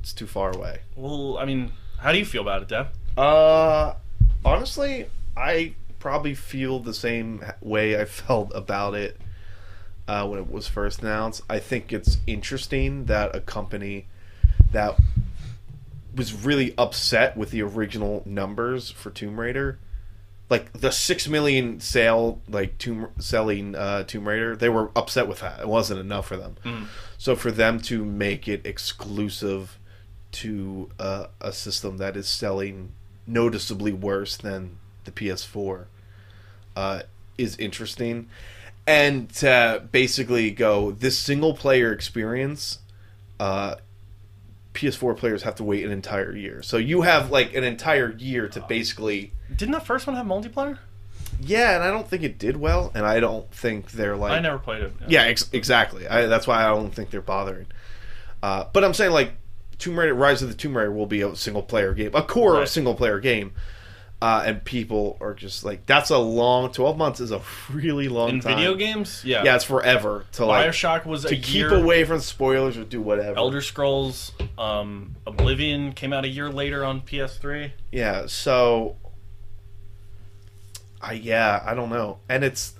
Speaker 2: It's too far away.
Speaker 3: Well, I mean, how do you feel about it, Deb?
Speaker 2: Uh, honestly, I probably feel the same way I *laughs* felt about it uh, when it was first announced. I think it's interesting that a company that was really upset with the original numbers for Tomb Raider, like the six million sale, like tomb selling uh, Tomb Raider, they were upset with that. It wasn't enough for them. So for them to make it exclusive to uh, a system that is selling noticeably worse than the PS4 uh, is interesting. And to basically go, this single player experience, uh, PS4 players have to wait an entire year. So you have like an entire year to basically.
Speaker 3: Didn't the first one have multiplayer?
Speaker 2: Yeah, and I don't think it did well, and I don't think they're like.
Speaker 3: I never played it.
Speaker 2: Yeah, ex- exactly. I, that's why I don't think they're bothering. Uh, but I'm saying like Tomb Raider, Rise of the Tomb Raider will be a single player game, a core
Speaker 3: Right.
Speaker 2: single player game, uh, and people are just like, that's a long. Twelve months is a really long
Speaker 3: In
Speaker 2: time.
Speaker 3: video games, yeah.
Speaker 2: Yeah, it's forever to like
Speaker 3: Bioshock was
Speaker 2: to
Speaker 3: a
Speaker 2: keep
Speaker 3: year.
Speaker 2: away from spoilers or do whatever.
Speaker 3: Elder Scrolls, um, Oblivion came out a year later on PS3.
Speaker 2: Yeah, so I yeah, I don't know. And it's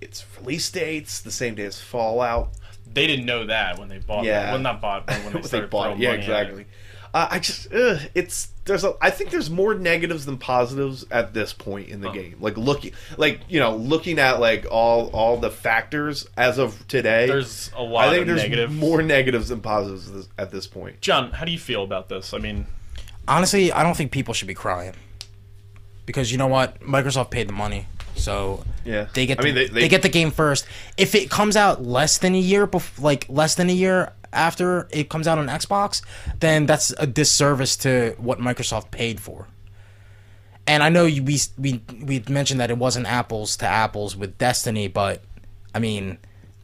Speaker 2: it's release dates the same day as Fallout.
Speaker 3: They didn't know that when they bought.
Speaker 2: Yeah.
Speaker 3: Well, not bought.
Speaker 2: *laughs*
Speaker 3: But when they,
Speaker 2: What
Speaker 3: started
Speaker 2: bought.
Speaker 3: throwing
Speaker 2: Yeah,
Speaker 3: money at it.
Speaker 2: exactly. Uh, I just ugh, it's there's a I think there's more negatives than positives at this point in the game. Like looking like you know looking at like all all the factors as of today.
Speaker 3: There's a lot
Speaker 2: I think
Speaker 3: of
Speaker 2: there's
Speaker 3: negatives.
Speaker 2: more negatives than positives at this- at this point.
Speaker 3: John, how do you feel about this? I mean,
Speaker 1: Honestly, I don't think people should be crying because you know what? Microsoft paid the money, so
Speaker 2: Yeah.
Speaker 1: they get
Speaker 2: I
Speaker 1: the,
Speaker 2: mean,
Speaker 1: they,
Speaker 2: they- they-
Speaker 1: get the game first. If it comes out less than a year, bef- like less than a year after it comes out on Xbox, then that's a disservice to what Microsoft paid for. And I know you, we we we mentioned that it wasn't apples to apples with Destiny, but I mean,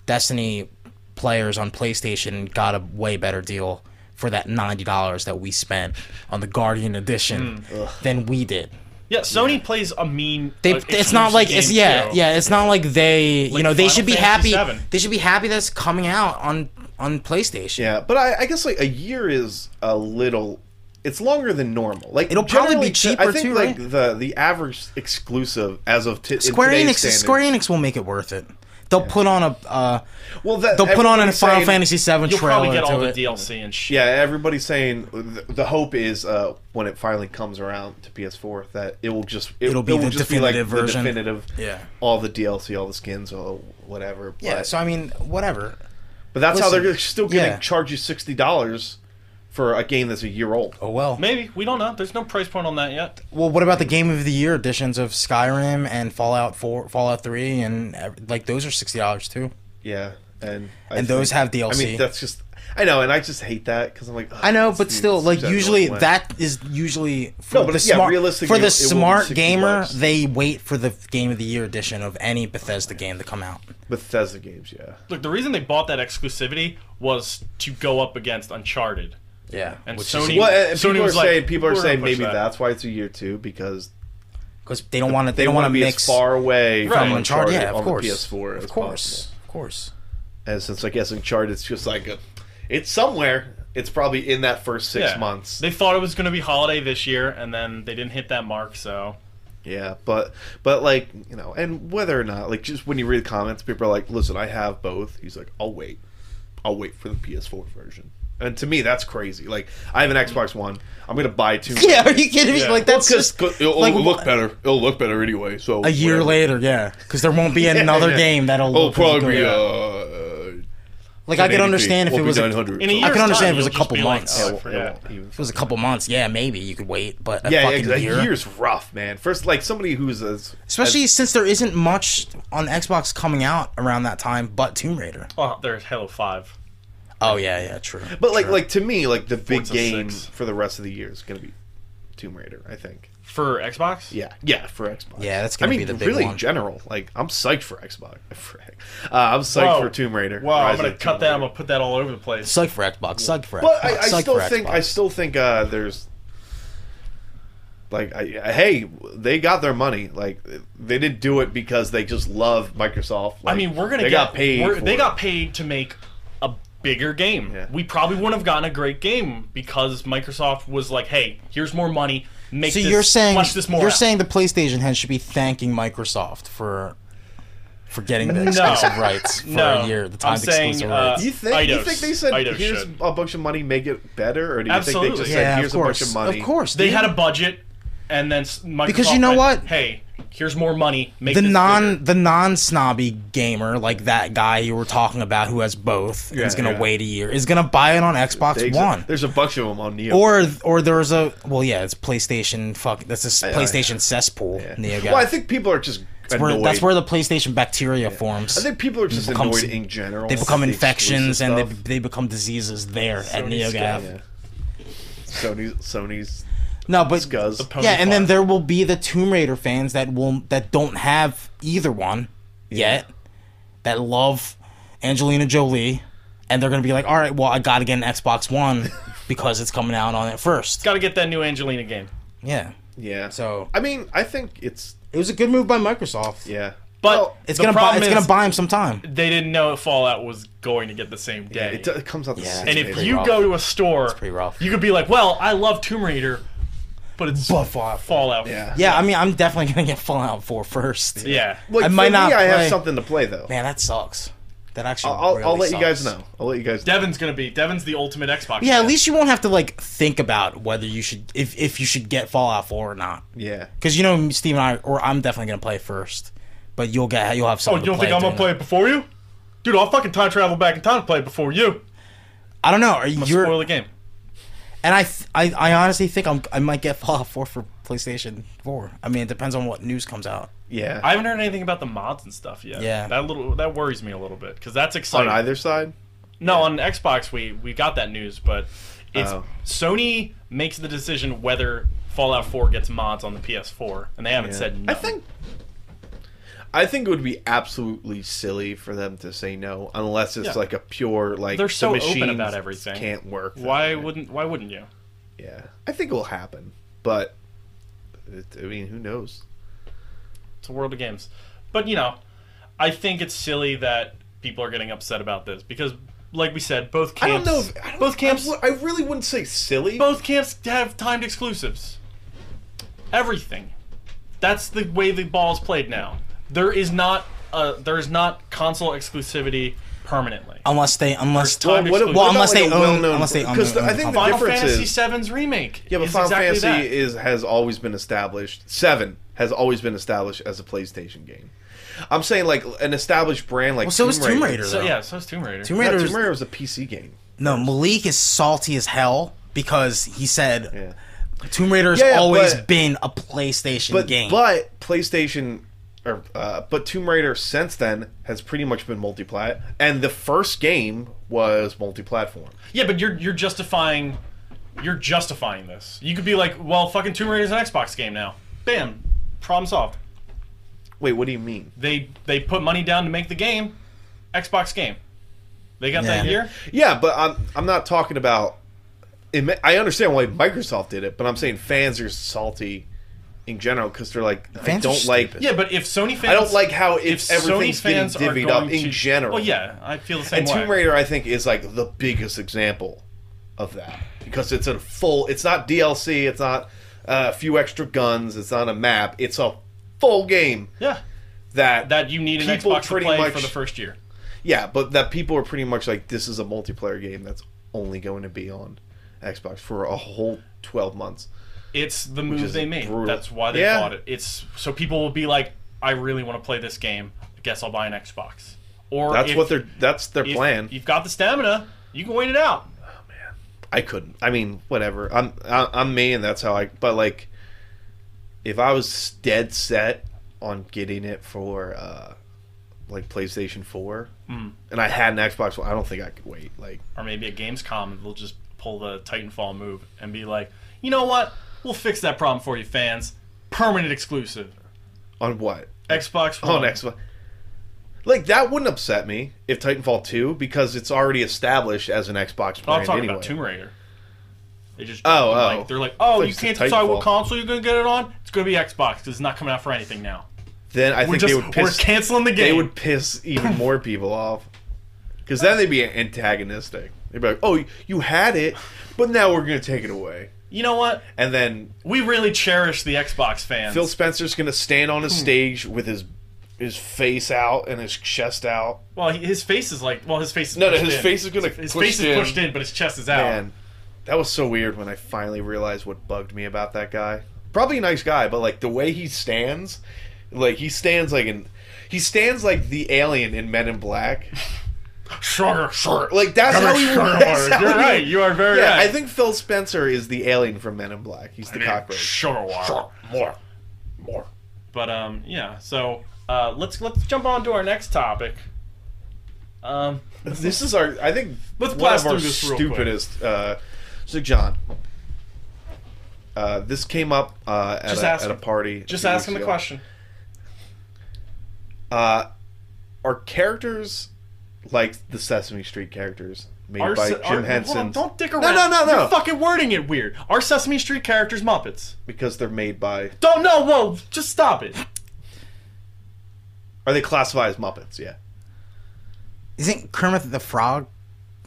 Speaker 1: Destiny players on PlayStation got a way better deal for that ninety dollars that we spent on the Guardian Edition
Speaker 3: Hmm.
Speaker 1: than we did.
Speaker 3: Yeah, Sony plays a mean.
Speaker 1: They,
Speaker 3: uh,
Speaker 1: it's not
Speaker 3: exclusive
Speaker 1: like it's
Speaker 3: game,
Speaker 1: yeah
Speaker 3: too.
Speaker 1: yeah it's not like they you know they
Speaker 3: Final
Speaker 1: should be happy
Speaker 3: Fantasy VII.
Speaker 1: they should be happy that's coming out on on PlayStation.
Speaker 2: Yeah, but I, I guess like a year is a little. It's longer than normal. Like
Speaker 1: It'll probably be
Speaker 2: generally, I
Speaker 1: cheaper,
Speaker 2: think
Speaker 1: too,
Speaker 2: like
Speaker 1: right?
Speaker 2: the the average exclusive as of t-
Speaker 1: Square
Speaker 2: in
Speaker 1: Enix
Speaker 2: today's standards-
Speaker 1: Square Enix will make it worth it. They'll put on a uh,
Speaker 2: Well, that,
Speaker 1: they'll put on a
Speaker 2: everybody's
Speaker 1: Final
Speaker 2: saying-
Speaker 1: Fantasy VII
Speaker 3: You'll
Speaker 1: trailer
Speaker 3: probably get all
Speaker 1: to
Speaker 3: the
Speaker 1: it.
Speaker 3: DLC and shit.
Speaker 2: Yeah, everybody's saying the, the hope is uh, when it finally comes around to PS4 that it will just it,
Speaker 1: It'll be
Speaker 2: it will
Speaker 1: the
Speaker 2: just be like
Speaker 1: definitive
Speaker 2: the
Speaker 1: version.
Speaker 2: definitive,
Speaker 1: Yeah.
Speaker 2: all the DLC, all the skins, all whatever. But,
Speaker 1: Yeah, so I mean, whatever.
Speaker 2: but that's how
Speaker 1: listen,
Speaker 2: they're still going to
Speaker 1: yeah.
Speaker 2: charge you sixty dollars for a game that's a year old.
Speaker 1: Oh well.
Speaker 3: Maybe we don't know. There's no price point on that yet.
Speaker 1: Well, what about the Game of the Year editions of Skyrim and Fallout Four, Fallout Three, and ev- like those are sixty dollars too.
Speaker 2: Yeah, and I
Speaker 1: And those have
Speaker 2: I
Speaker 1: DLC.
Speaker 2: mean, that's just I know, and I just hate that because I'm like ugh,
Speaker 1: I know,
Speaker 2: this
Speaker 1: but
Speaker 2: dude-
Speaker 1: still,
Speaker 2: this
Speaker 1: like
Speaker 2: dude's
Speaker 1: usually
Speaker 2: annoying.
Speaker 1: that is usually for
Speaker 2: No, but
Speaker 1: the
Speaker 2: yeah,
Speaker 1: smart
Speaker 2: realistically,
Speaker 1: for
Speaker 2: it will
Speaker 1: the
Speaker 2: be
Speaker 1: smart
Speaker 2: 60
Speaker 1: gamer.
Speaker 2: bucks.
Speaker 1: They wait for the Game of the Year edition of any Bethesda game to come out.
Speaker 2: Bethesda games, yeah.
Speaker 3: Look, the reason they bought that exclusivity was to go up against Uncharted.
Speaker 1: Yeah,
Speaker 3: And Sony-
Speaker 2: Well, and- and
Speaker 3: Sony
Speaker 2: people are
Speaker 3: was like,
Speaker 2: saying people
Speaker 3: "We're
Speaker 2: are
Speaker 3: gonna
Speaker 2: saying
Speaker 3: push
Speaker 2: maybe
Speaker 3: that."
Speaker 2: that's why it's a year two because
Speaker 1: because they don't want to. They,
Speaker 2: they,
Speaker 1: don't
Speaker 2: want to
Speaker 1: want
Speaker 2: be
Speaker 1: mix
Speaker 2: as far
Speaker 3: Right.
Speaker 2: away from
Speaker 1: from Uncharted.
Speaker 2: Uncharted
Speaker 1: Yeah, of
Speaker 2: on
Speaker 1: course.
Speaker 2: the PS4
Speaker 1: of
Speaker 2: as
Speaker 1: course,
Speaker 2: possible.
Speaker 1: of course. *laughs*
Speaker 2: And since I guess Uncharted's just like a, it's somewhere. It's probably in that first six
Speaker 3: Yeah.
Speaker 2: months.
Speaker 3: They thought it was going to be holiday this year, and then they didn't hit that mark. So
Speaker 2: yeah, but but like you know, and whether or not like just when you read the comments, people are like, "Listen, I have both." He's like, "I'll wait. I'll wait for the PS4 version." And to me, that's crazy. Like I have an Xbox One. I'm gonna buy two.
Speaker 1: Yeah, are you kidding me?
Speaker 3: Yeah.
Speaker 1: Like that's just
Speaker 2: it'll
Speaker 1: like,
Speaker 2: look
Speaker 1: wh-
Speaker 2: better. It'll look better anyway. So
Speaker 1: a year later. *laughs* Yeah, Oh, because there won't be another
Speaker 2: *laughs* yeah.
Speaker 1: game that'll.
Speaker 2: it'll
Speaker 1: look as
Speaker 2: probably be
Speaker 1: good.
Speaker 2: uh, uh,
Speaker 1: like I could understand if it was. A, if
Speaker 2: 900.
Speaker 3: in a year,
Speaker 1: I can understand if it was a couple months.
Speaker 3: Like, oh, I
Speaker 1: Yeah,
Speaker 3: forgot.
Speaker 1: it was a couple months. Yeah, maybe you could wait, but a
Speaker 2: yeah,
Speaker 1: fucking
Speaker 2: yeah, a
Speaker 1: year.
Speaker 2: year's rough, man. First, like somebody who's as
Speaker 1: Especially since there isn't much on Xbox coming out around that time, but Tomb Raider.
Speaker 3: Oh, there's Halo Five.
Speaker 1: Oh yeah, yeah, true.
Speaker 2: But like, like to me, like the big
Speaker 3: Forza
Speaker 2: game
Speaker 3: six.
Speaker 2: for the rest of the year is going to be Tomb Raider. I think.
Speaker 3: For Xbox?
Speaker 2: Yeah, yeah, for Xbox.
Speaker 1: Yeah, that's
Speaker 2: I
Speaker 1: gonna
Speaker 2: mean,
Speaker 1: be the big
Speaker 2: really
Speaker 1: one.
Speaker 2: in general. Like, I'm psyched for Xbox. *laughs* For, uh, I'm psyched
Speaker 3: Whoa.
Speaker 2: for Tomb Raider.
Speaker 3: Wow,
Speaker 2: Rise
Speaker 3: I'm
Speaker 2: of
Speaker 3: gonna
Speaker 2: the
Speaker 3: cut
Speaker 2: Tomb
Speaker 3: that. I'm
Speaker 2: Raider.
Speaker 3: gonna put that all over the place.
Speaker 1: Psych for Xbox. Psych for Xbox.
Speaker 2: But I, I
Speaker 1: psych
Speaker 2: still
Speaker 1: for
Speaker 2: think I
Speaker 1: Xbox.
Speaker 2: still think uh, there's like I, I- hey they got their money like they didn't do it because they just love Microsoft.
Speaker 3: I
Speaker 2: Like,
Speaker 3: mean, we're gonna
Speaker 2: they
Speaker 3: get,
Speaker 2: got paid.
Speaker 3: we're-
Speaker 2: for
Speaker 3: They
Speaker 2: it.
Speaker 3: got paid to make a bigger game.
Speaker 2: Yeah.
Speaker 3: We probably wouldn't have gotten a great game because Microsoft was like, "Hey, here's more money. Make
Speaker 1: So
Speaker 3: this,
Speaker 1: you're saying
Speaker 3: flesh this more."
Speaker 1: you're
Speaker 3: out."
Speaker 1: saying the PlayStation head should be thanking Microsoft for for getting the
Speaker 3: No.
Speaker 1: exclusive rights for
Speaker 3: No.
Speaker 1: a year, the
Speaker 3: I'm
Speaker 1: timed
Speaker 3: saying,
Speaker 1: exclusive
Speaker 3: uh,
Speaker 1: rights.
Speaker 2: You think, you
Speaker 3: Eidos.
Speaker 2: think they said
Speaker 3: Eidos
Speaker 2: here's
Speaker 3: should."
Speaker 2: a bunch of money, make it better, or do you think
Speaker 3: Absolutely.
Speaker 2: they just
Speaker 1: yeah,
Speaker 2: said here's
Speaker 1: of
Speaker 2: a bunch
Speaker 1: course,
Speaker 2: of money?
Speaker 1: of course.
Speaker 3: they
Speaker 1: dude.
Speaker 3: had a budget, and then s- Microsoft
Speaker 1: Because you know
Speaker 3: went,
Speaker 1: what?
Speaker 3: Hey, here's more money. Make
Speaker 1: the
Speaker 3: this
Speaker 1: non
Speaker 3: bigger."
Speaker 1: the non snobby gamer like that guy you were talking about who has both and is gonna
Speaker 2: yeah.
Speaker 1: wait a year is gonna buy it on Xbox
Speaker 2: They exi-
Speaker 1: One
Speaker 2: There's a bunch of them on Neo.
Speaker 1: or or there's a well yeah it's PlayStation fuck that's a s- PlayStation cesspool
Speaker 2: Yeah.
Speaker 1: Neo
Speaker 2: well, I think people are just
Speaker 1: Where-
Speaker 2: annoyed.
Speaker 1: that's where the PlayStation bacteria forms
Speaker 2: I think people are just
Speaker 1: becomes-
Speaker 2: annoyed in general.
Speaker 1: they become
Speaker 2: with the
Speaker 1: infections and they,
Speaker 2: exclusive
Speaker 1: they become diseases there at
Speaker 3: Sony's
Speaker 1: NeoGAF.
Speaker 2: stuff. Yeah. Sony's Sony's
Speaker 1: No, but
Speaker 2: scuzz.
Speaker 3: pony
Speaker 1: yeah, and then
Speaker 3: farm.
Speaker 1: there will be the Tomb Raider fans that will that don't have either one yet that love Angelina Jolie, and they're gonna be like, all right, well, I gotta get an Xbox One because it's coming out on it first.
Speaker 3: gotta get that new Angelina game.
Speaker 1: Yeah,
Speaker 2: yeah.
Speaker 1: So-
Speaker 2: I mean, I think it's
Speaker 1: it was a good move by Microsoft.
Speaker 2: yeah.
Speaker 3: But
Speaker 1: Oh,
Speaker 2: Well,
Speaker 1: It's
Speaker 3: the
Speaker 1: gonna buy,
Speaker 3: problem
Speaker 1: it's
Speaker 3: is
Speaker 1: gonna buy him some time.
Speaker 3: They didn't know Fallout was going to get the same day.
Speaker 2: it, do- it comes out the
Speaker 1: Yeah.
Speaker 2: same.
Speaker 3: and
Speaker 1: It's
Speaker 3: if
Speaker 1: pretty
Speaker 3: you
Speaker 1: rough.
Speaker 3: go to a store,
Speaker 1: pretty rough.
Speaker 3: you could be like, "Well, I love Tomb Raider, but it's
Speaker 1: But Fallout four.
Speaker 3: Fallout."
Speaker 2: yeah.
Speaker 1: Yeah, I mean, I'm definitely gonna get Fallout 4 first.
Speaker 3: yeah.
Speaker 2: Like,
Speaker 1: I
Speaker 2: for
Speaker 1: might
Speaker 2: me,
Speaker 1: not
Speaker 2: I
Speaker 1: play-
Speaker 2: have something to play though.
Speaker 1: man, that sucks. That actually,
Speaker 2: I'll,
Speaker 1: really
Speaker 2: I'll let you guys
Speaker 1: sucks.
Speaker 2: know. I'll let you guys. know.
Speaker 3: Devin's gonna be Devin's the ultimate Xbox.
Speaker 1: Yeah, at
Speaker 3: fan.
Speaker 1: least you won't have to like think about whether you should if if you should get Fallout 4 or not.
Speaker 2: Yeah.
Speaker 1: Because you know Steve and I, or I'm definitely gonna play first, but you'll get you'll have
Speaker 3: Oh,
Speaker 1: something.
Speaker 3: you don't
Speaker 1: to play
Speaker 3: think I'm
Speaker 1: during
Speaker 3: gonna play
Speaker 1: that.
Speaker 3: it before you? Dude, I'll fucking time travel back in time to play it before you.
Speaker 1: I don't know. Are you? you're-
Speaker 3: Spoil the game.
Speaker 1: And I, th- I, I honestly think I'm I might get *laughs* Fallout 4 for PlayStation 4. I mean, it depends on what news comes out.
Speaker 2: Yeah.
Speaker 3: I haven't heard anything about the mods and stuff yet.
Speaker 1: Yeah.
Speaker 3: that little that worries me a little bit because that's exciting.
Speaker 2: on either side.
Speaker 3: No, on Xbox we we got that news, but it's
Speaker 2: Oh.
Speaker 3: Sony makes the decision whether Fallout 4 gets mods on the PS4, and they haven't said no.
Speaker 2: I think I think it would be absolutely silly for them to say no unless it's
Speaker 3: Yeah.
Speaker 2: like a pure like
Speaker 3: They're
Speaker 2: the
Speaker 3: so open
Speaker 2: machines
Speaker 3: about everything.
Speaker 2: Can't work. that
Speaker 3: why
Speaker 2: way.
Speaker 3: wouldn't why wouldn't you?
Speaker 2: Yeah, I think it'll happen, but it, I mean, who knows?
Speaker 3: It's a world of games. But you know, I think it's silly that people are getting upset about this because, like we said, both
Speaker 2: I
Speaker 3: camps.
Speaker 2: don't know. If, I don't,
Speaker 3: both camps.
Speaker 2: I, w- I really wouldn't say silly.
Speaker 3: both camps have timed exclusives. Everything. That's the way the ball's played now. There is not a, there is not console exclusivity permanently.
Speaker 1: Unless they, unless
Speaker 3: Well, what-
Speaker 1: well,
Speaker 3: what about,
Speaker 1: unless
Speaker 2: like,
Speaker 1: they
Speaker 2: a
Speaker 1: own,
Speaker 2: well-known-
Speaker 1: unless they own,
Speaker 2: 'cause
Speaker 1: the,
Speaker 2: the- I
Speaker 1: own
Speaker 2: think the
Speaker 1: company.
Speaker 3: Final
Speaker 2: difference
Speaker 3: Fantasy
Speaker 2: is-
Speaker 3: VII's remake.
Speaker 2: yeah, but
Speaker 3: is
Speaker 2: Final
Speaker 3: exactly
Speaker 2: Fantasy
Speaker 3: that.
Speaker 2: is has always been established. Seven has always been established as a PlayStation game. I'm saying like an established brand like
Speaker 1: well, so is Tomb Raider.
Speaker 3: So
Speaker 1: though.
Speaker 3: yeah, so is Tomb Raider.
Speaker 1: Tomb
Speaker 2: No,
Speaker 1: Raider.
Speaker 2: uh, Tomb Raider was a PC game.
Speaker 1: No, Malik is salty as hell because he said
Speaker 2: Yeah.
Speaker 1: Tomb Raider's
Speaker 2: Yeah, yeah,
Speaker 1: always
Speaker 2: but-
Speaker 1: been a PlayStation
Speaker 2: But
Speaker 1: game.
Speaker 2: but PlayStation or uh, but Tomb Raider since then has pretty much been multi-plat, and the first game was multi-platform.
Speaker 3: Yeah, but you're you're justifying you're justifying this. You could be like, well, fucking Tomb Raider's an Xbox game now. Bam, problem solved.
Speaker 2: Wait, what do you mean?
Speaker 3: They they put money down to make the game, Xbox game. They got that
Speaker 1: Yeah.
Speaker 3: year.
Speaker 2: Yeah, but I'm I'm not talking about. it ma- I understand why Microsoft did it, but I'm saying fans are salty in general because they're like,
Speaker 1: Fans
Speaker 2: I
Speaker 1: are
Speaker 2: don't like.
Speaker 1: stupid.
Speaker 3: Yeah, but if Sony fans,
Speaker 2: I don't like how
Speaker 3: if
Speaker 2: it's
Speaker 3: Sony
Speaker 2: everything's getting
Speaker 3: fans are
Speaker 2: divvied
Speaker 3: going
Speaker 2: up in
Speaker 3: to-
Speaker 2: general.
Speaker 3: Well, yeah, I feel the same
Speaker 2: and
Speaker 3: way.
Speaker 2: Tomb Raider, I think, is like the biggest example of that because it's a full. It's not DLC. It's not uh, a few extra guns. It's not a map. It's a full game
Speaker 3: Yeah,
Speaker 2: that
Speaker 3: that you need an
Speaker 2: people
Speaker 3: Xbox to
Speaker 2: pretty
Speaker 3: play
Speaker 2: much-
Speaker 3: for the first year.
Speaker 2: Yeah, but that people are pretty much like, this is a multiplayer game that's only going to be on Xbox for a whole twelve months.
Speaker 3: It's the
Speaker 2: is
Speaker 3: move they made.
Speaker 2: brutal.
Speaker 3: That's why they
Speaker 2: Yeah.
Speaker 3: bought it. It's so people will be like, I really want to play this game. I guess I'll buy an Xbox. Or
Speaker 2: That's
Speaker 3: if-
Speaker 2: what they're. That's their
Speaker 3: if
Speaker 2: plan.
Speaker 3: You've got the stamina. You can wait it out.
Speaker 2: I couldn't. I mean, whatever. I'm I- I'm me, and that's how I. But like, if I was dead set on getting it for uh like PlayStation Four,
Speaker 3: Hmm.
Speaker 2: and I had an Xbox One, I don't think I could wait. Like,
Speaker 3: Or maybe at Gamescom, they'll just pull the Titanfall move and be like, you know what? We'll fix that problem for you, fans. Permanent exclusive.
Speaker 2: on what?
Speaker 3: Xbox
Speaker 2: On
Speaker 3: One.
Speaker 2: Xbox. Like that wouldn't upset me if Titanfall Two, because it's already established as an Xbox brand
Speaker 3: Well, I'm talking
Speaker 2: anyway.
Speaker 3: about Tomb Raider. They just
Speaker 2: Oh,
Speaker 3: like,
Speaker 2: oh.
Speaker 3: they're like, oh,
Speaker 2: Like
Speaker 3: you
Speaker 2: the
Speaker 3: can't decide what
Speaker 2: Titanfall.
Speaker 3: console you're gonna get it on. It's gonna be Xbox 'cause it's not coming out for anything now.
Speaker 2: then I
Speaker 3: We're
Speaker 2: think
Speaker 3: just
Speaker 2: they would
Speaker 3: we're
Speaker 2: piss.
Speaker 3: canceling the game.
Speaker 2: They would piss *sighs* even more people off, because then they'd be antagonistic. They'd be like, "Oh, you had it, but now we're going to take it away."
Speaker 3: You know what?
Speaker 2: And then
Speaker 3: We really cherish the Xbox fans.
Speaker 2: Phil Spencer's going to stand on a stage with his his face out and his chest out.
Speaker 3: well, he- his face is like, well, his face is
Speaker 2: No, no,
Speaker 3: pushed
Speaker 2: his
Speaker 3: in.
Speaker 2: face is gonna
Speaker 3: his
Speaker 2: pushed
Speaker 3: face
Speaker 2: in.
Speaker 3: is pushed in, but his chest is out.
Speaker 2: Man, that was so weird when I finally realized what bugged me about that guy. Probably a nice guy, but like the way he stands, like he stands like an he stands like the alien in Men in Black.
Speaker 3: Sugar, sugar.
Speaker 2: Like that's how he.
Speaker 3: Sugar
Speaker 2: That's
Speaker 3: water.
Speaker 2: *laughs*
Speaker 3: *laughs*
Speaker 2: how
Speaker 3: You're
Speaker 2: he-
Speaker 3: right. You are very
Speaker 2: Yeah,
Speaker 3: right.
Speaker 2: I think Phil Spencer is the alien from Men in Black. He's the cockroach.
Speaker 3: Sugar water.
Speaker 2: More, more.
Speaker 3: But um, yeah. So uh, let's let's jump on to our next topic. Um,
Speaker 2: This is our. I think
Speaker 3: Let's
Speaker 2: one
Speaker 3: blast
Speaker 2: of our
Speaker 3: through this real quick.
Speaker 2: stupidest. Uh, so John, uh, this came up uh, at,
Speaker 3: Just
Speaker 2: a,
Speaker 3: ask
Speaker 2: at a
Speaker 3: him.
Speaker 2: party. a
Speaker 3: just
Speaker 2: few
Speaker 3: ask him
Speaker 2: weeks
Speaker 3: the
Speaker 2: ago.
Speaker 3: question.
Speaker 2: Uh, are characters like the Sesame Street characters made
Speaker 3: Our
Speaker 2: by
Speaker 3: Se- our-
Speaker 2: Jim
Speaker 3: Hold on,
Speaker 2: Henson
Speaker 3: don't dick around.
Speaker 2: No, no, no, no.
Speaker 3: You're fucking wording it weird. Our Sesame Street characters Muppets.
Speaker 2: because they're made by?
Speaker 3: Don't no, whoa, just stop it.
Speaker 2: Are they classified as Muppets? Yeah,
Speaker 1: Isn't Kermit the Frog?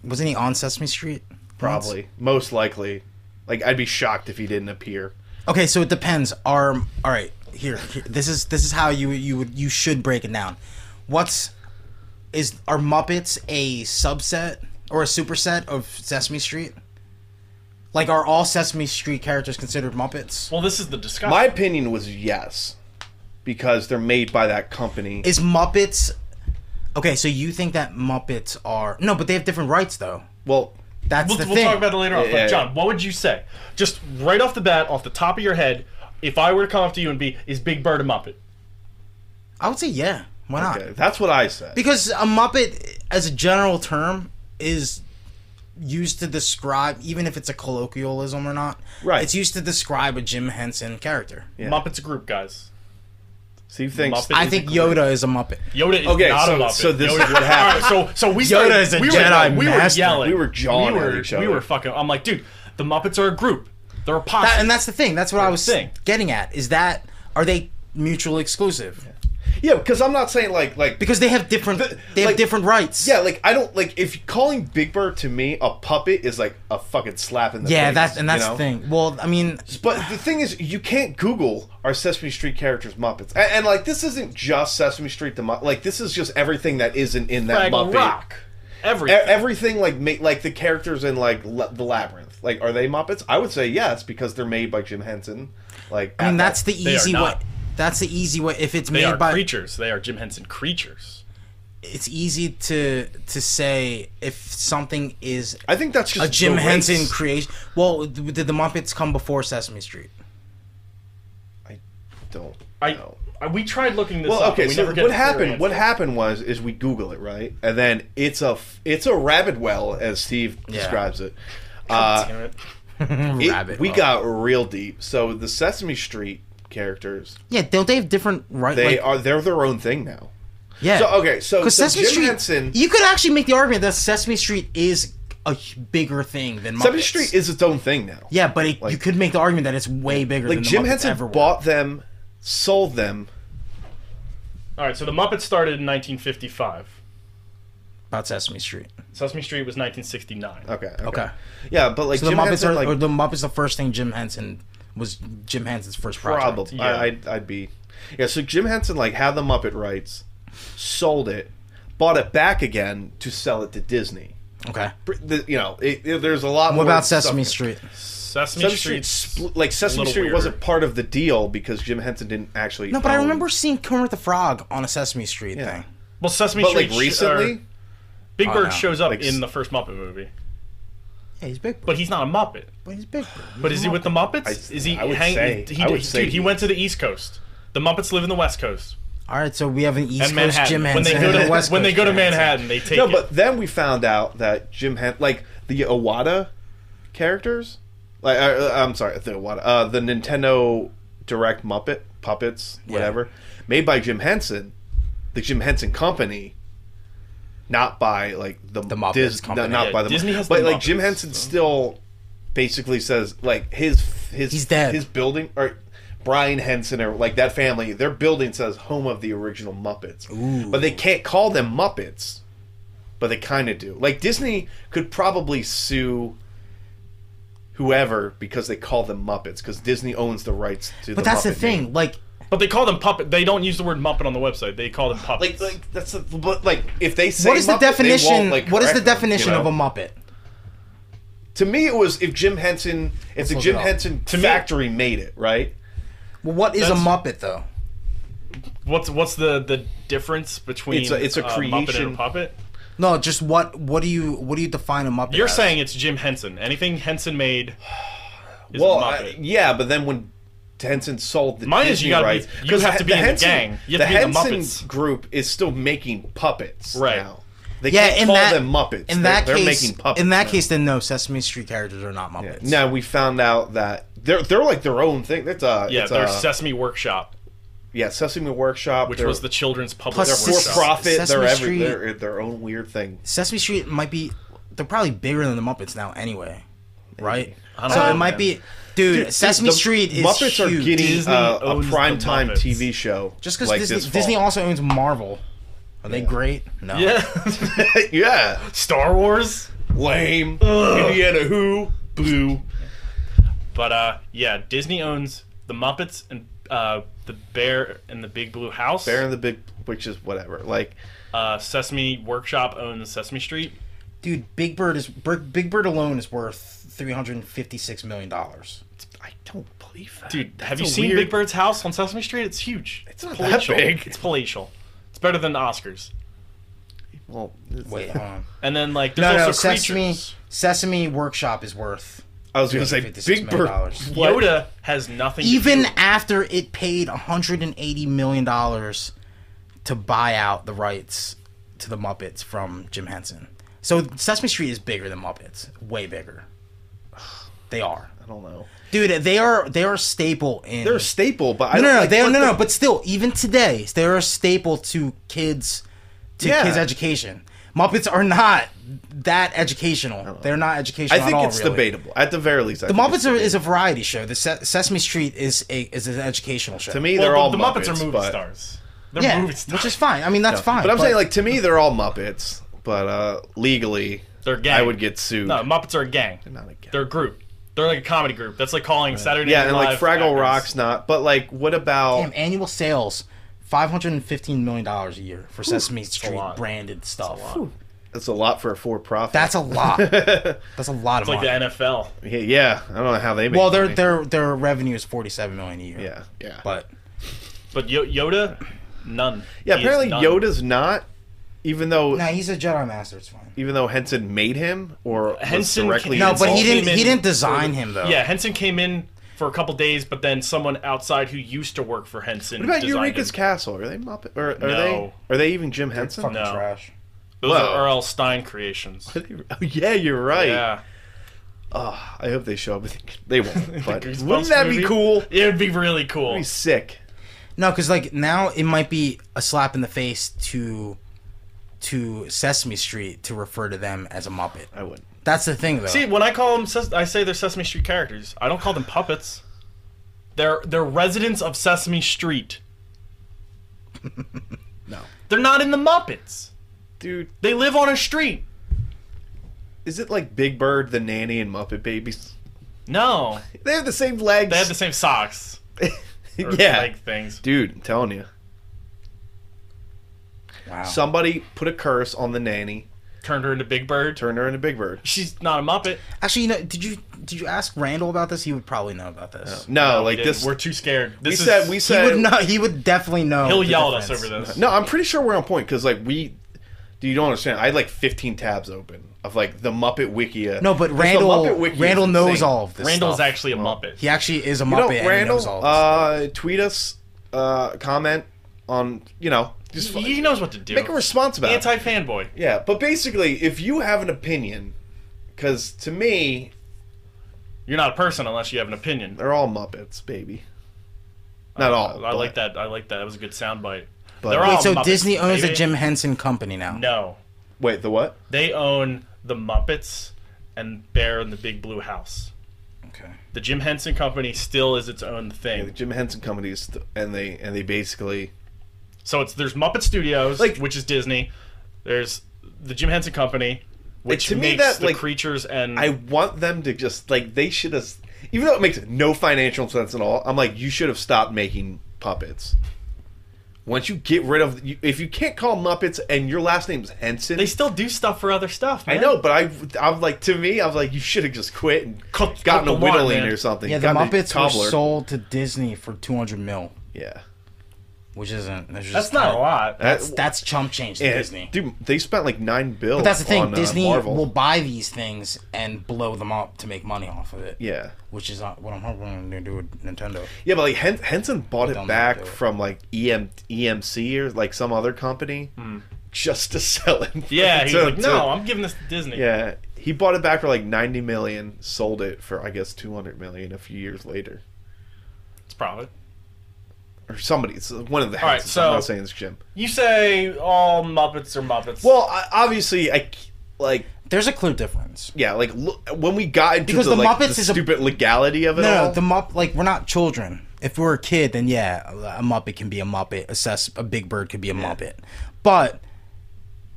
Speaker 1: Wasn't he on Sesame Street? once?
Speaker 2: probably, most likely. Like I'd be shocked if he didn't appear.
Speaker 1: Okay, so it depends. Are all right here, here. This is this is how you you would you should break it down. What's is are Muppets a subset or a superset of Sesame Street? Like, are all Sesame Street characters considered Muppets?
Speaker 3: Well, this is the discussion.
Speaker 2: My opinion was yes, because they're made by that company.
Speaker 1: Is Muppets okay? So you think that Muppets are no, but they have different rights though.
Speaker 2: well,
Speaker 1: That's
Speaker 3: we'll
Speaker 1: the
Speaker 3: we'll
Speaker 1: thing.
Speaker 3: talk about it later on.
Speaker 2: Yeah,
Speaker 3: but
Speaker 2: yeah,
Speaker 3: John,
Speaker 2: yeah.
Speaker 3: what would you say? Just right off the bat, off the top of your head, if I were to come up to you and be, is Big Bird a Muppet?
Speaker 1: I would say yeah. Why not?
Speaker 2: okay, that's what I said.
Speaker 1: Because a Muppet, as a general term, is used to describe, even if it's a colloquialism or not.
Speaker 2: Right.
Speaker 1: It's used to describe a Jim Henson character.
Speaker 2: Yeah.
Speaker 3: Muppet's a group, guys.
Speaker 2: Steve thinks
Speaker 3: Muppet
Speaker 1: I
Speaker 3: is
Speaker 1: think
Speaker 3: a group.
Speaker 1: Yoda is a Muppet.
Speaker 3: Yoda is
Speaker 2: Okay,
Speaker 3: not
Speaker 2: so-
Speaker 3: a Muppet.
Speaker 2: so this
Speaker 3: Yoda
Speaker 2: is what happened.
Speaker 3: All right, so so we started,
Speaker 1: Yoda is a
Speaker 3: we
Speaker 1: Jedi
Speaker 3: were, we
Speaker 1: master.
Speaker 3: Were yelling.
Speaker 2: We were jawing
Speaker 3: we
Speaker 2: at
Speaker 3: were,
Speaker 2: each
Speaker 3: We
Speaker 2: other.
Speaker 3: were fucking. I'm like, dude, the Muppets are a group. They're a posse.
Speaker 1: That- and that's the thing. That's what I was
Speaker 3: Thing.
Speaker 1: getting at. Is that are they mutually exclusive?
Speaker 2: yeah, because I'm not saying like like
Speaker 1: Because they have different they have
Speaker 2: like-
Speaker 1: different rights.
Speaker 2: yeah, like I don't like if calling Big Bird to me a puppet is like a fucking slap in the
Speaker 1: Yeah,
Speaker 2: face,
Speaker 1: that's and that's
Speaker 2: you know?
Speaker 1: the thing. Well, I mean,
Speaker 2: But the thing is, you can't Google our Sesame Street characters Muppets, and, and like this isn't just Sesame Street the Muppet. Like this is just everything that isn't in that
Speaker 3: Fraggle
Speaker 2: Muppet.
Speaker 3: Rock.
Speaker 2: E-
Speaker 3: Everything.
Speaker 2: everything like ma- like the characters in like La- the labyrinth like are they muppets i would say yes because they're made by jim henson like
Speaker 1: I mean that's the
Speaker 3: are
Speaker 1: easy way.
Speaker 3: not.
Speaker 1: That's the easy way. If it's
Speaker 3: they
Speaker 1: made
Speaker 3: are
Speaker 1: by
Speaker 3: creatures. They are Jim Henson creatures.
Speaker 1: it's easy to to say if something is
Speaker 2: i think that's just
Speaker 1: a Jim
Speaker 2: the race.
Speaker 1: Henson creation. Well, th- did the Muppets come before Sesame Street?
Speaker 2: i don't
Speaker 3: I,
Speaker 2: know
Speaker 3: Oh. I we tried looking this
Speaker 2: well
Speaker 3: up.
Speaker 2: okay
Speaker 3: and we
Speaker 2: so
Speaker 3: never get
Speaker 2: what
Speaker 3: a clear
Speaker 2: happened what
Speaker 3: answer.
Speaker 2: happened was is we google it right and then it's a f- it's a rabbit well as steve describes it uh
Speaker 3: Damn it.
Speaker 2: it-
Speaker 1: Rabbit
Speaker 2: we
Speaker 1: well.
Speaker 2: got real deep so the sesame street characters
Speaker 1: Yeah, don't they have different rights?
Speaker 2: they are they're their own thing now
Speaker 1: yeah.
Speaker 2: so okay so,
Speaker 1: Because
Speaker 2: so
Speaker 1: Sesame
Speaker 2: jim
Speaker 1: Street,
Speaker 2: henson
Speaker 1: you could actually make the argument that Sesame Street is a h- bigger thing than Muppets.
Speaker 2: sesame street is its own thing now
Speaker 1: yeah, but it, you
Speaker 2: like-
Speaker 1: could make the argument that it's way bigger.
Speaker 2: like
Speaker 1: than the
Speaker 2: Jim
Speaker 1: Muppets
Speaker 2: Henson
Speaker 1: ever were.
Speaker 2: bought them, sold them.
Speaker 3: All right, so the Muppets started in 1955.
Speaker 1: about Sesame Street.
Speaker 3: Sesame Street was 1969.
Speaker 2: Okay, okay,
Speaker 1: Okay,
Speaker 2: yeah, but like
Speaker 1: so the
Speaker 2: Jim
Speaker 1: Muppets
Speaker 2: Henson,
Speaker 1: are
Speaker 2: like
Speaker 1: or the Muppets. The first thing Jim Henson was Jim Henson's first project.
Speaker 2: probably,
Speaker 3: yeah.
Speaker 2: I, I'd, I'd be, yeah. So Jim Henson like had the Muppet rights, sold it, bought it back again to sell it to Disney.
Speaker 1: Okay.
Speaker 2: Pr- the- You know, it, it- there's a lot.
Speaker 1: What
Speaker 2: more
Speaker 1: about
Speaker 2: stuff-
Speaker 1: Sesame Street?
Speaker 3: Sesame,
Speaker 2: Sesame Street,
Speaker 3: Street.
Speaker 2: spl- like Sesame
Speaker 3: little
Speaker 2: Street,
Speaker 3: weirder.
Speaker 2: wasn't part of the deal because Jim Henson didn't actually.
Speaker 1: No, but I
Speaker 2: own-
Speaker 1: remember seeing Kermit the Frog on a Sesame Street
Speaker 2: Yeah.
Speaker 1: thing.
Speaker 3: Well, Sesame
Speaker 2: But
Speaker 3: Street
Speaker 2: like
Speaker 3: sh- or
Speaker 2: recently,
Speaker 3: Big
Speaker 1: Oh,
Speaker 3: Bird
Speaker 1: no.
Speaker 3: shows up
Speaker 2: Like,
Speaker 3: in the first Muppet movie,
Speaker 1: Yeah, he's big,
Speaker 3: but he's not a Muppet.
Speaker 1: but he's big.
Speaker 3: But is he with the Muppets?
Speaker 2: I-
Speaker 3: is he
Speaker 2: I would
Speaker 3: hang-
Speaker 2: say-
Speaker 3: he,
Speaker 2: I would
Speaker 3: dude,
Speaker 2: say
Speaker 3: he
Speaker 2: he-
Speaker 3: went to the East Coast. The Muppets live in the West Coast
Speaker 1: All right, so we have an East
Speaker 3: and
Speaker 1: Coast
Speaker 3: Manhattan.
Speaker 1: Jim
Speaker 3: when they
Speaker 1: Henson *laughs*
Speaker 3: go
Speaker 1: and
Speaker 3: to
Speaker 1: a West
Speaker 3: when they
Speaker 1: Coast
Speaker 3: go to
Speaker 1: Jim Henson.
Speaker 3: Manhattan, they take
Speaker 2: no.
Speaker 3: it.
Speaker 2: But then we found out that Jim Hen like the Iwata characters, like uh, uh, I'm sorry, the Iwata, uh, the Nintendo Direct Muppet puppets, whatever, made by Jim Henson, the Jim Henson Company, not by like the,
Speaker 1: The Muppets
Speaker 2: Dis-
Speaker 1: Company.
Speaker 2: not
Speaker 3: Yeah,
Speaker 2: by the
Speaker 3: Disney has
Speaker 2: but
Speaker 3: the
Speaker 2: like Jim
Speaker 3: Muppets,
Speaker 2: Henson
Speaker 3: so.
Speaker 2: still basically says like his his
Speaker 1: He's dead.
Speaker 2: his building or. Brian Henson or like that family, their building says home of the original Muppets. But they can't call them Muppets but they kind of do. Like Disney could probably sue whoever because they call them Muppets because Disney owns the rights to.
Speaker 1: But that's the
Speaker 2: Muppet
Speaker 1: thing,
Speaker 2: name.
Speaker 1: like
Speaker 3: But they call them puppet. They don't use the word Muppet on the website. They call them puppets.
Speaker 2: Like, like that's the, but like if they say
Speaker 1: what is the
Speaker 2: Muppet, they
Speaker 1: definition?
Speaker 2: won't, like,
Speaker 1: what is the
Speaker 2: correct them, you
Speaker 1: definition
Speaker 2: know?
Speaker 1: of a Muppet?
Speaker 2: To me, it was if Jim Henson, if the
Speaker 1: look
Speaker 2: Jim
Speaker 1: it up.
Speaker 2: Henson
Speaker 3: me-
Speaker 2: factory made it, right?
Speaker 1: Well, what is a
Speaker 3: That's-
Speaker 1: Muppet though?
Speaker 3: what's what's the the difference between
Speaker 2: It's a- it's a
Speaker 3: uh, Muppet and
Speaker 2: creation.
Speaker 3: a puppet?
Speaker 1: No, just what? What do you? What do you define a Muppet?
Speaker 3: You're
Speaker 1: as?
Speaker 3: saying it's Jim Henson. Anything Henson made is
Speaker 2: well,
Speaker 3: a
Speaker 2: I-
Speaker 3: Muppet.
Speaker 2: yeah, but then when Henson sold the
Speaker 3: Mine is
Speaker 2: Disney
Speaker 3: you gotta be-
Speaker 2: rights,
Speaker 3: you
Speaker 2: 'cause
Speaker 3: have
Speaker 2: the-
Speaker 3: to be in the gang. You have to be in the
Speaker 2: Henson
Speaker 3: Muppets.
Speaker 2: group is still making puppets
Speaker 3: Right.
Speaker 2: now. They
Speaker 1: yeah,
Speaker 2: can't
Speaker 1: in
Speaker 2: call
Speaker 1: that
Speaker 2: them Muppets.
Speaker 1: In
Speaker 2: They're-
Speaker 1: that
Speaker 2: they're,
Speaker 1: case,
Speaker 2: making puppets.
Speaker 1: in that
Speaker 2: now.
Speaker 1: case, then no, Sesame Street characters are not Muppets.
Speaker 2: No, we found out that they're they're like their own thing. That's a
Speaker 3: Yeah,
Speaker 2: it's uh,
Speaker 3: their
Speaker 2: a,
Speaker 3: Sesame Workshop,
Speaker 2: yeah Sesame Workshop,
Speaker 3: which
Speaker 2: they're-
Speaker 3: was the children's public
Speaker 1: Plus
Speaker 2: they're
Speaker 1: Sesame-
Speaker 2: for
Speaker 3: workshop.
Speaker 2: profit.
Speaker 1: Sesame
Speaker 2: they're every
Speaker 1: Street-
Speaker 2: they're their own weird thing.
Speaker 1: Sesame Street might be. They're probably bigger than the Muppets now, anyway. Right.
Speaker 3: I don't
Speaker 1: So
Speaker 3: know,
Speaker 1: it might
Speaker 3: man.
Speaker 1: be, dude.
Speaker 2: Dude,
Speaker 1: Sesame
Speaker 2: the
Speaker 1: Street is
Speaker 2: Muppets
Speaker 1: huge.
Speaker 2: are getting
Speaker 3: Disney
Speaker 2: uh, a
Speaker 3: owns the
Speaker 2: primetime
Speaker 3: Muppets.
Speaker 2: TV show.
Speaker 1: just because
Speaker 2: like
Speaker 1: Disney,
Speaker 2: this
Speaker 1: Disney
Speaker 2: fall.
Speaker 1: also owns Marvel. Are they great? No.
Speaker 2: *laughs*
Speaker 3: Yeah,
Speaker 2: yeah
Speaker 3: *laughs* Star Wars.
Speaker 2: lame Indiana Who boo.
Speaker 3: But uh, yeah, Disney owns the Muppets and uh, the Bear and the Big Blue House.
Speaker 2: Bear and the Big which is whatever. Like
Speaker 3: Uh, Sesame Workshop owns Sesame Street.
Speaker 1: Dude, Big Bird is Bir- Big Bird alone is worth three hundred and fifty-six million dollars.
Speaker 2: I don't believe that.
Speaker 3: Dude, have
Speaker 2: That's
Speaker 3: you
Speaker 2: a
Speaker 3: seen
Speaker 2: weird-
Speaker 3: Big Bird's house on Sesame Street? It's huge. It's
Speaker 2: not that big.
Speaker 3: It's palatial. It's better than the Oscars.
Speaker 2: Well, it's-
Speaker 1: Wait, hold on.
Speaker 3: And then like there's
Speaker 1: um, No, no,
Speaker 3: also
Speaker 1: Sesame
Speaker 3: creatures.
Speaker 1: Sesame Workshop is worth
Speaker 2: I was gonna say
Speaker 1: $356
Speaker 2: Big
Speaker 1: million
Speaker 2: Bird.
Speaker 1: dollars.
Speaker 2: What?
Speaker 3: Yoda has nothing. to
Speaker 1: even
Speaker 3: do-
Speaker 1: after it paid 180 million dollars to buy out the rights to the Muppets from Jim Henson. So Sesame Street is bigger than Muppets, way bigger. They are,
Speaker 2: I don't know.
Speaker 1: dude. They are they are a staple in.
Speaker 2: They're a staple, but
Speaker 1: no,
Speaker 2: I don't
Speaker 1: no, no,
Speaker 2: like,
Speaker 1: they,
Speaker 2: what
Speaker 1: no,
Speaker 2: the-
Speaker 1: no. But still, even today, they're a staple to kids to
Speaker 2: Yeah.
Speaker 1: kids education. Muppets are not that educational. They're not educational.
Speaker 2: I think
Speaker 1: at all,
Speaker 2: it's
Speaker 1: really.
Speaker 2: debatable. At the very least, I
Speaker 1: The
Speaker 2: think
Speaker 1: Muppets
Speaker 2: it's
Speaker 1: are, is a variety show. The Se- Sesame Street is a is an educational show.
Speaker 2: to me,
Speaker 3: Well,
Speaker 2: they're
Speaker 3: the,
Speaker 2: all
Speaker 3: the Muppets,
Speaker 2: Muppets,
Speaker 3: are movie
Speaker 2: but-
Speaker 3: stars. They're
Speaker 1: yeah,
Speaker 3: movie stars.
Speaker 1: which is fine. I mean, that's fine.
Speaker 2: But I'm saying, like, to me, they're all Muppets. But uh, legally,
Speaker 3: They're gang.
Speaker 2: I would get sued.
Speaker 3: No, Muppets are a gang. They're
Speaker 2: not a gang.
Speaker 3: They're a group. They're like a comedy group. That's like calling Saturday
Speaker 2: yeah,
Speaker 3: Night
Speaker 2: and like
Speaker 3: Live
Speaker 2: Fraggle
Speaker 3: actors.
Speaker 2: Rock's not. But like, what about?
Speaker 1: Damn, annual sales, five hundred and fifteen million dollars a year for Sesame Street
Speaker 3: lot.
Speaker 1: branded stuff.
Speaker 2: That's a lot for a for-profit.
Speaker 1: That's a
Speaker 2: *laughs*
Speaker 1: lot. that's a lot of
Speaker 3: It's like
Speaker 1: money.
Speaker 3: the NFL.
Speaker 2: yeah, yeah. I don't know how they. Make
Speaker 1: well, their
Speaker 2: money.
Speaker 1: their their revenue is forty seven million a year.
Speaker 2: yeah, yeah,
Speaker 1: but
Speaker 3: But Yo- Yoda, none.
Speaker 2: yeah.
Speaker 3: He is
Speaker 2: Apparently,
Speaker 3: none.
Speaker 2: Yoda's not. Even though,
Speaker 1: no, he's a Jedi Master. It's fine.
Speaker 2: even though Henson made him or
Speaker 3: Henson
Speaker 2: Henson directly
Speaker 3: can-
Speaker 1: No, but he
Speaker 3: Henson
Speaker 1: didn't.
Speaker 3: came
Speaker 1: He
Speaker 3: in
Speaker 1: didn't design him though.
Speaker 3: Yeah, Henson came in for a couple days, but then someone outside who used to work for Henson.
Speaker 2: What about
Speaker 3: designed
Speaker 2: Eureka's
Speaker 3: him.
Speaker 2: Castle? Are they Muppet? Or are
Speaker 3: No.
Speaker 2: they? Are they even Jim Henson?
Speaker 1: fucking
Speaker 3: No.
Speaker 1: trash.
Speaker 3: Those
Speaker 2: Whoa.
Speaker 3: are R.L. Stein creations.
Speaker 2: *laughs* Oh, yeah, you're right. Ah,
Speaker 3: Yeah,
Speaker 2: I hope they show up. *laughs* They won't. But
Speaker 3: *laughs* Goosebumps
Speaker 2: wouldn't that be
Speaker 3: movie?
Speaker 2: cool? That'd
Speaker 3: it would be really cool.
Speaker 2: be sick.
Speaker 1: No, because like now it might be a slap in the face to to Sesame Street to refer to them as a Muppet.
Speaker 2: I wouldn't.
Speaker 1: That's the thing though.
Speaker 2: Uh,
Speaker 3: See, when I call them, Ses- I say they're Sesame Street characters. I don't call them puppets. They're they're residents of Sesame Street.
Speaker 2: *laughs* No.
Speaker 3: They're not in the Muppets.
Speaker 2: Dude,
Speaker 3: They live on a street.
Speaker 2: is it like Big Bird, the nanny, and Muppet Babies?
Speaker 3: No,
Speaker 2: They have the same legs.
Speaker 3: they have the same socks.
Speaker 2: *laughs*
Speaker 3: Or
Speaker 2: yeah.
Speaker 3: leg things.
Speaker 2: Dude, I'm telling you.
Speaker 1: wow.
Speaker 2: Somebody put a curse on the nanny,
Speaker 3: Turned her into Big Bird.
Speaker 2: turned her into Big Bird.
Speaker 3: She's not a Muppet.
Speaker 1: Actually, you know, did you did you ask Randall about this? He would probably know about this.
Speaker 2: No,
Speaker 3: We
Speaker 2: like
Speaker 3: didn't.
Speaker 2: this.
Speaker 3: We're too scared.
Speaker 2: we
Speaker 3: This is, *laughs*
Speaker 2: said. We
Speaker 1: He
Speaker 2: said.
Speaker 1: would know. He would definitely know.
Speaker 3: He'll
Speaker 1: the
Speaker 3: yell at us
Speaker 1: difference.
Speaker 3: over this.
Speaker 2: No, I'm pretty sure we're on point because like we. Dude, you don't understand. I had like 15 tabs open of like the Muppet Wikia.
Speaker 1: No, but
Speaker 2: 'Cause the
Speaker 1: Randall
Speaker 2: Muppet Wiki is
Speaker 1: Randall knows
Speaker 2: insane.
Speaker 1: all of this.
Speaker 3: Randall's
Speaker 1: stuff.
Speaker 3: actually a Muppet.
Speaker 1: He actually is a
Speaker 2: You know,
Speaker 1: Muppet. and he knows all
Speaker 2: Randall,
Speaker 1: of this.
Speaker 2: uh, tweet us, uh, comment on, you know, just
Speaker 3: He, he knows what to do.
Speaker 2: make a response about it.
Speaker 3: Anti fanboy.
Speaker 2: Yeah, but basically, if you have an opinion, because to me,
Speaker 3: You're not a person unless you have an opinion.
Speaker 2: they're all Muppets, baby. Not
Speaker 3: I,
Speaker 2: all. but-
Speaker 3: like that. I like that. That was a good soundbite.
Speaker 2: But-
Speaker 3: They're
Speaker 2: Wait,
Speaker 3: all
Speaker 1: so
Speaker 3: Muppets,
Speaker 1: Disney owns
Speaker 3: baby.
Speaker 1: the Jim Henson company now.
Speaker 3: No,
Speaker 2: Wait, the what?
Speaker 3: they own the Muppets and Bear in the Big Blue House.
Speaker 1: Okay.
Speaker 3: The Jim Henson Company still is its own
Speaker 2: The
Speaker 3: thing.
Speaker 2: Jim Henson Company is, th- and they and they basically
Speaker 3: So it's there's Muppet Studios,
Speaker 2: Like-
Speaker 3: which is Disney. There's the Jim Henson Company, which
Speaker 2: to me,
Speaker 3: makes
Speaker 2: that,
Speaker 3: the
Speaker 2: like,
Speaker 3: creatures and
Speaker 2: I want them to just like they should have, even though it makes no financial sense at all. I'm like, you should have stopped making puppets. Once you get rid of, you- if you can't call Muppets and your last name's Henson,
Speaker 3: they still do stuff for other stuff.
Speaker 2: I
Speaker 3: man.
Speaker 2: know, but I, I'm like, to me, I was like, you should have just quit and
Speaker 3: Cut- cut
Speaker 2: gotten
Speaker 3: the
Speaker 2: a
Speaker 3: line,
Speaker 2: whittling
Speaker 3: man.
Speaker 2: or something.
Speaker 1: Yeah, the
Speaker 2: gotten a
Speaker 1: Muppets were
Speaker 2: cobbler.
Speaker 1: sold to Disney for two hundred mil,
Speaker 2: Yeah,
Speaker 1: which isn't. That's, just
Speaker 3: That's not a
Speaker 1: kinda-
Speaker 3: lot.
Speaker 1: That's that's chump change to
Speaker 2: Yeah,
Speaker 1: Disney.
Speaker 2: Dude, they spent like nine bills.
Speaker 1: But that's the thing.
Speaker 2: on, uh,
Speaker 1: Disney
Speaker 2: Marvel.
Speaker 1: will buy these things and blow them up to make money off of it.
Speaker 2: Yeah,
Speaker 1: Which is not what I'm hoping to do with Nintendo.
Speaker 2: yeah, but like Hen- Henson bought
Speaker 1: Dumb
Speaker 2: it back
Speaker 1: to do it.
Speaker 2: from like E EM- EMC or like some other company just to *laughs* sell it.
Speaker 3: Hmm.
Speaker 2: *laughs*
Speaker 3: Yeah, he's
Speaker 2: To-
Speaker 3: like,
Speaker 2: to-
Speaker 3: no, I'm giving this to Disney.
Speaker 2: Yeah, he bought it back for like ninety million, sold it for I guess two hundred million a few years later,
Speaker 3: It's profit.
Speaker 2: or somebody. It's one of the.
Speaker 3: right,
Speaker 2: Hensons, I'm
Speaker 3: so-
Speaker 2: not saying it's Jim.
Speaker 3: You say all Muppets are Muppets.
Speaker 2: Well, I, obviously, I c- like
Speaker 1: There's a clear difference.
Speaker 2: yeah, like look, when we got into
Speaker 1: Because
Speaker 2: the,
Speaker 1: the
Speaker 2: like,
Speaker 1: Muppets
Speaker 2: the
Speaker 1: is a-
Speaker 2: stupid legality of it
Speaker 1: No,
Speaker 2: all.
Speaker 1: no, the Mupp like we're not children. If we were a kid, then yeah, a Muppet can be a Muppet. A, ses- a Big Bird could be a Muppet. But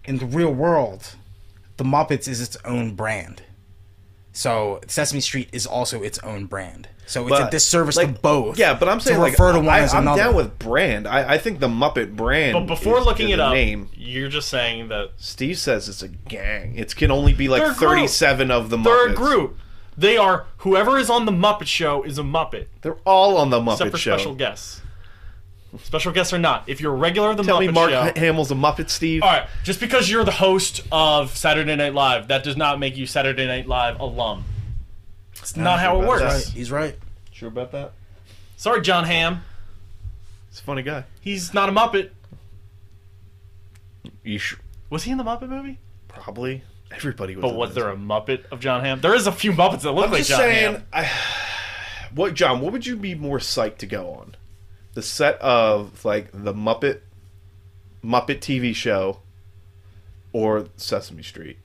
Speaker 1: in the real world, the Muppets is its own brand. So Sesame Street is also its own brand. So it's a
Speaker 2: But,
Speaker 1: disservice to
Speaker 2: like,
Speaker 1: both.
Speaker 2: Yeah, but I'm saying
Speaker 1: to
Speaker 2: like,
Speaker 1: refer to one
Speaker 2: I,
Speaker 1: as
Speaker 2: I'm
Speaker 1: another.
Speaker 2: down with brand. I, I think the Muppet brand.
Speaker 3: but before
Speaker 2: is-
Speaker 3: looking
Speaker 2: is
Speaker 3: it
Speaker 2: a
Speaker 3: up,
Speaker 2: name
Speaker 3: you're just saying that
Speaker 2: Steve says it's a gang. It can only be like
Speaker 3: They're a group.
Speaker 2: 37 of the Muppets.
Speaker 3: they're a group. They are whoever is on the Muppet Show is a Muppet,
Speaker 2: They're all on the Muppet
Speaker 3: except for
Speaker 2: Show.
Speaker 3: special guests. Special guests are not. If you're a regular of the
Speaker 2: Tell
Speaker 3: Muppet
Speaker 2: me, Mark
Speaker 3: Show,
Speaker 2: Hamill's a Muppet, Steve.
Speaker 3: all right, just because you're the host of Saturday Night Live, that does not make you Saturday Night Live alum. It's not how it
Speaker 2: sure
Speaker 3: works.
Speaker 2: about
Speaker 1: Right, he's right.
Speaker 2: Sure about that?
Speaker 3: Sorry, John Hamm.
Speaker 2: He's a funny guy.
Speaker 3: He's not a Muppet.
Speaker 2: You sh-
Speaker 3: Was he in the Muppet movie?
Speaker 2: probably. Everybody was.
Speaker 3: But
Speaker 2: in
Speaker 3: was
Speaker 2: this.
Speaker 3: there a Muppet of John Hamm? There is a few Muppets that look
Speaker 2: I'm
Speaker 3: like
Speaker 2: just
Speaker 3: John
Speaker 2: saying.
Speaker 3: Hamm.
Speaker 2: I, what John? What would you be more psyched to go on? The set of like the Muppet Muppet TV show, or Sesame Street?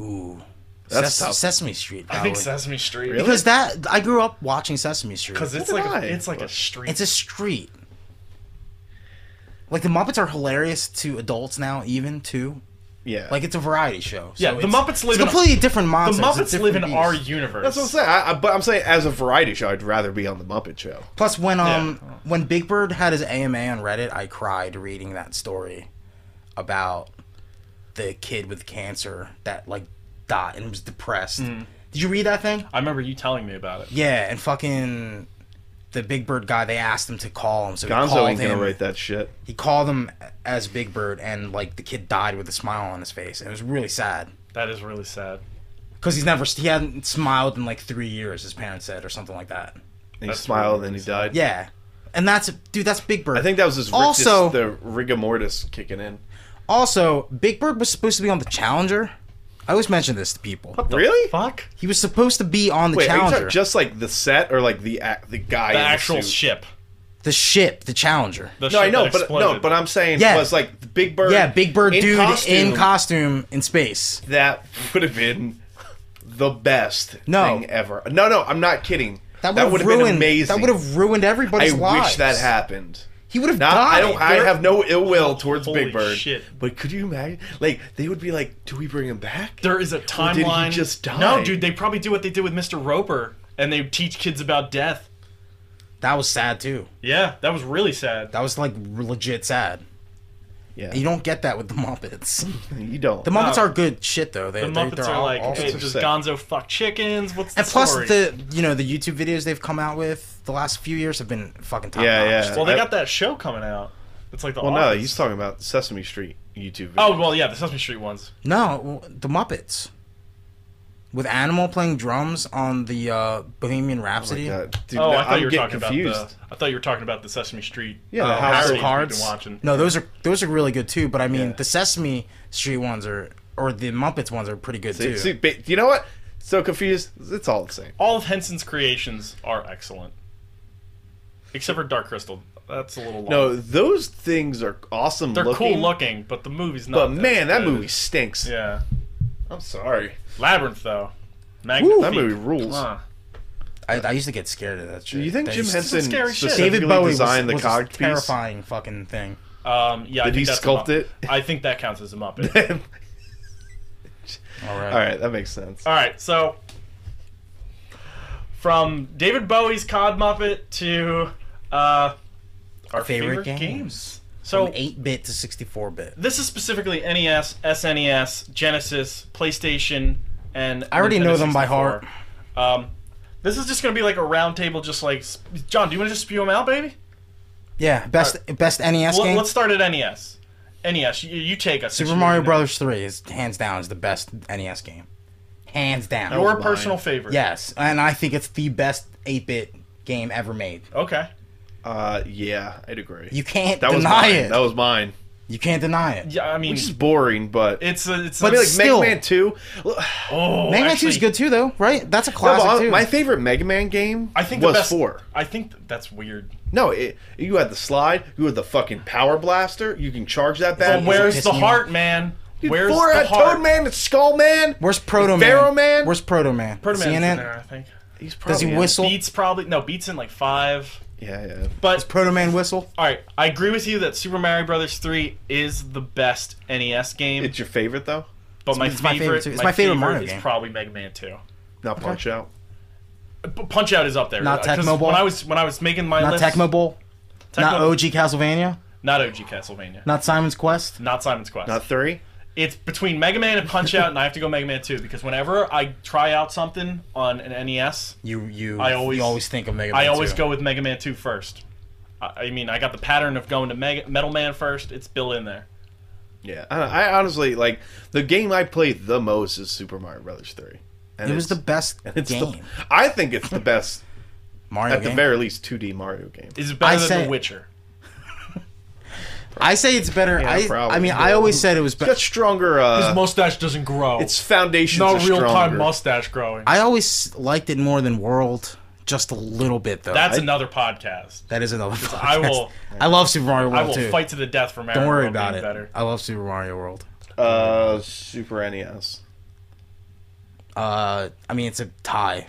Speaker 1: Ooh.
Speaker 2: That's
Speaker 1: Ses-
Speaker 2: tough.
Speaker 1: Sesame Street.
Speaker 3: I
Speaker 1: probably.
Speaker 3: think Sesame Street.
Speaker 2: Really?
Speaker 1: Because that I grew up watching Sesame Street.
Speaker 3: Because it's
Speaker 2: What
Speaker 3: like
Speaker 2: did
Speaker 3: a,
Speaker 2: I?
Speaker 3: it's like a
Speaker 2: What?
Speaker 3: street.
Speaker 1: It's a street. Like the Muppets are hilarious to adults now, even too.
Speaker 2: Yeah,
Speaker 1: Like it's a variety show. So
Speaker 3: Yeah, the
Speaker 1: it's-
Speaker 3: Muppets live
Speaker 1: It's
Speaker 3: in-
Speaker 1: a completely different
Speaker 3: the
Speaker 1: monster. It's a
Speaker 3: Muppets live in
Speaker 1: different beast.
Speaker 3: our universe.
Speaker 2: that's what I'm saying. I, I, but I'm saying as a variety show, I'd rather be on the Muppet Show.
Speaker 1: Plus, when um
Speaker 3: Yeah.
Speaker 1: when Big Bird had his AMA on Reddit, I cried reading that story about the kid with cancer that like died and was depressed.
Speaker 3: Hmm.
Speaker 1: Did you read that thing?
Speaker 3: I remember you telling me about it.
Speaker 1: Yeah, and fucking the Big Bird guy. They asked him to call him, so he
Speaker 2: Gonzo
Speaker 1: called
Speaker 2: ain't
Speaker 1: him.
Speaker 2: gonna write that shit.
Speaker 1: He called him as Big Bird, and like the kid died with a smile on his face. And it was really sad
Speaker 3: That is really sad.
Speaker 1: because he's never he hadn't smiled in like three years. His parents said, or something like that.
Speaker 2: And he
Speaker 3: That's
Speaker 2: smiled
Speaker 3: really
Speaker 2: and he died.
Speaker 1: Yeah, and that's dude. That's Big Bird.
Speaker 2: I think that was his rictus,
Speaker 1: Also-
Speaker 2: the rigor mortis kicking in.
Speaker 1: Also, Big Bird was supposed to be on the Challenger. I always mention this to people.
Speaker 3: What the
Speaker 2: Really?
Speaker 3: Fuck.
Speaker 1: He was supposed to be on the
Speaker 2: Wait, are you
Speaker 1: Challenger,
Speaker 2: talking just like the set or like the ac- the guy?
Speaker 3: The
Speaker 2: in
Speaker 3: actual
Speaker 2: suit?
Speaker 3: ship.
Speaker 1: the ship, the Challenger.
Speaker 3: The
Speaker 2: No,
Speaker 3: ship
Speaker 2: I know,
Speaker 3: that
Speaker 2: but no,
Speaker 3: exploded.
Speaker 2: but I'm saying
Speaker 1: Yeah.
Speaker 2: was like the Big Bird.
Speaker 1: yeah, Big Bird
Speaker 2: in
Speaker 1: dude
Speaker 2: costume,
Speaker 1: in costume in space.
Speaker 2: That would have been the best
Speaker 1: No.
Speaker 2: thing ever. No, no, I'm not kidding.
Speaker 1: That
Speaker 2: That,
Speaker 1: would
Speaker 2: would
Speaker 1: have
Speaker 2: have been
Speaker 1: ruined.
Speaker 2: amazing.
Speaker 1: That would have ruined
Speaker 2: I
Speaker 1: everybody's lives.
Speaker 2: wish that happened.
Speaker 1: He would have
Speaker 2: Not,
Speaker 1: died.
Speaker 2: I don't. I
Speaker 1: There-
Speaker 2: have no ill will towards
Speaker 3: Holy
Speaker 2: Big Bird.
Speaker 3: shit.
Speaker 2: But could you imagine? Like they would be like, "Do we bring him back?"
Speaker 3: There is a
Speaker 2: Or
Speaker 3: timeline.
Speaker 2: did he just die?
Speaker 3: No, dude, they probably do what they did with Mr. Roper, and they teach kids about death.
Speaker 1: That was sad too.
Speaker 3: Yeah, that was really sad.
Speaker 1: That was like legit sad.
Speaker 2: Yeah,
Speaker 1: You
Speaker 2: you
Speaker 1: don't get that with the Muppets.
Speaker 2: don't.
Speaker 1: The Muppets
Speaker 3: No.
Speaker 1: are good shit though. They,
Speaker 3: The Muppets are like,
Speaker 1: awesome.
Speaker 3: hey,
Speaker 2: are
Speaker 3: does
Speaker 2: sick.
Speaker 3: Gonzo fuck chickens? What's the
Speaker 1: and plus
Speaker 3: story?
Speaker 1: the you know the YouTube videos they've come out with the last few years have been fucking top
Speaker 2: Yeah,
Speaker 1: notch.
Speaker 2: yeah.
Speaker 3: well, they
Speaker 2: I-
Speaker 3: got that show coming out. It's like the
Speaker 2: Well, no,
Speaker 3: Office.
Speaker 2: he's talking about Sesame Street YouTube. Video.
Speaker 3: Oh well, yeah, the Sesame Street ones.
Speaker 1: No, the Muppets. With Animal playing drums on the uh, Bohemian Rhapsody.
Speaker 2: Oh God, dude,
Speaker 3: oh,
Speaker 2: now
Speaker 3: I thought
Speaker 2: I'm
Speaker 3: you were
Speaker 2: getting
Speaker 3: talking
Speaker 2: confused.
Speaker 3: about the. I thought you were talking about the Sesame Street.
Speaker 2: Yeah, the
Speaker 3: uh,
Speaker 2: House
Speaker 1: House
Speaker 2: of
Speaker 1: of
Speaker 3: parodies we've been
Speaker 1: Cards.
Speaker 3: watching.
Speaker 1: No, those are those are really good too. But I mean,
Speaker 2: Yeah.
Speaker 1: the Sesame Street ones are, or the Muppets ones are pretty good
Speaker 2: See,
Speaker 1: too.
Speaker 2: see, ba- you know what? So confused. It's all the same.
Speaker 3: All of Henson's creations are excellent, except for Dark Crystal. That's a little long.
Speaker 2: No, those things are awesome.
Speaker 3: they're
Speaker 2: looking,
Speaker 3: cool looking, but the movie's not.
Speaker 2: But
Speaker 3: that
Speaker 2: man, that
Speaker 3: good.
Speaker 2: movie stinks.
Speaker 3: Yeah,
Speaker 2: I'm sorry.
Speaker 3: Labyrinth though. Magnifique.
Speaker 2: that movie rules.
Speaker 3: Huh.
Speaker 1: I, I used to get scared of that shit.
Speaker 2: uh, Do you think
Speaker 1: That
Speaker 2: Jim
Speaker 1: used-
Speaker 2: Henson
Speaker 3: scary shit.
Speaker 2: specifically
Speaker 1: David Bowie
Speaker 2: designed
Speaker 1: was,
Speaker 2: the
Speaker 1: was a
Speaker 2: cocked piece? *laughs*
Speaker 1: terrifying fucking thing.
Speaker 3: Um, yeah, I
Speaker 2: Did
Speaker 3: think
Speaker 2: he
Speaker 3: that's a
Speaker 2: sculpt
Speaker 3: Mupp-
Speaker 2: it?
Speaker 3: I think that counts as a Muppet.
Speaker 2: *laughs*
Speaker 1: All right.
Speaker 2: all right, that makes sense.
Speaker 3: All right, so from David Bowie's Cod Muppet to uh, our
Speaker 1: Favorite
Speaker 3: favorite,
Speaker 1: games.
Speaker 3: games. So
Speaker 1: From 8 bit to 64 bit.
Speaker 3: this is specifically E NES, SNES, Genesis, PlayStation, and
Speaker 1: I already
Speaker 3: Nintendo
Speaker 1: know them by
Speaker 3: 64. Um, this is just gonna be like a round table, just like sp- John. Do you want to just spew them out, baby?
Speaker 1: Yeah, best best NES
Speaker 3: Well,
Speaker 1: game.
Speaker 3: let's start at E NES. NES, E you, you take us.
Speaker 1: Super
Speaker 3: It's
Speaker 1: Mario
Speaker 3: your-
Speaker 1: Brothers 3 is hands down is the best NES game. Hands down.
Speaker 3: Your
Speaker 2: mine.
Speaker 3: personal favorite.
Speaker 1: Yes, and I think it's the best 8-bit game ever made.
Speaker 3: Okay.
Speaker 2: Uh, yeah, I'd agree.
Speaker 1: You can't
Speaker 2: that was
Speaker 1: deny
Speaker 2: mine.
Speaker 1: it.
Speaker 2: That was mine.
Speaker 1: You can't deny it.
Speaker 3: Yeah, I mean,
Speaker 2: Which is boring, but
Speaker 3: it's a, it's.
Speaker 1: But
Speaker 3: a,
Speaker 2: I mean, like
Speaker 1: still-
Speaker 2: Mega Man Two. Look,
Speaker 3: oh,
Speaker 1: Mega Man 2 is
Speaker 3: actually-
Speaker 1: good too though, right? That's a
Speaker 2: no,
Speaker 1: classic
Speaker 2: but uh,
Speaker 1: too.
Speaker 2: my favorite Mega Man game
Speaker 3: I think
Speaker 2: was
Speaker 3: the best,
Speaker 2: four.
Speaker 3: I think th- that's weird.
Speaker 2: No, it, you had the slide. You had the fucking power blaster. You can charge that
Speaker 1: But
Speaker 2: bad.
Speaker 1: Does it
Speaker 3: Where's
Speaker 1: piss
Speaker 3: the
Speaker 1: you
Speaker 3: heart, man? Where's
Speaker 2: Four
Speaker 3: the
Speaker 2: at
Speaker 3: heart?
Speaker 2: Toad Man, it's Skull Man.
Speaker 1: Where's Proto Man?
Speaker 2: Pharaoh Man?
Speaker 1: Where's Proto Man?
Speaker 3: Proto Man's
Speaker 1: Seeing
Speaker 3: in
Speaker 1: it?
Speaker 3: there, I think.
Speaker 2: He's probably
Speaker 1: Does he
Speaker 2: in it.
Speaker 1: whistle?
Speaker 3: Beats probably no. Beats in like five.
Speaker 2: Yeah, yeah.
Speaker 3: But
Speaker 1: Proto Man whistle?
Speaker 3: all right, I agree with you that Super Mario Brothers three is the best NES game.
Speaker 2: It's your favorite though.
Speaker 3: but my,
Speaker 1: it's my
Speaker 3: favorite,
Speaker 1: favorite too. It's my favorite Mario
Speaker 3: is
Speaker 1: game.
Speaker 3: probably Mega Man two.
Speaker 2: Not Punch Out.
Speaker 3: Punch Out is up there.
Speaker 1: Not
Speaker 3: 'cause
Speaker 1: Tecmo Bowl?
Speaker 3: When I was when I was making my
Speaker 1: Not
Speaker 3: list,
Speaker 1: Tecmo Bowl? Not
Speaker 3: Tecmo-
Speaker 1: OG Castlevania?
Speaker 3: not OG Castlevania,
Speaker 1: Not Simon's Quest?
Speaker 3: not Simon's Quest.
Speaker 2: Not three.
Speaker 3: it's between Mega Man and Punch Out, and I have to go Mega Man two because whenever I try out something on an NES,
Speaker 1: You you
Speaker 3: I always-
Speaker 1: you always think of Mega Man
Speaker 3: I always
Speaker 1: 2.
Speaker 3: go with Mega Man 2 first. I, I mean, I got the pattern of going to Mega, Metal Man first. It's built in there.
Speaker 2: Yeah. I, I honestly like the game I played the most is Super Mario Brothers three. And
Speaker 1: It was the
Speaker 2: it's-
Speaker 1: best
Speaker 2: It's
Speaker 1: game.
Speaker 2: the. I think it's
Speaker 1: *coughs*
Speaker 2: the best
Speaker 1: Mario
Speaker 2: at the
Speaker 1: game.
Speaker 2: very least 2D Mario game.
Speaker 3: Is it
Speaker 1: I
Speaker 3: better than
Speaker 1: say-
Speaker 3: The Witcher?
Speaker 1: I say it's better.
Speaker 2: Yeah,
Speaker 1: I,
Speaker 2: probably.
Speaker 1: I mean, I always said it was
Speaker 2: It's got
Speaker 1: better.
Speaker 2: stronger.
Speaker 3: His
Speaker 2: Uh,
Speaker 3: mustache doesn't grow.
Speaker 2: its foundations
Speaker 3: no
Speaker 2: are
Speaker 3: real time
Speaker 2: stronger.
Speaker 3: mustache growing.
Speaker 1: I always liked it more than World, just a little bit though.
Speaker 3: That's another podcast.
Speaker 1: that is another. Podcast. *laughs*
Speaker 3: I will.
Speaker 1: I love Super Mario
Speaker 3: I
Speaker 1: World
Speaker 3: will
Speaker 1: too.
Speaker 3: fight to the death for Mario.
Speaker 1: Don't worry
Speaker 3: World being
Speaker 1: about it.
Speaker 3: Better.
Speaker 1: I love Super Mario World.
Speaker 2: uh, Super NES,
Speaker 1: Uh, I mean, it's a tie.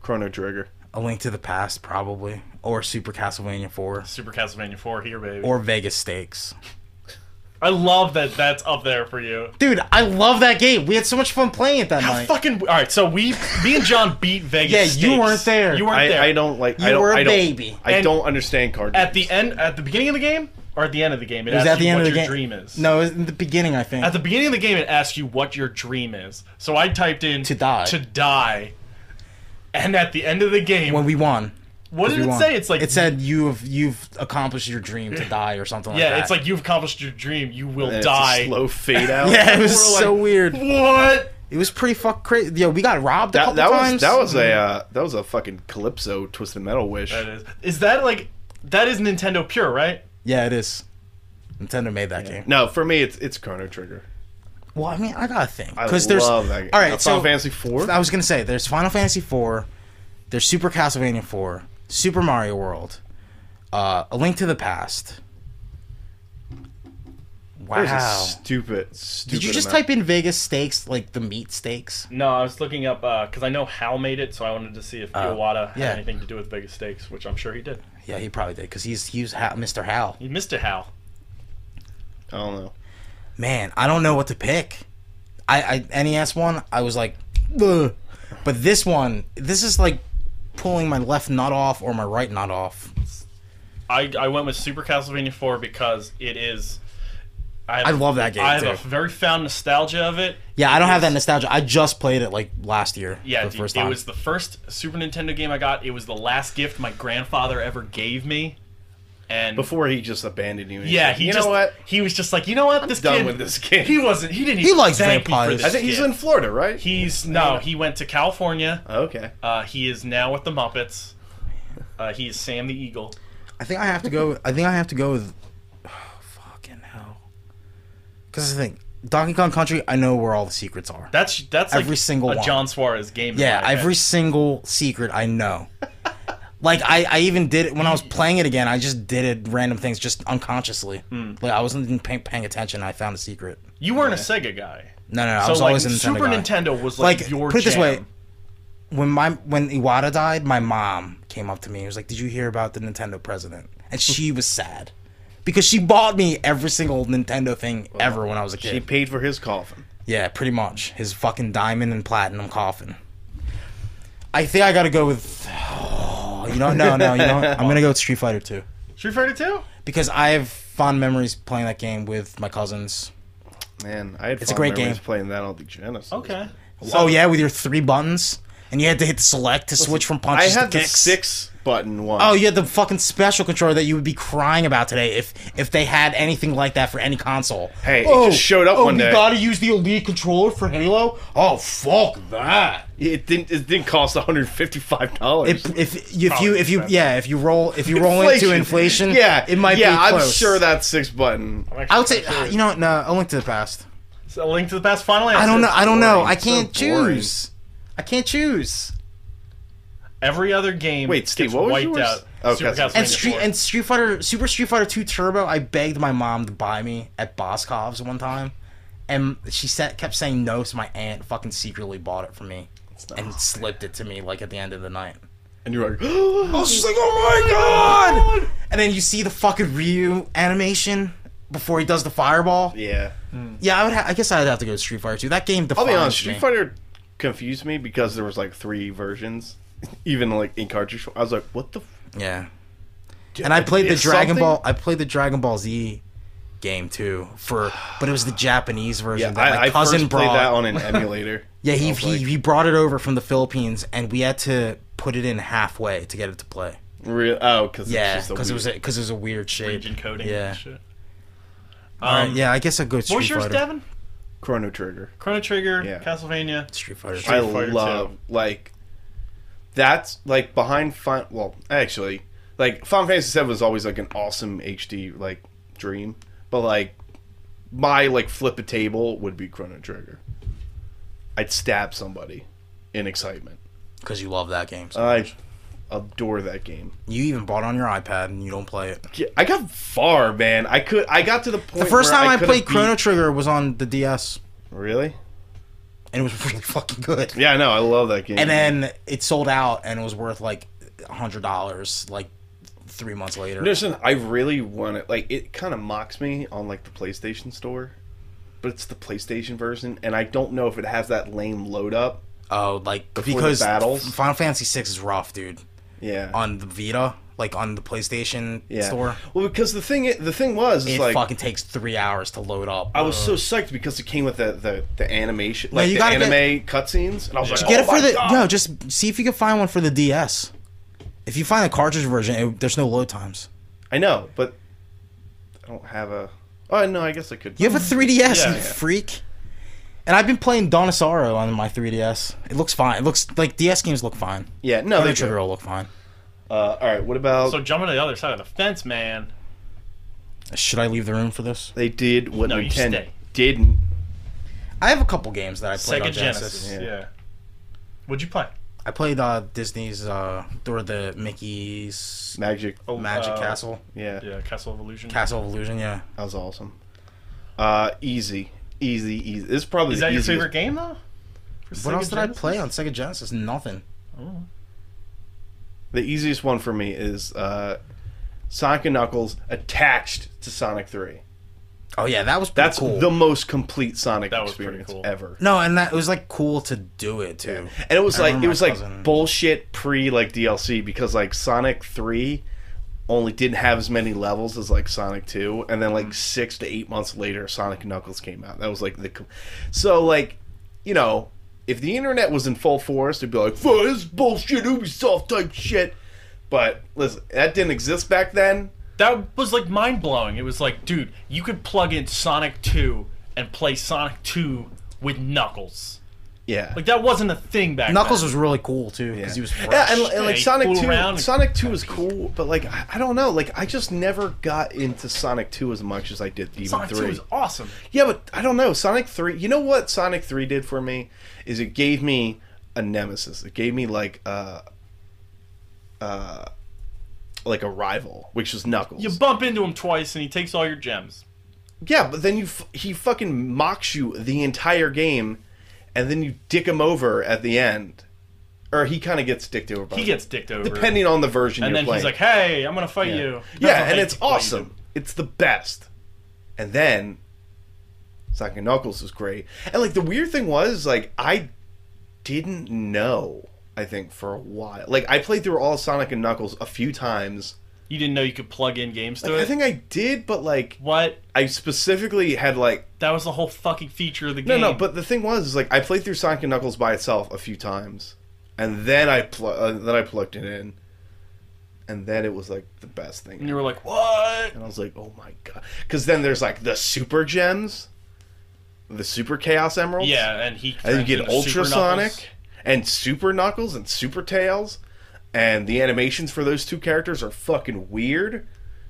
Speaker 2: Chrono Trigger.
Speaker 1: A Link to the Past, probably, or Super Castlevania Four,
Speaker 3: Super Castlevania 4 here, baby.
Speaker 1: or Vegas Stakes.
Speaker 3: I love that that's up there for you.
Speaker 1: Dude, I love that game. We had so much fun playing it that
Speaker 3: How
Speaker 1: night.
Speaker 3: fucking all right? So we, me and John
Speaker 1: *laughs*
Speaker 3: beat Vegas.
Speaker 1: Yeah, you
Speaker 3: Stakes.
Speaker 1: weren't there.
Speaker 3: You weren't there.
Speaker 2: I, I don't like. I
Speaker 1: You
Speaker 2: don't,
Speaker 1: were a
Speaker 2: I don't,
Speaker 1: baby.
Speaker 2: I
Speaker 3: And-
Speaker 2: don't understand card.
Speaker 3: At the end, at the beginning of the game, or at the end of the game, it,
Speaker 1: it was
Speaker 3: asks
Speaker 1: at the
Speaker 3: you
Speaker 1: end of
Speaker 3: what
Speaker 1: the
Speaker 3: your
Speaker 1: game.
Speaker 3: dream is.
Speaker 1: No, it was in the beginning, I think.
Speaker 3: At the beginning of the game, it asks you what your dream is. So I typed in
Speaker 1: To die.
Speaker 3: To die. And at the end of the game,
Speaker 1: when we won.
Speaker 3: what did
Speaker 1: we
Speaker 3: it
Speaker 1: won.
Speaker 3: say? It's like
Speaker 1: it said you've you've accomplished your dream
Speaker 3: *laughs*
Speaker 1: to die or something like
Speaker 3: Yeah,
Speaker 1: that.
Speaker 3: it's like you've accomplished your dream. You will
Speaker 2: And it's a
Speaker 3: die.
Speaker 2: slow
Speaker 1: *laughs*
Speaker 2: fade out.
Speaker 1: yeah, it was
Speaker 3: We're like-
Speaker 1: so weird.
Speaker 3: What?
Speaker 1: It was pretty fuck crazy. Yo, we got robbed a
Speaker 2: That,
Speaker 1: couple
Speaker 2: that was
Speaker 1: times.
Speaker 2: that was a uh, that was a fucking calypso twisted metal wish.
Speaker 3: That is. Is that like that is Nintendo Pure, right?
Speaker 1: yeah, it is. Nintendo made that game.
Speaker 2: No, for me it's it's Chrono Trigger.
Speaker 1: Well, I mean, I gotta think
Speaker 2: I
Speaker 1: because there's
Speaker 2: love that game.
Speaker 1: all
Speaker 2: Now,
Speaker 1: right.
Speaker 2: Final
Speaker 1: So
Speaker 2: Fantasy Four.
Speaker 1: I was gonna say there's Final Fantasy IV, there's Super Castlevania IV, Super Mario World, uh, A Link to the Past. Wow.
Speaker 2: There's a stupid, stupid.
Speaker 1: Did you just
Speaker 2: amount.
Speaker 1: type in Vegas steaks like the meat steaks?
Speaker 3: No, I was looking up because I know Hal made it, so I wanted to see if Iwata had
Speaker 1: yeah.
Speaker 3: anything to do with Vegas Stakes, which I'm sure he did.
Speaker 1: Yeah, he probably did because he's he was ha- Mr. Hal.
Speaker 3: He missed it, Hal.
Speaker 2: I don't know.
Speaker 1: Man, I don't know what to pick. I, I NES one, I was like, Ugh. but this one, this is like pulling my left nut off or my right nut off.
Speaker 3: I, I went with Super Castlevania 4 because it is. have-
Speaker 1: I love that game,
Speaker 3: I have a
Speaker 1: too.
Speaker 3: very found nostalgia of it.
Speaker 1: Yeah, I don't have that nostalgia. I just played it like last year.
Speaker 3: Yeah,
Speaker 1: for the
Speaker 3: dude,
Speaker 1: first
Speaker 3: it
Speaker 1: time.
Speaker 3: was the first Super Nintendo game I got. It was the last gift my grandfather ever gave me, and
Speaker 2: Before he just abandoned you. and
Speaker 3: yeah,
Speaker 2: said,
Speaker 3: he
Speaker 2: you
Speaker 3: just
Speaker 2: know
Speaker 1: *laughs*
Speaker 2: what?
Speaker 3: he was just like, you know what, this
Speaker 2: done
Speaker 3: kid-
Speaker 2: with this kid."
Speaker 3: He wasn't. He didn't. He
Speaker 1: likes
Speaker 3: thank me for
Speaker 1: vampires.
Speaker 3: this
Speaker 2: *laughs* I think he's
Speaker 3: kid.
Speaker 2: in Florida, right?
Speaker 3: He's no. He went to California.
Speaker 2: okay.
Speaker 1: Oh,
Speaker 3: Uh, he is now with the Muppets. Uh, he is Sam the Eagle.
Speaker 1: I think I have to go. I think I have to go with. *sighs* Oh, fucking hell. Because the thing, Donkey Kong Country, I know where all the secrets are.
Speaker 3: That's that's
Speaker 1: Every
Speaker 3: like
Speaker 1: single
Speaker 3: a
Speaker 1: one.
Speaker 3: John Suarez game. in
Speaker 1: Yeah,
Speaker 3: my head.
Speaker 1: every single secret I
Speaker 3: *laughs*
Speaker 1: know. like I, I even did it when I was playing it again. I just did it random things just unconsciously.
Speaker 3: Hmm.
Speaker 1: Like I wasn't even paying, paying attention. I found a secret.
Speaker 3: you weren't a Sega guy,
Speaker 1: No, no, no I
Speaker 3: so
Speaker 1: was
Speaker 3: like
Speaker 1: always a Nintendo
Speaker 3: Super
Speaker 1: guy.
Speaker 3: Nintendo was like,
Speaker 1: Like
Speaker 3: your.
Speaker 1: put it this way,
Speaker 3: jam.
Speaker 1: when my when Iwata died, my mom came up to me and was like, "Did you hear about the Nintendo president?" And she was sad because she bought me every single Nintendo
Speaker 3: *laughs*
Speaker 1: thing ever when I was a kid.
Speaker 2: He paid for his coffin.
Speaker 1: Yeah, pretty much. His fucking diamond and platinum coffin. I think I gotta go with. *sighs* Oh, you know, no, no, you know, what? I'm gonna go with Street Fighter 2
Speaker 3: Street Fighter Two.
Speaker 1: because I have fond memories playing that game with my cousins.
Speaker 2: Man, I had
Speaker 1: It's a
Speaker 2: fond
Speaker 1: great
Speaker 2: memories
Speaker 1: game.
Speaker 2: playing that on the Genesis.
Speaker 3: Okay.
Speaker 1: oh yeah, with your three buttons, and you had to hit select to switch from
Speaker 2: I
Speaker 1: punches
Speaker 2: had
Speaker 1: to
Speaker 2: the
Speaker 1: kicks.
Speaker 2: six button one.
Speaker 1: Oh, you had the fucking special controller that you would be crying about today if if they had anything like that for any console.
Speaker 2: Hey, it
Speaker 1: oh,
Speaker 2: just showed up
Speaker 1: oh,
Speaker 2: one
Speaker 1: You
Speaker 2: day.
Speaker 1: gotta use the Elite controller for Halo. Oh, fuck that.
Speaker 2: It didn't. It didn't cost one hundred fifty five dollars.
Speaker 1: If if you- if you if you yeah if you roll if you roll into inflation
Speaker 2: yeah,
Speaker 1: it might
Speaker 2: yeah,
Speaker 1: be
Speaker 2: I'm
Speaker 1: close.
Speaker 2: sure that six button.
Speaker 1: I would say ah, you know what, no a link to the past
Speaker 3: A Link to the Past Final Answer.
Speaker 1: I don't know I don't know I
Speaker 2: It's so
Speaker 1: can't
Speaker 2: boring.
Speaker 1: choose I can't choose
Speaker 3: Every other game.
Speaker 2: Wait, Steve,
Speaker 3: gets
Speaker 2: what was
Speaker 3: wiped
Speaker 2: yours?
Speaker 3: out.
Speaker 2: Oh,
Speaker 3: Super
Speaker 2: Castlevania.
Speaker 3: Castlevania
Speaker 1: and Street
Speaker 3: 4.
Speaker 1: and Street Fighter Super Street Fighter 2 Turbo I begged my mom to buy me at Boscov's one time and she said kept saying no so my aunt fucking secretly bought it for me and slipped it to me like at the end of the night
Speaker 2: And you're like, *gasps*
Speaker 1: I was just like, oh my god! And then you see the fucking Ryu animation before he does the fireball. Yeah,
Speaker 2: yeah.
Speaker 1: I would. Ha- I guess I'd have to go to Street Fighter 2. That game
Speaker 2: I'll
Speaker 1: defines
Speaker 2: be honest.
Speaker 1: me.
Speaker 2: Street Fighter confused me because there was like three versions, *laughs* even like in cartridge. I was like, what the. F-
Speaker 1: yeah, and I played the
Speaker 2: It's
Speaker 1: Dragon
Speaker 2: something-
Speaker 1: Ball. I played the Dragon Ball Z game too for, but it was the Japanese version
Speaker 2: Yeah,
Speaker 1: that my
Speaker 2: I, I
Speaker 1: cousin
Speaker 2: first
Speaker 1: brought.
Speaker 2: played that on
Speaker 1: *laughs*
Speaker 2: an emulator.
Speaker 1: yeah, he,
Speaker 2: I was
Speaker 1: he
Speaker 2: like-
Speaker 1: he brought it over from the Philippines, and we had to put it in halfway to get it to play.
Speaker 2: Real, oh, because
Speaker 1: Yeah,
Speaker 2: because
Speaker 1: because it was because it was a weird shape.
Speaker 3: region coding.
Speaker 1: Yeah.
Speaker 3: And shit. Um,
Speaker 1: All
Speaker 2: Um,
Speaker 1: right, yeah, I guess I'd go
Speaker 3: What
Speaker 1: Street
Speaker 3: was yours,
Speaker 1: Fighter.
Speaker 3: Devin?
Speaker 2: Chrono Trigger.
Speaker 3: Chrono Trigger,
Speaker 2: Yeah.
Speaker 3: Castlevania.
Speaker 1: Street Fighter.
Speaker 2: I
Speaker 3: Fighter two.
Speaker 2: love like that's like behind Fin Well, actually, like Final Fantasy VII was always like an awesome HD like dream, But like my like flip a table would be Chrono Trigger. I'd stab somebody in excitement.
Speaker 1: because you love that game. So.
Speaker 2: I adore that game.
Speaker 1: you even bought it on your iPad and you don't play it.
Speaker 2: Yeah, I got far, man. I could I got to the point
Speaker 1: The first
Speaker 2: where
Speaker 1: time I,
Speaker 2: could've
Speaker 1: played
Speaker 2: beat-
Speaker 1: Chrono Trigger was on the DS,
Speaker 2: Really?
Speaker 1: and it was *laughs* really fucking good.
Speaker 2: Yeah, I know. I love that game.
Speaker 1: And then it sold out and it was worth like hundred dollars, like three months later.
Speaker 2: Listen, I really want it. Like, it kind of mocks me on like the PlayStation Store, but it's the PlayStation version, and I don't know if it has that lame load up.
Speaker 1: Oh, like
Speaker 2: Before the
Speaker 1: because
Speaker 2: battles?
Speaker 1: Final Fantasy VI is rough, dude.
Speaker 2: Yeah.
Speaker 1: On the Vita, like on the PlayStation
Speaker 2: yeah.
Speaker 1: store,
Speaker 2: Well, because the thing, i- the thing was, is
Speaker 1: it
Speaker 2: like
Speaker 1: fucking takes three hours to load up.
Speaker 2: I was so psyched because it came with the the, the animation,
Speaker 1: No,
Speaker 2: like
Speaker 1: you
Speaker 2: the
Speaker 1: gotta get-
Speaker 2: anime cutscenes, and I was like,
Speaker 1: Get
Speaker 2: oh
Speaker 1: it for
Speaker 2: my
Speaker 1: the
Speaker 2: God.
Speaker 1: no. Just see if you can find one for the DS. If you find a cartridge version, it, there's no load times.
Speaker 2: I know, but I don't have a. Oh no, I guess I could.
Speaker 1: You have a 3DS,
Speaker 3: Yeah,
Speaker 1: you
Speaker 3: yeah.
Speaker 1: freak. And I've been playing Donisaro on my 3DS. It looks fine. It looks like DS games look fine.
Speaker 2: yeah, no,
Speaker 1: Other
Speaker 2: they
Speaker 1: trigger
Speaker 2: do.
Speaker 1: will look fine.
Speaker 2: Uh, all right, what about
Speaker 3: So jump on the other side of the fence, man.
Speaker 1: Should I leave the room for this?
Speaker 2: they did what
Speaker 3: No, you
Speaker 2: Nintendo
Speaker 3: stay.
Speaker 2: didn't?
Speaker 1: I have a couple games that I played
Speaker 3: Sega
Speaker 1: on Genesis.
Speaker 3: Genesis.
Speaker 2: Yeah.
Speaker 3: Yeah. What'd you play?
Speaker 1: I played uh, Disney's uh, or the Mickey's
Speaker 2: Magic,
Speaker 3: Oh,
Speaker 1: Magic
Speaker 3: uh,
Speaker 1: Castle,
Speaker 2: yeah.
Speaker 3: Yeah, Castle of Illusion.
Speaker 1: Castle of Illusion. Yeah,
Speaker 2: That was awesome. Uh, easy, easy, easy. This is probably
Speaker 3: Is
Speaker 2: the
Speaker 3: that your
Speaker 2: easiest.
Speaker 3: favorite game though? For
Speaker 1: what
Speaker 3: Sega
Speaker 1: else did
Speaker 3: Genesis?
Speaker 1: I play on Sega Genesis? Nothing.
Speaker 2: The easiest one for me is uh, Sonic and Knuckles attached to Sonic Three.
Speaker 1: Oh yeah, that was pretty
Speaker 2: That's
Speaker 1: cool.
Speaker 2: the most complete Sonic
Speaker 3: That was pretty
Speaker 2: experience
Speaker 3: cool.
Speaker 2: ever.
Speaker 1: no, and that it was like cool to do it too.
Speaker 2: And it was
Speaker 1: I
Speaker 2: like
Speaker 1: remember
Speaker 2: it was
Speaker 1: my
Speaker 2: like
Speaker 1: cousin-
Speaker 2: bullshit pre like DLC because like Sonic Three only didn't have as many levels as like Sonic Two, and then
Speaker 3: Mm.
Speaker 2: like six to eight months later, Sonic and Knuckles came out. That was like the, co- so like, you know, if the internet was in full force, they'd be like, "Fuck this is bullshit Ubisoft type shit." But listen, that didn't exist back then.
Speaker 3: That was like mind blowing. It was like, dude, you could plug in Sonic 2 and play Sonic 2 with Knuckles.
Speaker 2: Yeah,
Speaker 3: Like that wasn't a thing back
Speaker 1: Knuckles
Speaker 3: then.
Speaker 1: was really cool too because he was fresh.
Speaker 2: Yeah, and, and,
Speaker 3: Yeah,
Speaker 2: like
Speaker 3: he
Speaker 2: Sonic
Speaker 3: flew
Speaker 2: Two,
Speaker 3: around and-
Speaker 2: Sonic Two was cool, but like I, I don't know, like I just never got into Sonic Two as much as I did even
Speaker 3: Sonic
Speaker 2: three.
Speaker 3: 2 was awesome.
Speaker 2: Yeah, but I don't know. Sonic 3, you know what Sonic 3 did for me is it gave me a nemesis. It gave me like a uh like a rival, which was Knuckles.
Speaker 3: You bump into him twice and he takes all your gems.
Speaker 2: yeah, but then you f- he fucking mocks you the entire game and then you dick him over at the end. Or he kind of gets dicked over by
Speaker 3: He gets dicked over.
Speaker 2: depending on the version
Speaker 3: and
Speaker 2: you're
Speaker 3: then
Speaker 2: playing.
Speaker 3: he's like, hey, I'm going to fight you. That's
Speaker 2: yeah,
Speaker 3: what
Speaker 2: and
Speaker 3: they
Speaker 2: it's
Speaker 3: do.
Speaker 2: awesome. It's the best. And then Sonic and Knuckles was great. And like the weird thing was, like I didn't know. I think for a while, like I played through all of Sonic and Knuckles a few times.
Speaker 3: You didn't know you could plug in games to
Speaker 2: I
Speaker 3: it?
Speaker 2: think I did, but like
Speaker 3: what?
Speaker 2: I specifically had like
Speaker 3: That was the whole fucking feature of the
Speaker 2: no,
Speaker 3: game.
Speaker 2: no. But the thing was, is like I played through Sonic and Knuckles by itself a few times, and then I pl- uh, then I plugged it in, and then it was like the best thing.
Speaker 3: And you were like, what?
Speaker 2: And I was like, oh my god. Because then there's like the super gems, the super chaos emeralds.
Speaker 3: Yeah, and he.
Speaker 2: And
Speaker 3: turns
Speaker 2: you get
Speaker 3: into Super Knuckles.
Speaker 2: ultrasonic and super knuckles and super tails. And the animations for those two characters are fucking weird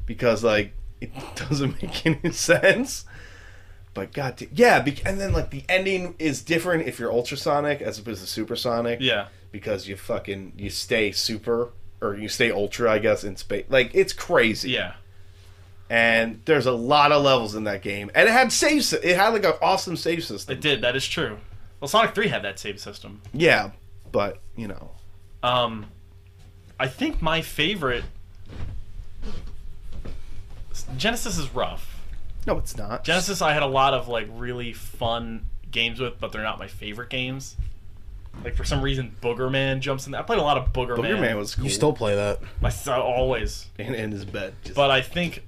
Speaker 2: because like *laughs* it doesn't make *laughs* any sense. But god, da- yeah, bec- and then like the ending is different if you're ultrasonic as opposed to supersonic
Speaker 3: Yeah.
Speaker 2: because you fucking you stay super or you stay ultra, I guess, in space. Like it's crazy
Speaker 3: Yeah.
Speaker 2: and there's a lot of levels in that game, and it had save. sy- It had like an awesome save system.
Speaker 3: It did. That is true. Well, Sonic 3 had that save system.
Speaker 2: Yeah, but you know,
Speaker 3: Um, I think my favorite Genesis is rough.
Speaker 2: no, it's not.
Speaker 3: Genesis, I had a lot of like really fun games with, but they're not my favorite games. Like for some reason, Boogerman jumps in. I played a lot of Boogerman.
Speaker 2: Booger Man was cool.
Speaker 1: You still play that?
Speaker 3: my son always.
Speaker 2: in, in his bed. Just,
Speaker 3: But I think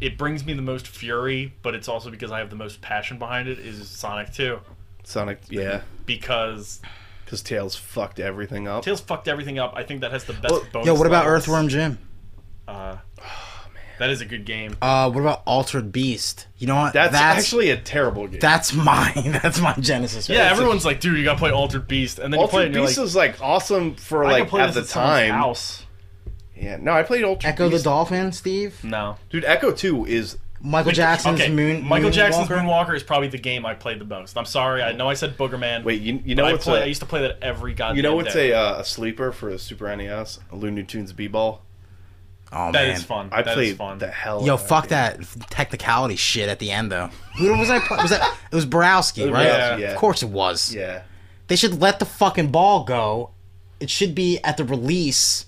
Speaker 3: it brings me the most fury, but it's also because I have the most passion behind it. Is Sonic Two
Speaker 2: Sonic, yeah,
Speaker 3: because
Speaker 2: because Tails fucked everything up.
Speaker 3: Tails fucked everything up. I think that has the best.
Speaker 2: Well,
Speaker 3: bonus
Speaker 1: Yo, what about
Speaker 3: levels.
Speaker 1: Earthworm Jim?
Speaker 3: Uh, That is a good game.
Speaker 1: Uh, what about Altered Beast? You know what?
Speaker 2: That's, actually a terrible game.
Speaker 1: that's mine. *laughs* That's my Genesis.
Speaker 3: Yeah,
Speaker 1: right?
Speaker 3: everyone's like, dude, you gotta play Altered Beast, and then you play it
Speaker 2: Altered
Speaker 3: and you're
Speaker 2: Beast
Speaker 3: like,
Speaker 2: was like awesome for
Speaker 3: I can
Speaker 2: like
Speaker 3: play
Speaker 2: at
Speaker 3: this
Speaker 2: the
Speaker 3: someone's
Speaker 2: time.
Speaker 3: House.
Speaker 2: Yeah, no, I played Ultra
Speaker 1: Echo the
Speaker 2: Beast.
Speaker 1: Dolphin, Steve.
Speaker 3: No.
Speaker 2: Dude, Echo 2 is
Speaker 1: Michael Jackson's
Speaker 3: okay.
Speaker 1: Moon.
Speaker 3: Michael Jackson's
Speaker 1: Moonwalker.
Speaker 3: Moonwalker is probably the game I played the most. I'm sorry, I know I said Boogerman.
Speaker 2: Wait, you, you
Speaker 3: but
Speaker 2: know
Speaker 3: I,
Speaker 2: what's
Speaker 3: play,
Speaker 2: a-
Speaker 3: I used to play that every goddamn
Speaker 2: you know what's
Speaker 3: day.
Speaker 2: a, uh, a sleeper for a Super NES? A Looney Tunes B-ball.
Speaker 1: Oh
Speaker 3: That
Speaker 1: man,
Speaker 3: is fun.
Speaker 2: I
Speaker 3: That is
Speaker 2: played
Speaker 3: fun.
Speaker 2: the hell.
Speaker 1: Yo,
Speaker 2: out of
Speaker 1: fuck that technicality shit at the end though. Who was I? Play? Was that? It was Borowski, right?
Speaker 2: Borowski, yeah.
Speaker 1: Of course it was.
Speaker 2: it. Yeah,
Speaker 1: They should let the fucking ball go. It should be at the release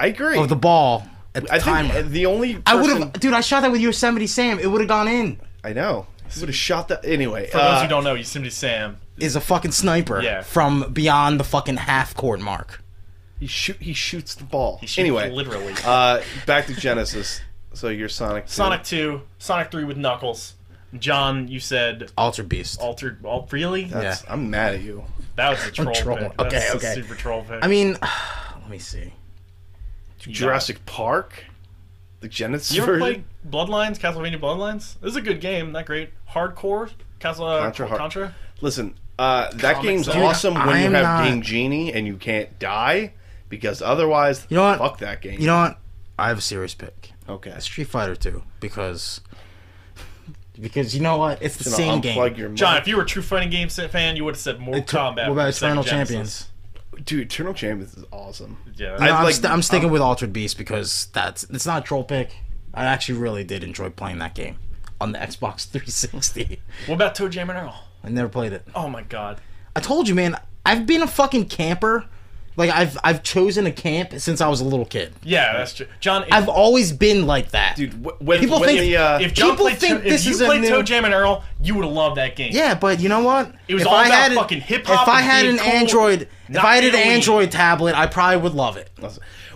Speaker 2: I agree.
Speaker 1: of the ball at the
Speaker 2: I
Speaker 1: timer.
Speaker 2: think the only person,
Speaker 1: I would have, dude. I shot that with Yosemite Sam. It would have gone in.
Speaker 2: I know. Would have shot that anyway.
Speaker 3: For those
Speaker 2: uh,
Speaker 3: who don't know, Yosemite Sam.
Speaker 1: Is a fucking sniper
Speaker 3: Yeah.
Speaker 1: from beyond the fucking half court mark.
Speaker 2: he shoot. He shoots the ball.
Speaker 3: She
Speaker 2: anyway,
Speaker 3: literally.
Speaker 2: uh, back to Genesis. So you're Sonic. 2.
Speaker 3: Sonic Two, Sonic Three with Knuckles. John, you said
Speaker 1: Alter Beast.
Speaker 3: altered. Al- really?
Speaker 2: That's- I'm mad at you.
Speaker 3: That was a troll
Speaker 1: trolling.
Speaker 3: pick. That's
Speaker 1: Okay,
Speaker 3: a
Speaker 1: okay.
Speaker 3: super troll pick.
Speaker 1: I mean, *sighs* let me see.
Speaker 2: Jurassic Park, the Genesis
Speaker 3: You ever
Speaker 2: version.
Speaker 3: played Bloodlines, Castlevania Bloodlines? This is a good game, not great. Hardcore, Castle, uh,
Speaker 2: Contra
Speaker 3: Contra.
Speaker 2: hard- Listen, uh, that game's
Speaker 3: Dude,
Speaker 2: awesome when
Speaker 1: I
Speaker 2: you
Speaker 1: am
Speaker 2: have
Speaker 1: not-
Speaker 2: Game Genie and you can't die because otherwise,
Speaker 1: You know what?
Speaker 2: fuck that game.
Speaker 1: You know what? I have a serious pick.
Speaker 2: okay.
Speaker 1: Street Fighter 2 because *laughs* because you know what? It's the
Speaker 2: Gonna
Speaker 1: same
Speaker 2: unplug
Speaker 1: game.
Speaker 2: your mic.
Speaker 3: John, if you were a true fighting game set fan, you would have said Mortal
Speaker 1: It took-
Speaker 3: Kombat.
Speaker 1: what about
Speaker 3: for the
Speaker 1: Eternal
Speaker 3: Sega Genesis.
Speaker 1: Champions?
Speaker 2: Dude, Eternal Champions is awesome.
Speaker 3: Yeah,
Speaker 1: No,
Speaker 2: I'd
Speaker 1: I'm,
Speaker 2: like-
Speaker 1: st- I'm sticking with Altered Beast because that's it's not a troll pick. I actually really did enjoy playing that game on the Xbox *laughs* 360.
Speaker 3: What about Toe Jam and Earl?
Speaker 1: I never played it.
Speaker 3: Oh my god.
Speaker 1: I told you, man. I've been a fucking camper. Like I've I've chosen a camp since I was a little kid.
Speaker 3: Yeah, that's true. John, if,
Speaker 1: I've always been like that.
Speaker 2: Dude, wh- when
Speaker 1: People
Speaker 2: when
Speaker 1: think-
Speaker 2: the, uh,
Speaker 3: if John
Speaker 1: people
Speaker 3: played,
Speaker 1: think
Speaker 3: Toe-
Speaker 1: this
Speaker 3: if you
Speaker 1: is a
Speaker 3: played
Speaker 1: new-
Speaker 3: Toe Jam and Earl, you would have loved that game.
Speaker 1: Yeah, but you know what? It
Speaker 3: was all about fucking hip-hop
Speaker 1: If I
Speaker 3: and
Speaker 1: had
Speaker 3: being
Speaker 1: an
Speaker 3: cool,
Speaker 1: Android, if
Speaker 3: not
Speaker 1: I had an
Speaker 3: being a weeb.
Speaker 1: Android tablet, I probably would love it.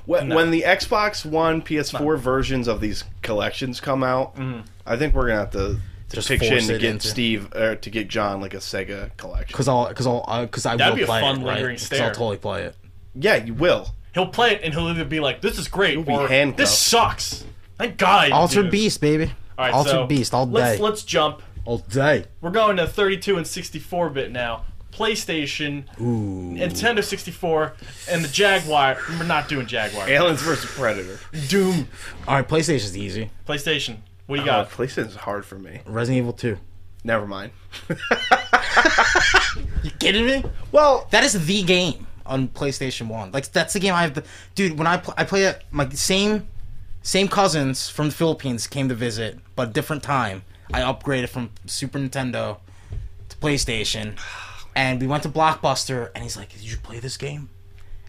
Speaker 2: when, when the Xbox One, PS4 versions of these collections come out, I think we're gonna have to, to
Speaker 1: Mm-hmm. Just
Speaker 2: pitch in
Speaker 1: force
Speaker 2: to
Speaker 1: it
Speaker 2: get
Speaker 1: into-
Speaker 2: Steve or to get John like a Sega collection.
Speaker 1: Cause I'll, uh, cause I'll, because I
Speaker 3: That'd
Speaker 1: will
Speaker 3: be a
Speaker 1: play
Speaker 3: fun
Speaker 1: it, right?
Speaker 3: lingering
Speaker 1: 'Cause
Speaker 3: stare.
Speaker 1: I'll totally play it.
Speaker 2: Yeah, you will.
Speaker 3: He'll play it and he'll either be like, "This is great,"
Speaker 2: be
Speaker 3: or
Speaker 2: handcuffed.
Speaker 3: "This sucks." Thank God. I didn't do
Speaker 1: Altered
Speaker 3: this.
Speaker 1: Beast, baby.
Speaker 3: All right,
Speaker 1: Altered
Speaker 3: so
Speaker 1: Beast all
Speaker 3: Let's
Speaker 1: day,
Speaker 3: let's jump.
Speaker 1: all day.
Speaker 3: We're going to 32 and 64 bit now. PlayStation, Nintendo 64, and the Jaguar. We're not doing Jaguar.
Speaker 2: Aliens versus
Speaker 1: *laughs*
Speaker 2: Predator.
Speaker 1: Doom. All right, PlayStation's easy.
Speaker 3: PlayStation. What do
Speaker 1: Oh,
Speaker 3: you
Speaker 2: Uh,
Speaker 3: got?
Speaker 2: PlayStation's hard for me.
Speaker 1: Resident Evil Two.
Speaker 2: Never mind.
Speaker 1: Kidding me?
Speaker 2: Well,
Speaker 1: That is the game on PlayStation One. Like that's the game I have. The, dude, when I pl- I play it, my same same cousins from the Philippines came to visit, but different time. I upgraded from Super Nintendo to PlayStation, and we went to Blockbuster, and he's like, "Did you play this game?"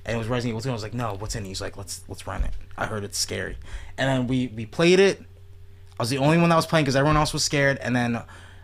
Speaker 1: And it was Resident Evil 2. I was like, "No, what's in it?" He's like, "Let's let's run it." I heard it's scary, and then we we played it. I was the only one that was playing because everyone else was scared, and then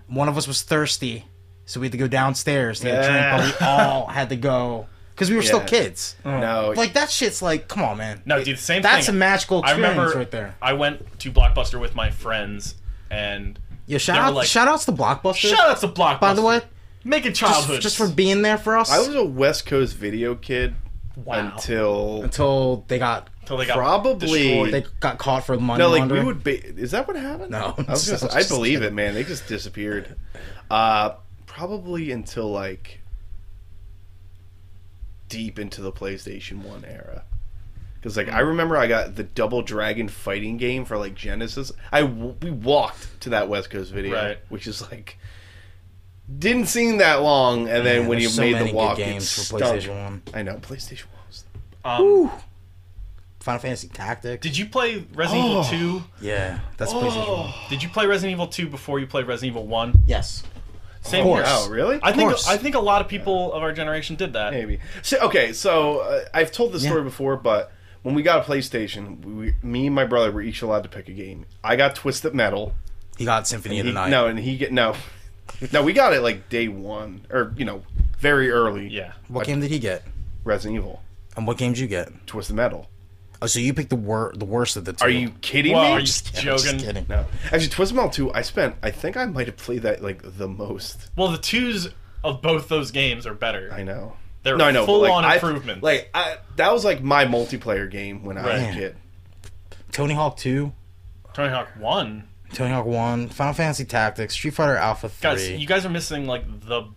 Speaker 1: one of us was thirsty, so we had to go downstairs to get
Speaker 2: Yeah.
Speaker 1: a drink, but we all had to go because we were still
Speaker 2: Yeah.
Speaker 1: kids.
Speaker 2: no.
Speaker 1: Like that shit's like, come on, man.
Speaker 3: No, dude, the same
Speaker 1: That's
Speaker 3: thing.
Speaker 1: a magical
Speaker 3: I
Speaker 1: experience
Speaker 3: remember
Speaker 1: right there.
Speaker 3: I went to Blockbuster with my friends and
Speaker 1: Yeah, shout
Speaker 3: they were
Speaker 1: out,
Speaker 3: like-
Speaker 1: shout outs to Blockbuster.
Speaker 3: shout out to Blockbuster.
Speaker 1: by the way,
Speaker 3: making
Speaker 1: just,
Speaker 3: childhood
Speaker 1: just for being there for us
Speaker 2: I was a West Coast video kid
Speaker 3: wow.
Speaker 2: until
Speaker 1: until they got
Speaker 3: Till they got
Speaker 2: probably-
Speaker 3: destroyed.
Speaker 1: they got caught for money
Speaker 2: No, like we
Speaker 1: laundering.
Speaker 2: would. Ba- is that what happened?
Speaker 1: No.
Speaker 2: I was
Speaker 1: I was
Speaker 2: just, I
Speaker 1: just
Speaker 2: believe it, man. They just disappeared. Uh, probably until like deep into the PlayStation One era. Because like I remember, I got the Double Dragon fighting game for like Genesis. I w- we walked to that West Coast video,
Speaker 3: Right.
Speaker 2: which is like didn't seem that long, and then
Speaker 1: Man,
Speaker 2: when you
Speaker 1: there's so
Speaker 2: made
Speaker 1: many
Speaker 2: the
Speaker 1: good
Speaker 2: walk, it
Speaker 1: games for
Speaker 2: stunk.
Speaker 1: PlayStation One.
Speaker 2: I know PlayStation One. Was the-
Speaker 3: um,
Speaker 1: Final Fantasy Tactic.
Speaker 3: did you play Resident
Speaker 2: Oh.
Speaker 3: Evil 2?
Speaker 1: yeah, that's PlayStation One.
Speaker 3: Did you play Resident Evil 2 before you played Resident Evil 1?
Speaker 1: Yes.
Speaker 3: Same
Speaker 1: course.
Speaker 3: here.
Speaker 2: Oh, really?
Speaker 3: I think
Speaker 1: course.
Speaker 3: I think a lot of people of our generation did that.
Speaker 2: Maybe. So okay, so uh, I've told this
Speaker 1: Yeah.
Speaker 2: story before, but when we got a PlayStation, we, me and my brother were each allowed to pick a game. I got Twisted Metal.
Speaker 1: He got Symphony of the
Speaker 2: He-
Speaker 1: Night.
Speaker 2: No, and he get no, *laughs* no. We got it like day one, or you know, very early.
Speaker 3: Yeah.
Speaker 1: What game did he get?
Speaker 2: Resident Evil,
Speaker 1: And what game did you get?
Speaker 2: Twisted Metal.
Speaker 1: Oh, so you picked the wor- the worst of the two.
Speaker 2: Are you kidding
Speaker 3: Well,
Speaker 2: me?
Speaker 3: are you
Speaker 1: I'm
Speaker 3: joking?
Speaker 1: just kidding.
Speaker 2: no. Actually, Twisted Metal two. I spent. I think I might have played that like the most.
Speaker 3: Well, the twos of both those games are better.
Speaker 2: I know.
Speaker 3: They're
Speaker 2: no, I know. but,
Speaker 3: full
Speaker 2: like,
Speaker 3: on
Speaker 2: I-
Speaker 3: improvements.
Speaker 2: Like I, that was like my multiplayer game when I was
Speaker 3: Right.
Speaker 2: a kid.
Speaker 1: Tony Hawk Two,
Speaker 3: Tony Hawk 1.
Speaker 1: Tony Hawk One, Final Fantasy Tactics, Street Fighter Alpha Three,
Speaker 3: Guys, you guys are missing like the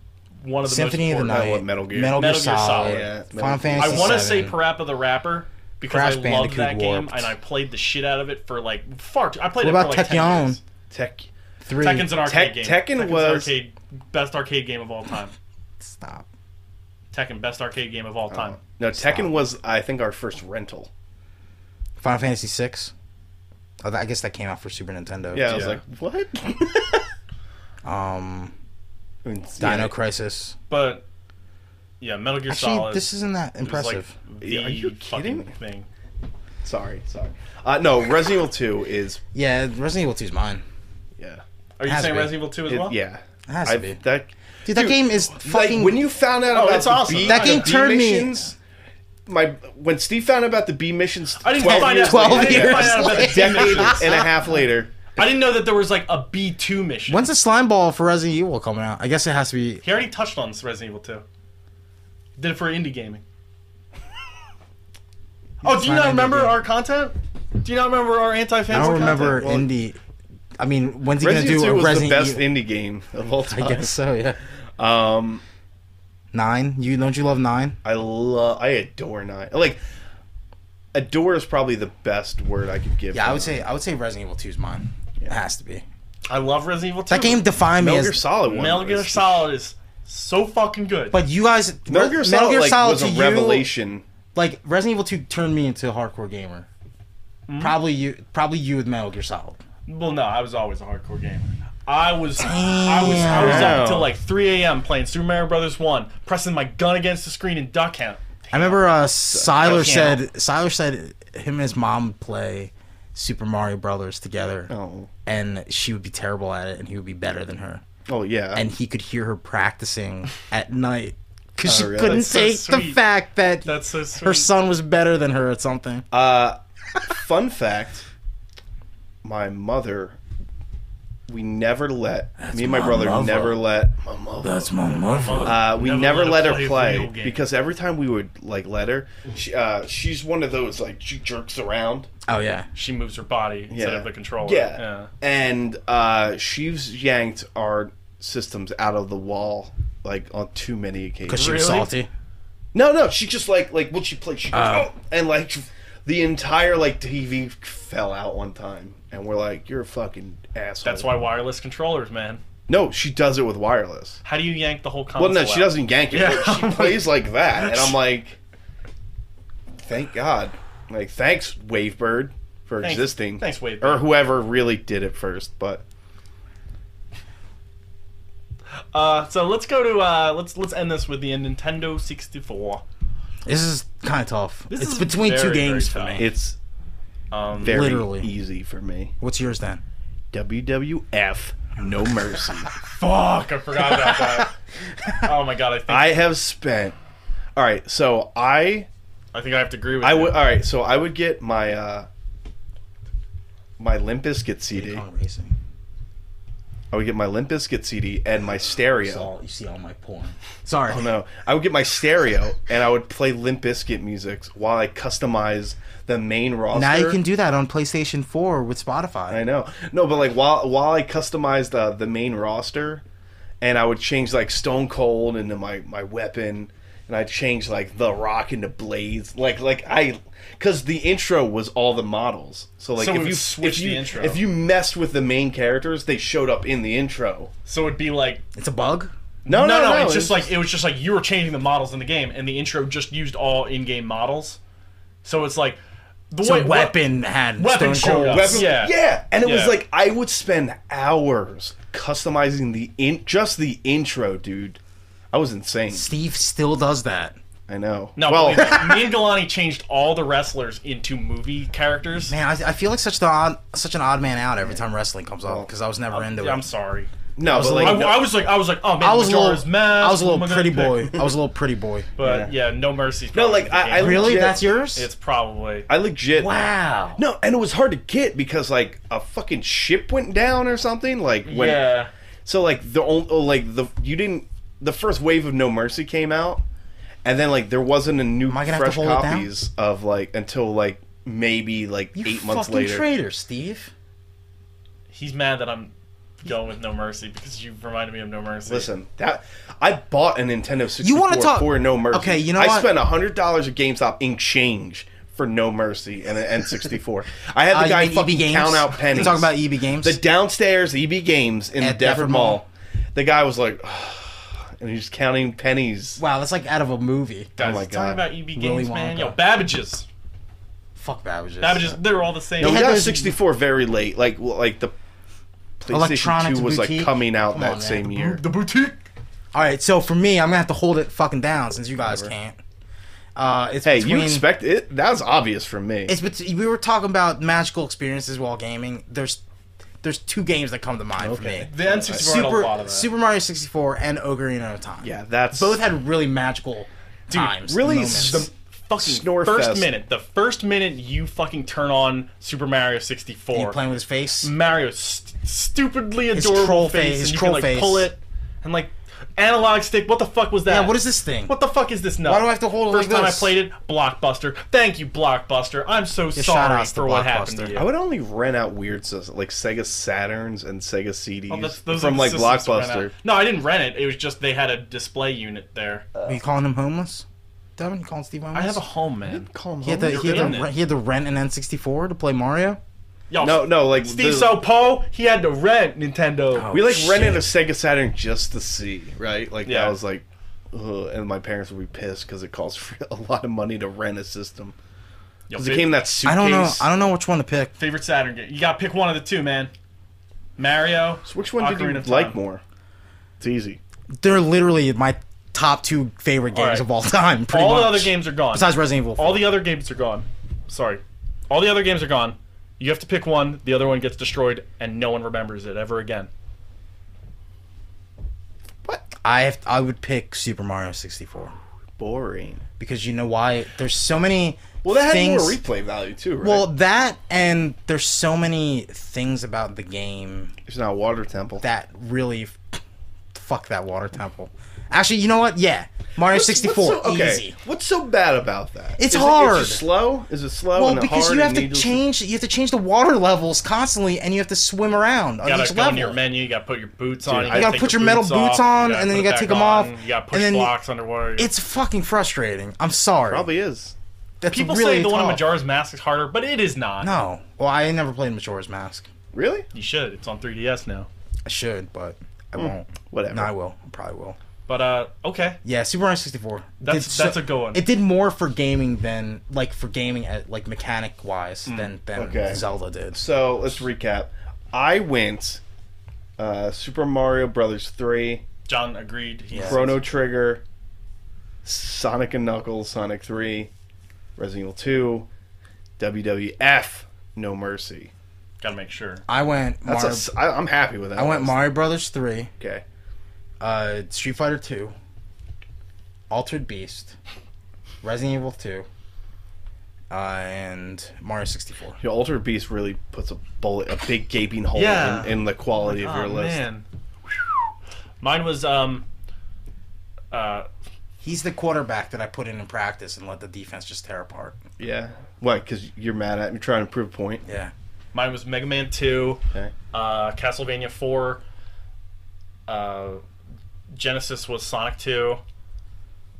Speaker 3: one of the
Speaker 1: Symphony
Speaker 3: most
Speaker 1: of the
Speaker 3: important.
Speaker 1: Night,
Speaker 2: Metal Gear.
Speaker 1: Metal Gear
Speaker 3: Metal Gear
Speaker 1: Solid,
Speaker 3: Solid.
Speaker 2: Yeah,
Speaker 1: Final
Speaker 2: Metal Gear.
Speaker 1: Fantasy.
Speaker 3: I want to say
Speaker 1: VII.
Speaker 3: Parappa the Rapper because
Speaker 1: Crash
Speaker 3: I loved
Speaker 1: Bandicoot
Speaker 3: that game
Speaker 1: Warped.
Speaker 3: and I played the shit out of it for like far too. I
Speaker 1: What
Speaker 3: played it
Speaker 1: about
Speaker 3: for like ten
Speaker 1: Tekken?
Speaker 3: years.
Speaker 2: Tech.
Speaker 1: Three.
Speaker 3: Tekken's an arcade
Speaker 2: Tek-
Speaker 3: game.
Speaker 2: Tekken
Speaker 3: Tekken's
Speaker 2: was-
Speaker 3: arcade, best arcade game of
Speaker 1: *laughs*
Speaker 3: all time.
Speaker 1: Stop.
Speaker 3: Tekken best arcade game of all time.
Speaker 1: Oh.
Speaker 2: No, Tekken was I think our first rental.
Speaker 1: Final Fantasy Six. Oh, that, I guess that came out for Super Nintendo.
Speaker 2: Yeah, I was
Speaker 3: Yeah.
Speaker 2: like, what?
Speaker 1: *laughs* Um,
Speaker 2: I mean,
Speaker 1: Dino
Speaker 2: yeah,
Speaker 1: Crisis.
Speaker 3: But yeah, Metal Gear
Speaker 1: Actually,
Speaker 3: Solid.
Speaker 1: this isn't that
Speaker 3: It was, like,
Speaker 1: impressive.
Speaker 3: the
Speaker 2: Yeah, are you
Speaker 3: fucking
Speaker 2: kidding?
Speaker 3: Thing.
Speaker 2: Sorry, sorry. Uh, no, Resident Evil Two is
Speaker 1: yeah, Resident Evil 2 is mine.
Speaker 2: yeah,
Speaker 3: Are you
Speaker 1: Has to
Speaker 3: saying
Speaker 1: be.
Speaker 3: Resident Evil 2 as
Speaker 2: It-
Speaker 3: well?
Speaker 2: yeah.
Speaker 1: It has to
Speaker 2: I've-
Speaker 1: be.
Speaker 2: That
Speaker 1: Dude, that
Speaker 2: Dude,
Speaker 1: game is fucking.
Speaker 2: like when you found out
Speaker 3: Oh,
Speaker 2: about
Speaker 3: it's
Speaker 2: the
Speaker 3: awesome.
Speaker 2: B,
Speaker 3: That
Speaker 2: the
Speaker 1: game
Speaker 2: B
Speaker 1: turned me-
Speaker 2: missions, my when Steve found out about the B missions,
Speaker 3: I didn't
Speaker 2: 12
Speaker 3: find
Speaker 2: years
Speaker 3: out. I didn't
Speaker 2: later,
Speaker 3: find out
Speaker 2: *laughs*
Speaker 3: about the
Speaker 1: years
Speaker 3: B
Speaker 2: decade
Speaker 3: missions.
Speaker 2: and a
Speaker 1: *laughs*
Speaker 2: half later.
Speaker 3: I didn't know that there was like a B2 mission.
Speaker 1: When's the slime ball for Resident Evil coming out? I guess it has to be.
Speaker 3: He already touched on this Resident Evil 2. Did it for indie gaming.
Speaker 1: *laughs*
Speaker 3: oh, do you
Speaker 1: not
Speaker 3: not
Speaker 1: indie
Speaker 3: remember
Speaker 1: game.
Speaker 3: our content? Do you not remember our anti-fans?
Speaker 1: I don't remember
Speaker 3: Content?
Speaker 1: indie. I mean, when's he
Speaker 2: Resident
Speaker 1: gonna do
Speaker 2: Evil
Speaker 1: a
Speaker 2: was
Speaker 1: Resident
Speaker 2: the best
Speaker 1: Evil?
Speaker 2: indie game of all
Speaker 1: *laughs*
Speaker 2: time.
Speaker 1: I guess so. Yeah.
Speaker 2: Um,
Speaker 1: Nine. You don't you love nine?
Speaker 2: I love, I adore nine. Like, adore is probably the best word I could give.
Speaker 1: Yeah, I would
Speaker 2: to
Speaker 1: say I would say Resident Evil 2 is mine. It has to be.
Speaker 3: I love Resident Evil 2.
Speaker 1: That game defined me
Speaker 2: Metal Gear
Speaker 1: as.
Speaker 2: Solid. One
Speaker 3: Metal Gear
Speaker 2: was-
Speaker 3: Solid is so fucking good.
Speaker 1: But you guys,
Speaker 2: Metal Gear Solid, like, was a
Speaker 1: to you-
Speaker 2: revelation.
Speaker 1: like Resident Evil 2 turned me into a hardcore gamer.
Speaker 2: Mm-hmm.
Speaker 1: Probably you, probably you with Metal Gear Solid.
Speaker 3: well, no, I was always a hardcore gamer. I was, I was, I was
Speaker 2: Damn.
Speaker 3: up till like 3 a.m. playing Super Mario Brothers 1, pressing my gun against the screen in Duck Hunt.
Speaker 1: I remember uh, Siler
Speaker 3: Yeah.
Speaker 1: said Siler said him and his mom would play Super Mario Brothers together,
Speaker 2: Oh,
Speaker 1: and she would be terrible at it, and he would be better than her,
Speaker 2: oh yeah.
Speaker 1: and he could hear her
Speaker 2: *laughs*
Speaker 1: practicing at night because she
Speaker 2: Oh, really?
Speaker 1: couldn't
Speaker 2: That's
Speaker 3: so
Speaker 1: take the
Speaker 3: sweet.
Speaker 1: fact that
Speaker 3: That's so sweet.
Speaker 1: her son was better than her at something.
Speaker 2: Uh, fun fact: My mother. We never let me and my,
Speaker 1: my
Speaker 2: brother
Speaker 1: mother.
Speaker 2: never let
Speaker 1: That's my mother.
Speaker 2: Uh, we never,
Speaker 3: Never
Speaker 2: let,
Speaker 3: let her play a
Speaker 2: her play
Speaker 3: video game.
Speaker 2: because every time we would like let her, she, uh, she's one of those like she jerks around.
Speaker 1: Oh yeah,
Speaker 3: She moves her body instead
Speaker 2: Yeah.
Speaker 3: of the controller.
Speaker 2: Yeah, and uh, she's yanked our systems out of the wall like on too many
Speaker 1: because
Speaker 2: occasions.
Speaker 1: she was
Speaker 3: Really?
Speaker 1: salty.
Speaker 2: no, no, she just like like what she played. She goes, oh, and like the entire like TV fell out one time, and we're like, you're a fucking asshole.
Speaker 3: That's why wireless controllers, man.
Speaker 2: No, she does it with wireless.
Speaker 3: How do you yank the whole console?
Speaker 2: Well, no, she
Speaker 3: out?
Speaker 2: doesn't yank it.
Speaker 3: Yeah. *laughs*
Speaker 2: But she plays like that, and I'm like, thank God. Like, thanks Wavebird for
Speaker 3: Thanks-
Speaker 2: existing.
Speaker 3: thanks, Wavebird.
Speaker 2: or whoever really did it first. But
Speaker 3: Uh, so let's go to uh, let's let's end this with the Nintendo 64.
Speaker 1: This is kind of tough.
Speaker 3: This
Speaker 1: it's
Speaker 3: is
Speaker 1: between
Speaker 3: very,
Speaker 1: two
Speaker 3: very
Speaker 1: games for
Speaker 3: tough.
Speaker 1: me.
Speaker 2: it's
Speaker 3: Um,
Speaker 2: very
Speaker 1: Literally.
Speaker 2: easy for me.
Speaker 1: What's yours then?
Speaker 2: WWF, no
Speaker 3: *laughs*
Speaker 2: mercy.
Speaker 3: fuck, I forgot about that. oh my god, I think I,
Speaker 2: I have spent. All right, so I
Speaker 3: think I have to agree with
Speaker 2: I
Speaker 3: you.
Speaker 2: would. All right, so I would get my uh my Limp Bizkit CD.
Speaker 1: Kong Racing.
Speaker 2: I would get my Limp Bizkit CD and my stereo.
Speaker 1: All, you see all my porn. Sorry.
Speaker 2: Oh no! I would get my stereo and I would play Limp Bizkit music while I customize the main roster.
Speaker 1: Now you can do that on PlayStation 4 with Spotify.
Speaker 2: I know. No, but like while while I customized uh, the main roster, and I would change like Stone Cold into my my weapon, and I changed like The Rock into Blades. Like like I, because the intro was all the models. So like
Speaker 3: So it
Speaker 2: if
Speaker 3: would
Speaker 2: you
Speaker 3: switch
Speaker 2: if you
Speaker 3: the intro.
Speaker 2: if you messed with the main characters, they showed up in the intro.
Speaker 3: so it'd be like
Speaker 1: It's a bug?
Speaker 2: No,
Speaker 3: no,
Speaker 2: Oh, no,
Speaker 3: no,
Speaker 2: no.
Speaker 3: it's just like it was just like you were changing the models in the game, and the intro just used all in-game models. So it's like the
Speaker 1: So
Speaker 3: way
Speaker 1: weapon had
Speaker 3: Weapon
Speaker 1: Stone Cold.
Speaker 3: showed up.
Speaker 2: Weapon-
Speaker 3: Yeah.
Speaker 2: And it
Speaker 3: Yeah.
Speaker 2: was like I would spend hours customizing the in just the intro, dude. I was insane.
Speaker 1: Steve still does that.
Speaker 2: I know.
Speaker 3: No,
Speaker 2: well,
Speaker 3: believe me, me and Galani changed all the wrestlers into movie characters.
Speaker 1: Man, I, I feel like such the odd, such an odd man out every time wrestling comes up because I was never into it.
Speaker 3: I'm sorry.
Speaker 2: no, but
Speaker 3: I,
Speaker 2: like,
Speaker 3: I was like, I was like, oh man,
Speaker 1: I was a little,
Speaker 3: Majora's Mask. oh
Speaker 1: I was a
Speaker 3: what
Speaker 1: little
Speaker 3: am gonna
Speaker 1: pretty
Speaker 3: pick? *laughs*
Speaker 1: boy. I was a little pretty boy.
Speaker 3: But yeah, no mercy.
Speaker 2: no, like I, I
Speaker 1: Really?
Speaker 2: legit-
Speaker 1: That's yours?
Speaker 3: it's probably
Speaker 2: I legit.
Speaker 1: wow.
Speaker 2: No, and it was hard to get because like a fucking ship went down or something. Like when,
Speaker 3: yeah.
Speaker 2: So like the only like the you didn't the first wave of No Mercy came out, and then like there wasn't a new
Speaker 1: I gonna have to
Speaker 2: fresh
Speaker 1: hold it down?
Speaker 2: copies of like until like maybe like
Speaker 1: You
Speaker 2: eight
Speaker 1: fucking
Speaker 2: months later.
Speaker 1: traitor, Steve.
Speaker 3: He's mad that I'm going with No Mercy because you reminded me of No Mercy.
Speaker 2: Listen, that I bought a Nintendo 64
Speaker 1: wanna talk-
Speaker 2: for no mercy.
Speaker 1: Okay, you know
Speaker 2: I
Speaker 1: what?
Speaker 2: spent hundred dollars at GameStop in change for No Mercy and an N64. I had the
Speaker 1: Uh, you
Speaker 2: guy
Speaker 1: mean EB
Speaker 2: fucking
Speaker 1: Games?
Speaker 2: count out pennies.
Speaker 1: You talking about EB Games?
Speaker 2: The downstairs EB Games in
Speaker 1: At
Speaker 2: the Deptford
Speaker 1: Deptford
Speaker 2: Mall.
Speaker 1: Mall.
Speaker 2: The guy was like, *sighs* and he's counting pennies. Oh
Speaker 1: wow, that's like out of a movie.
Speaker 3: Guys,
Speaker 2: my God.
Speaker 3: talking about E EB
Speaker 1: Willy
Speaker 3: Games, man.
Speaker 1: Wonka.
Speaker 3: Yo, Babbage's.
Speaker 1: Fuck Babbage's.
Speaker 3: Babbage's, they're all the same.
Speaker 2: No, we
Speaker 1: had
Speaker 2: got a
Speaker 1: those-
Speaker 2: 64 very late. Like well, like the PlayStation
Speaker 1: Electronics
Speaker 2: 2 was like
Speaker 1: boutique.
Speaker 2: coming out
Speaker 1: Come
Speaker 2: that
Speaker 1: on, man.
Speaker 2: same year.
Speaker 3: The boutique.
Speaker 1: All right, so for me, I'm gonna have to hold it fucking down since you guys can't. Uh, it's
Speaker 2: Hey,
Speaker 1: between,
Speaker 2: you expect it? That was obvious from me.
Speaker 1: It's bet- we were talking about magical experiences while gaming. There's there's two games that come to mind
Speaker 2: Okay.
Speaker 1: for me.
Speaker 3: The N64 had a lot
Speaker 1: Super
Speaker 3: of that.
Speaker 1: Super Mario 64 and Ocarina of Time.
Speaker 2: yeah, that's
Speaker 1: both had really magical times. and
Speaker 2: really
Speaker 1: moments.
Speaker 2: s-
Speaker 3: fucking
Speaker 2: Snore
Speaker 3: first
Speaker 2: fest.
Speaker 3: minute. The first minute you fucking turn on Super Mario 64.
Speaker 1: He playing with his face.
Speaker 3: Mario's st- stupidly
Speaker 1: His
Speaker 3: adorable
Speaker 1: troll
Speaker 3: face,
Speaker 1: face,
Speaker 3: and
Speaker 1: his
Speaker 3: you
Speaker 1: troll
Speaker 3: can like
Speaker 1: face.
Speaker 3: pull it and like analog stick. What the fuck was that?
Speaker 1: Yeah, what is this thing?
Speaker 3: What the fuck is this? Nut?
Speaker 1: Why do I have to hold it
Speaker 3: First
Speaker 1: like
Speaker 3: time
Speaker 1: this?
Speaker 3: I played it, Blockbuster. Thank you, Blockbuster. I'm so
Speaker 1: shout
Speaker 3: sorry
Speaker 1: outs to
Speaker 3: for what happened
Speaker 1: Blockbuster.
Speaker 3: to you.
Speaker 2: I would only rent out weird stuff like Sega Saturns and Sega CDs
Speaker 3: Oh, that's- those are
Speaker 2: from
Speaker 3: the
Speaker 2: like
Speaker 3: systems we ran
Speaker 2: Blockbuster.
Speaker 3: out. No, I didn't rent it. It was just they had a display unit there.
Speaker 1: Are you calling him homeless? Devin, Uh, you calling Steve homeless?
Speaker 3: I have a home, man.
Speaker 2: Call 'em
Speaker 1: He had, to,
Speaker 2: homeless.
Speaker 1: he, had
Speaker 3: You're
Speaker 1: to,
Speaker 3: in it.
Speaker 1: rent- he had to rent an N64 to play Mario.
Speaker 3: Yo,
Speaker 2: No, no, Oh, like
Speaker 3: Steve
Speaker 2: the-
Speaker 3: Sopo, he had to rent Nintendo.
Speaker 2: we like
Speaker 1: shit.
Speaker 2: rented a Sega Saturn just to see, right? Like
Speaker 3: Yeah.
Speaker 2: that was like, ugh, and my parents would be pissed because it costs *laughs* a lot of money to rent a system
Speaker 3: Yo,
Speaker 2: because it
Speaker 3: fa-
Speaker 2: came in that suitcase.
Speaker 1: I don't know. I don't know which one to pick.
Speaker 3: favorite Saturn game. You gotta pick one of the two, man. Mario.
Speaker 2: So which one
Speaker 3: Ocarina
Speaker 2: did
Speaker 3: of
Speaker 2: you like
Speaker 3: Time.
Speaker 2: more? It's easy.
Speaker 1: They're literally my top two favorite games
Speaker 3: All right.
Speaker 1: of all time. Pretty
Speaker 3: All
Speaker 1: much.
Speaker 3: the other games are gone.
Speaker 1: besides Resident Evil. 4.
Speaker 3: All the other games are gone. Sorry. All the other games are gone. You have to pick one, the other one gets destroyed, and no one remembers it ever again.
Speaker 1: I have, I would pick Super Mario 64
Speaker 2: Boring.
Speaker 1: because you know why? There's so many
Speaker 2: Well, that had
Speaker 1: things.
Speaker 2: more replay value too, right?
Speaker 1: well, that and there's so many things about the game
Speaker 2: it's not Water Temple.
Speaker 1: that really f- fuck that water temple. Actually, you know what? Yeah, Mario 64
Speaker 2: What's so, okay.
Speaker 1: easy.
Speaker 2: What's so bad about that?
Speaker 1: It's
Speaker 2: Is it-
Speaker 1: hard.
Speaker 2: is it slow? Is it slow?
Speaker 1: Well,
Speaker 2: and
Speaker 1: because
Speaker 2: hard
Speaker 1: you have
Speaker 2: and
Speaker 1: to
Speaker 2: needless-
Speaker 1: change, you have to change the water levels constantly, and you have to swim around on
Speaker 3: You
Speaker 1: each
Speaker 3: gotta go
Speaker 1: level.
Speaker 3: into your menu, you gotta put your boots on.
Speaker 2: Dude,
Speaker 1: you gotta
Speaker 3: take
Speaker 1: put your metal boots
Speaker 3: off,
Speaker 1: on, and then
Speaker 3: put
Speaker 1: you
Speaker 3: it
Speaker 1: gotta
Speaker 3: back
Speaker 1: take 'em
Speaker 3: on,
Speaker 1: off,
Speaker 3: You gotta push
Speaker 1: and then-
Speaker 3: blocks underwater.
Speaker 1: It's fucking frustrating. I'm sorry.
Speaker 2: Probably is.
Speaker 1: That's
Speaker 3: People
Speaker 1: really
Speaker 3: say the one in
Speaker 1: tough.
Speaker 3: Majora's Mask is harder, but it is not.
Speaker 1: No, well, I never played Majora's Mask.
Speaker 2: Really?
Speaker 3: You should. It's on 3DS now.
Speaker 1: I should, but I
Speaker 2: Hmm.
Speaker 1: won't.
Speaker 2: Whatever.
Speaker 1: No, I will. I probably will.
Speaker 3: But uh, okay.
Speaker 1: Yeah, Super Mario 64.
Speaker 3: That's-
Speaker 1: did
Speaker 3: that's a good one.
Speaker 1: It did more for gaming than like for gaming at like mechanic wise than than
Speaker 2: Okay.
Speaker 1: Zelda did.
Speaker 2: So let's recap. I went uh, Super Mario Brothers three,
Speaker 3: John agreed. He
Speaker 1: Yeah.
Speaker 2: Chrono Trigger, Sonic and Knuckles, Sonic three, Resident Evil two, WWF, No Mercy.
Speaker 3: Gotta make sure.
Speaker 1: I went
Speaker 2: That's
Speaker 1: Mario.
Speaker 2: a s- I, I'm happy with that.
Speaker 1: I went
Speaker 2: list.
Speaker 1: Mario Brothers three,
Speaker 2: Okay.
Speaker 1: uh, Street Fighter two, Altered Beast, Resident Evil two, uh, and Mario 64.
Speaker 2: Your Alter Beast really puts a bullet, a big gaping hole
Speaker 3: Yeah.
Speaker 2: in, in the quality of your
Speaker 3: Oh,
Speaker 2: list.
Speaker 3: man. Mine was um uh
Speaker 1: He's the quarterback that I put in in practice and let the defense just tear apart.
Speaker 2: Yeah. Why? Because you're mad at me trying to prove a point.
Speaker 1: Yeah.
Speaker 3: mine was Mega Man 2,
Speaker 2: Okay.
Speaker 3: uh Castlevania 4, uh Genesis was Sonic 2,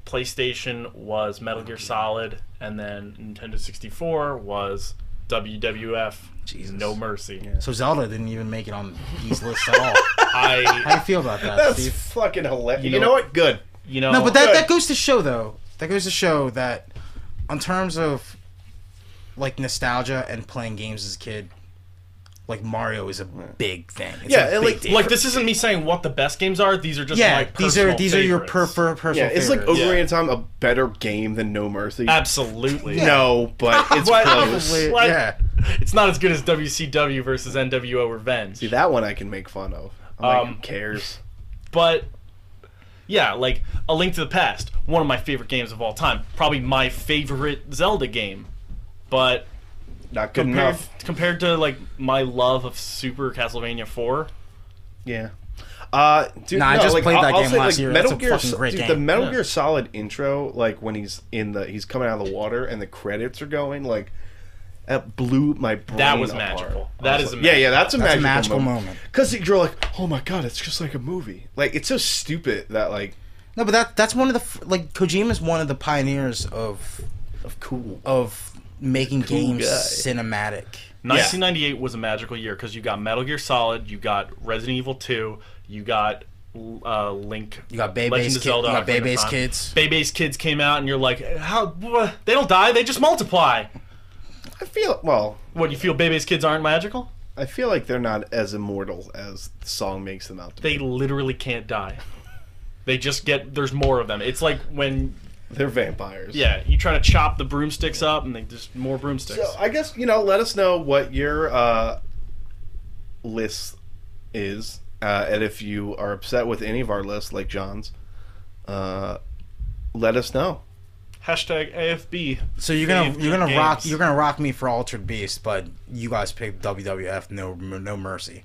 Speaker 3: PlayStation was Metal Gear Solid, and then Nintendo 64 was WWF
Speaker 1: Jesus.
Speaker 3: No Mercy.
Speaker 1: So Zelda didn't even make it on these lists at all.
Speaker 2: *laughs*
Speaker 1: How
Speaker 3: I
Speaker 1: do you feel about that,
Speaker 2: That's
Speaker 1: Steve?
Speaker 2: fucking hilarious. You know,
Speaker 3: know-
Speaker 2: what? Good.
Speaker 3: you know
Speaker 1: No, but that,
Speaker 2: good.
Speaker 1: that goes to show though. That goes to show that, on terms of, like nostalgia and playing games as a kid, like Mario is a big thing. It's
Speaker 2: Yeah,
Speaker 1: a
Speaker 2: and,
Speaker 1: big
Speaker 2: like-
Speaker 1: deal.
Speaker 3: like this isn't me saying what the best games are. These are just
Speaker 1: yeah,
Speaker 3: my
Speaker 1: these are
Speaker 3: personal
Speaker 1: these are your
Speaker 3: favorites.
Speaker 1: per, per, personal.
Speaker 2: Yeah, it's like
Speaker 1: favorites.
Speaker 3: Yeah.
Speaker 2: Ocarina of Time a better game than No Mercy.
Speaker 3: Uh, absolutely
Speaker 2: *laughs* No, but it's
Speaker 3: But-
Speaker 2: close.
Speaker 3: Probably.
Speaker 1: Like, yeah.
Speaker 3: It's not as good as WCW versus NWO Revenge.
Speaker 2: See, that one I can make fun of. I'm like,
Speaker 3: Um,
Speaker 2: who cares?
Speaker 3: But yeah, like A Link to the Past, one of my favorite games of all time. Probably my favorite Zelda game. But
Speaker 2: Not good
Speaker 3: compared,
Speaker 2: enough.
Speaker 3: compared to like my love of Super Castlevania 4,
Speaker 2: Yeah. Uh, dude,
Speaker 1: Nah, I
Speaker 2: no,
Speaker 1: just
Speaker 2: like,
Speaker 1: played
Speaker 2: I'll-
Speaker 1: that
Speaker 2: I'll
Speaker 1: game
Speaker 2: say,
Speaker 1: last
Speaker 2: like,
Speaker 1: year.
Speaker 2: Metal
Speaker 1: That's a
Speaker 2: Gear,
Speaker 1: fucking
Speaker 2: Sol-
Speaker 1: great
Speaker 2: dude,
Speaker 1: game.
Speaker 2: The Metal
Speaker 3: Yeah.
Speaker 2: Gear Solid intro, like when he's in the, he's coming out of the water and the credits are going, like that blew my brain.
Speaker 3: that was
Speaker 2: apart.
Speaker 3: magical.
Speaker 2: I
Speaker 3: That
Speaker 2: was
Speaker 3: is a
Speaker 2: like, yeah, yeah. That's a
Speaker 1: That's a
Speaker 2: magical
Speaker 1: magical
Speaker 2: moment.
Speaker 1: moment.
Speaker 2: Because you're like, oh my god, it's just like a movie. Like it's so stupid that like
Speaker 1: No, but that that's one of the f- like Kojima's one of the pioneers of
Speaker 2: of cool.
Speaker 1: of making games
Speaker 2: guy.
Speaker 1: cinematic.
Speaker 3: 1998 was a magical year because you got Metal Gear Solid, you got Resident Evil 2, you got uh, Link.
Speaker 1: You got Bebe's Kid- you got Bebe's Kids.
Speaker 3: Bebe's Kids came out, and you're like, how? wha- They don't die; they just multiply.
Speaker 2: I feel well.
Speaker 3: What you feel? Bebe's Kids aren't magical.
Speaker 2: I feel like they're not as immortal as the song makes them out to
Speaker 3: They
Speaker 2: be.
Speaker 3: literally can't die. They just get there's more of them. It's like when
Speaker 2: They're vampires.
Speaker 3: yeah, you try to chop the broomsticks up, and they just more broomsticks.
Speaker 2: So I guess you know. Let us know what your uh, list is, uh, and if you are upset with any of our lists, like John's, uh, let us know.
Speaker 3: Hashtag AFB.
Speaker 1: So you're gonna
Speaker 3: Save
Speaker 1: you're gonna
Speaker 3: games.
Speaker 1: rock you're gonna rock me for Altered Beast, but you guys picked WWF No No Mercy.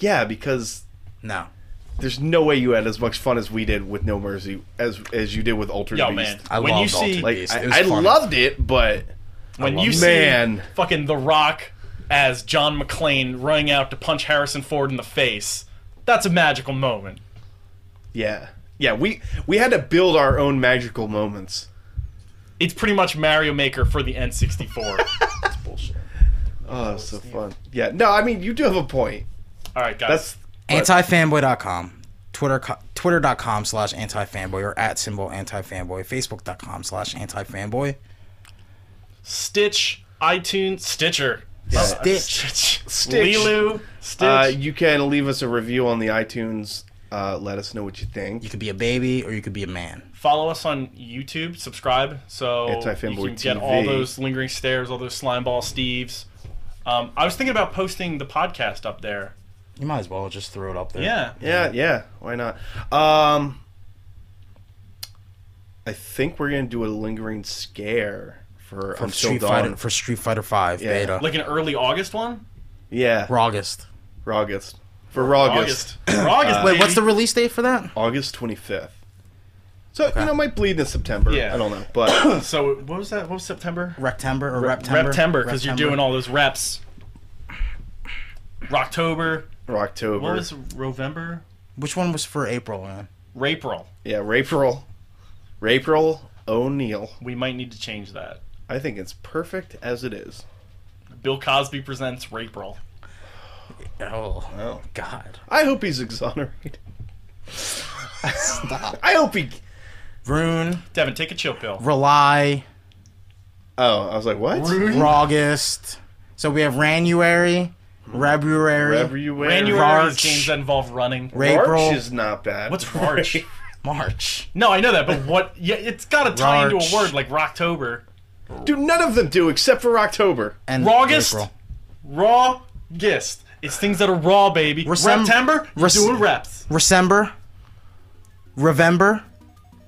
Speaker 2: Yeah, because
Speaker 1: No,
Speaker 2: there's no way you had as much fun as we did with No Mercy as as you did with Altered
Speaker 3: Yo,
Speaker 2: Beast.
Speaker 3: man.
Speaker 1: I
Speaker 3: when you
Speaker 1: loved
Speaker 3: see
Speaker 1: Altered
Speaker 2: Like
Speaker 1: Beast. It was
Speaker 2: I, I
Speaker 1: fun. Oh,
Speaker 2: loved it, but
Speaker 3: when
Speaker 2: love
Speaker 3: you
Speaker 2: it.
Speaker 3: see
Speaker 2: Man.
Speaker 3: fucking The Rock as John McClane running out to punch Harrison Ford in the face, that's a magical moment.
Speaker 2: yeah, yeah, we we had to build our own magical moments.
Speaker 3: It's pretty much Mario Maker for the
Speaker 2: *laughs*
Speaker 3: N64.
Speaker 2: Oh, so fun. Yeah, no, I mean you do have a point.
Speaker 3: All right, guys.
Speaker 2: That's
Speaker 1: antifanboy.com twitter co- twitter.com slash antifanboy or at symbol antifanboy facebook.com slash antifanboy
Speaker 3: Stitch, iTunes, Stitcher. Uh,
Speaker 1: Stitch.
Speaker 2: Stitch.
Speaker 3: Lulu, Stitch.
Speaker 2: Uh, you can leave us a review on the iTunes. Uh, let us know what you think.
Speaker 1: you could be a baby or you could be a man
Speaker 3: Follow us on YouTube. Subscribe so
Speaker 2: Anti-Fanboy
Speaker 3: you can get
Speaker 2: TV.
Speaker 3: all those lingering stares, all those slimeball Steves. Um, I was thinking about posting the podcast up there.
Speaker 1: you might as well just throw it up there
Speaker 3: Yeah.
Speaker 2: Yeah, yeah. Why not? Um, I think we're gonna do a lingering scare for
Speaker 1: from
Speaker 2: I'm Still
Speaker 1: street
Speaker 2: Dawn.
Speaker 1: fighter for street fighter 5
Speaker 2: Yeah.
Speaker 1: beta
Speaker 3: Like an early August one?
Speaker 2: yeah,
Speaker 1: for august
Speaker 2: for August. For August.
Speaker 1: *clears throat*
Speaker 3: August. For August.
Speaker 1: Uh, wait
Speaker 3: baby.
Speaker 1: what's the release date for that
Speaker 2: August 25th. So you know, it might bleed into September.
Speaker 3: Yeah.
Speaker 2: I don't know,
Speaker 3: *coughs*
Speaker 2: but
Speaker 3: So what was that? What was September?
Speaker 1: Rectember or Reptember?
Speaker 3: Reptember, because you're
Speaker 1: Reptember.
Speaker 3: doing all those reps. Rocktober.
Speaker 2: for October.
Speaker 3: What was November?
Speaker 1: Which one was for April, man?
Speaker 3: April.
Speaker 2: Yeah, Rapril. Rapril O'Neill.
Speaker 3: We might need to change that.
Speaker 2: I think it's perfect as it is.
Speaker 3: Bill Cosby presents April.
Speaker 1: Oh,
Speaker 2: Oh.
Speaker 1: God.
Speaker 2: I hope he's exonerated. Stop. *laughs* I hope he.
Speaker 1: Rune,
Speaker 3: Devin, take a chill pill.
Speaker 1: Rely,
Speaker 2: Oh, I was like, what?
Speaker 1: August. So we have Ranuary,
Speaker 2: Wherever
Speaker 1: Rebuary,
Speaker 2: you were.
Speaker 3: January
Speaker 1: March.
Speaker 3: is games that involve running.
Speaker 2: March
Speaker 1: April,
Speaker 2: is not bad.
Speaker 3: What's March?
Speaker 1: *laughs* March.
Speaker 3: no, I know that, but what? Yeah, it's got to tie into
Speaker 1: March.
Speaker 3: a word like Rocktober.
Speaker 2: Dude, none of them do except for October.
Speaker 1: and
Speaker 3: August.
Speaker 1: April.
Speaker 3: Raw gist. It's things that are raw, baby.
Speaker 1: Recem-
Speaker 3: September, you're
Speaker 1: Rec-
Speaker 3: doing reps.
Speaker 1: December, November,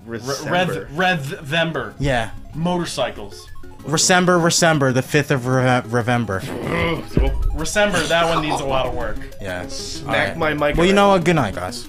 Speaker 2: December.
Speaker 3: Rev, Revember.
Speaker 1: yeah,
Speaker 3: Motorcycles.
Speaker 1: December, December, the fifth of Reve- November.
Speaker 3: December, that one needs a lot of work.
Speaker 1: Yes.
Speaker 2: Smack my mic.
Speaker 1: Well, you
Speaker 2: around.
Speaker 1: know what? Good night, guys.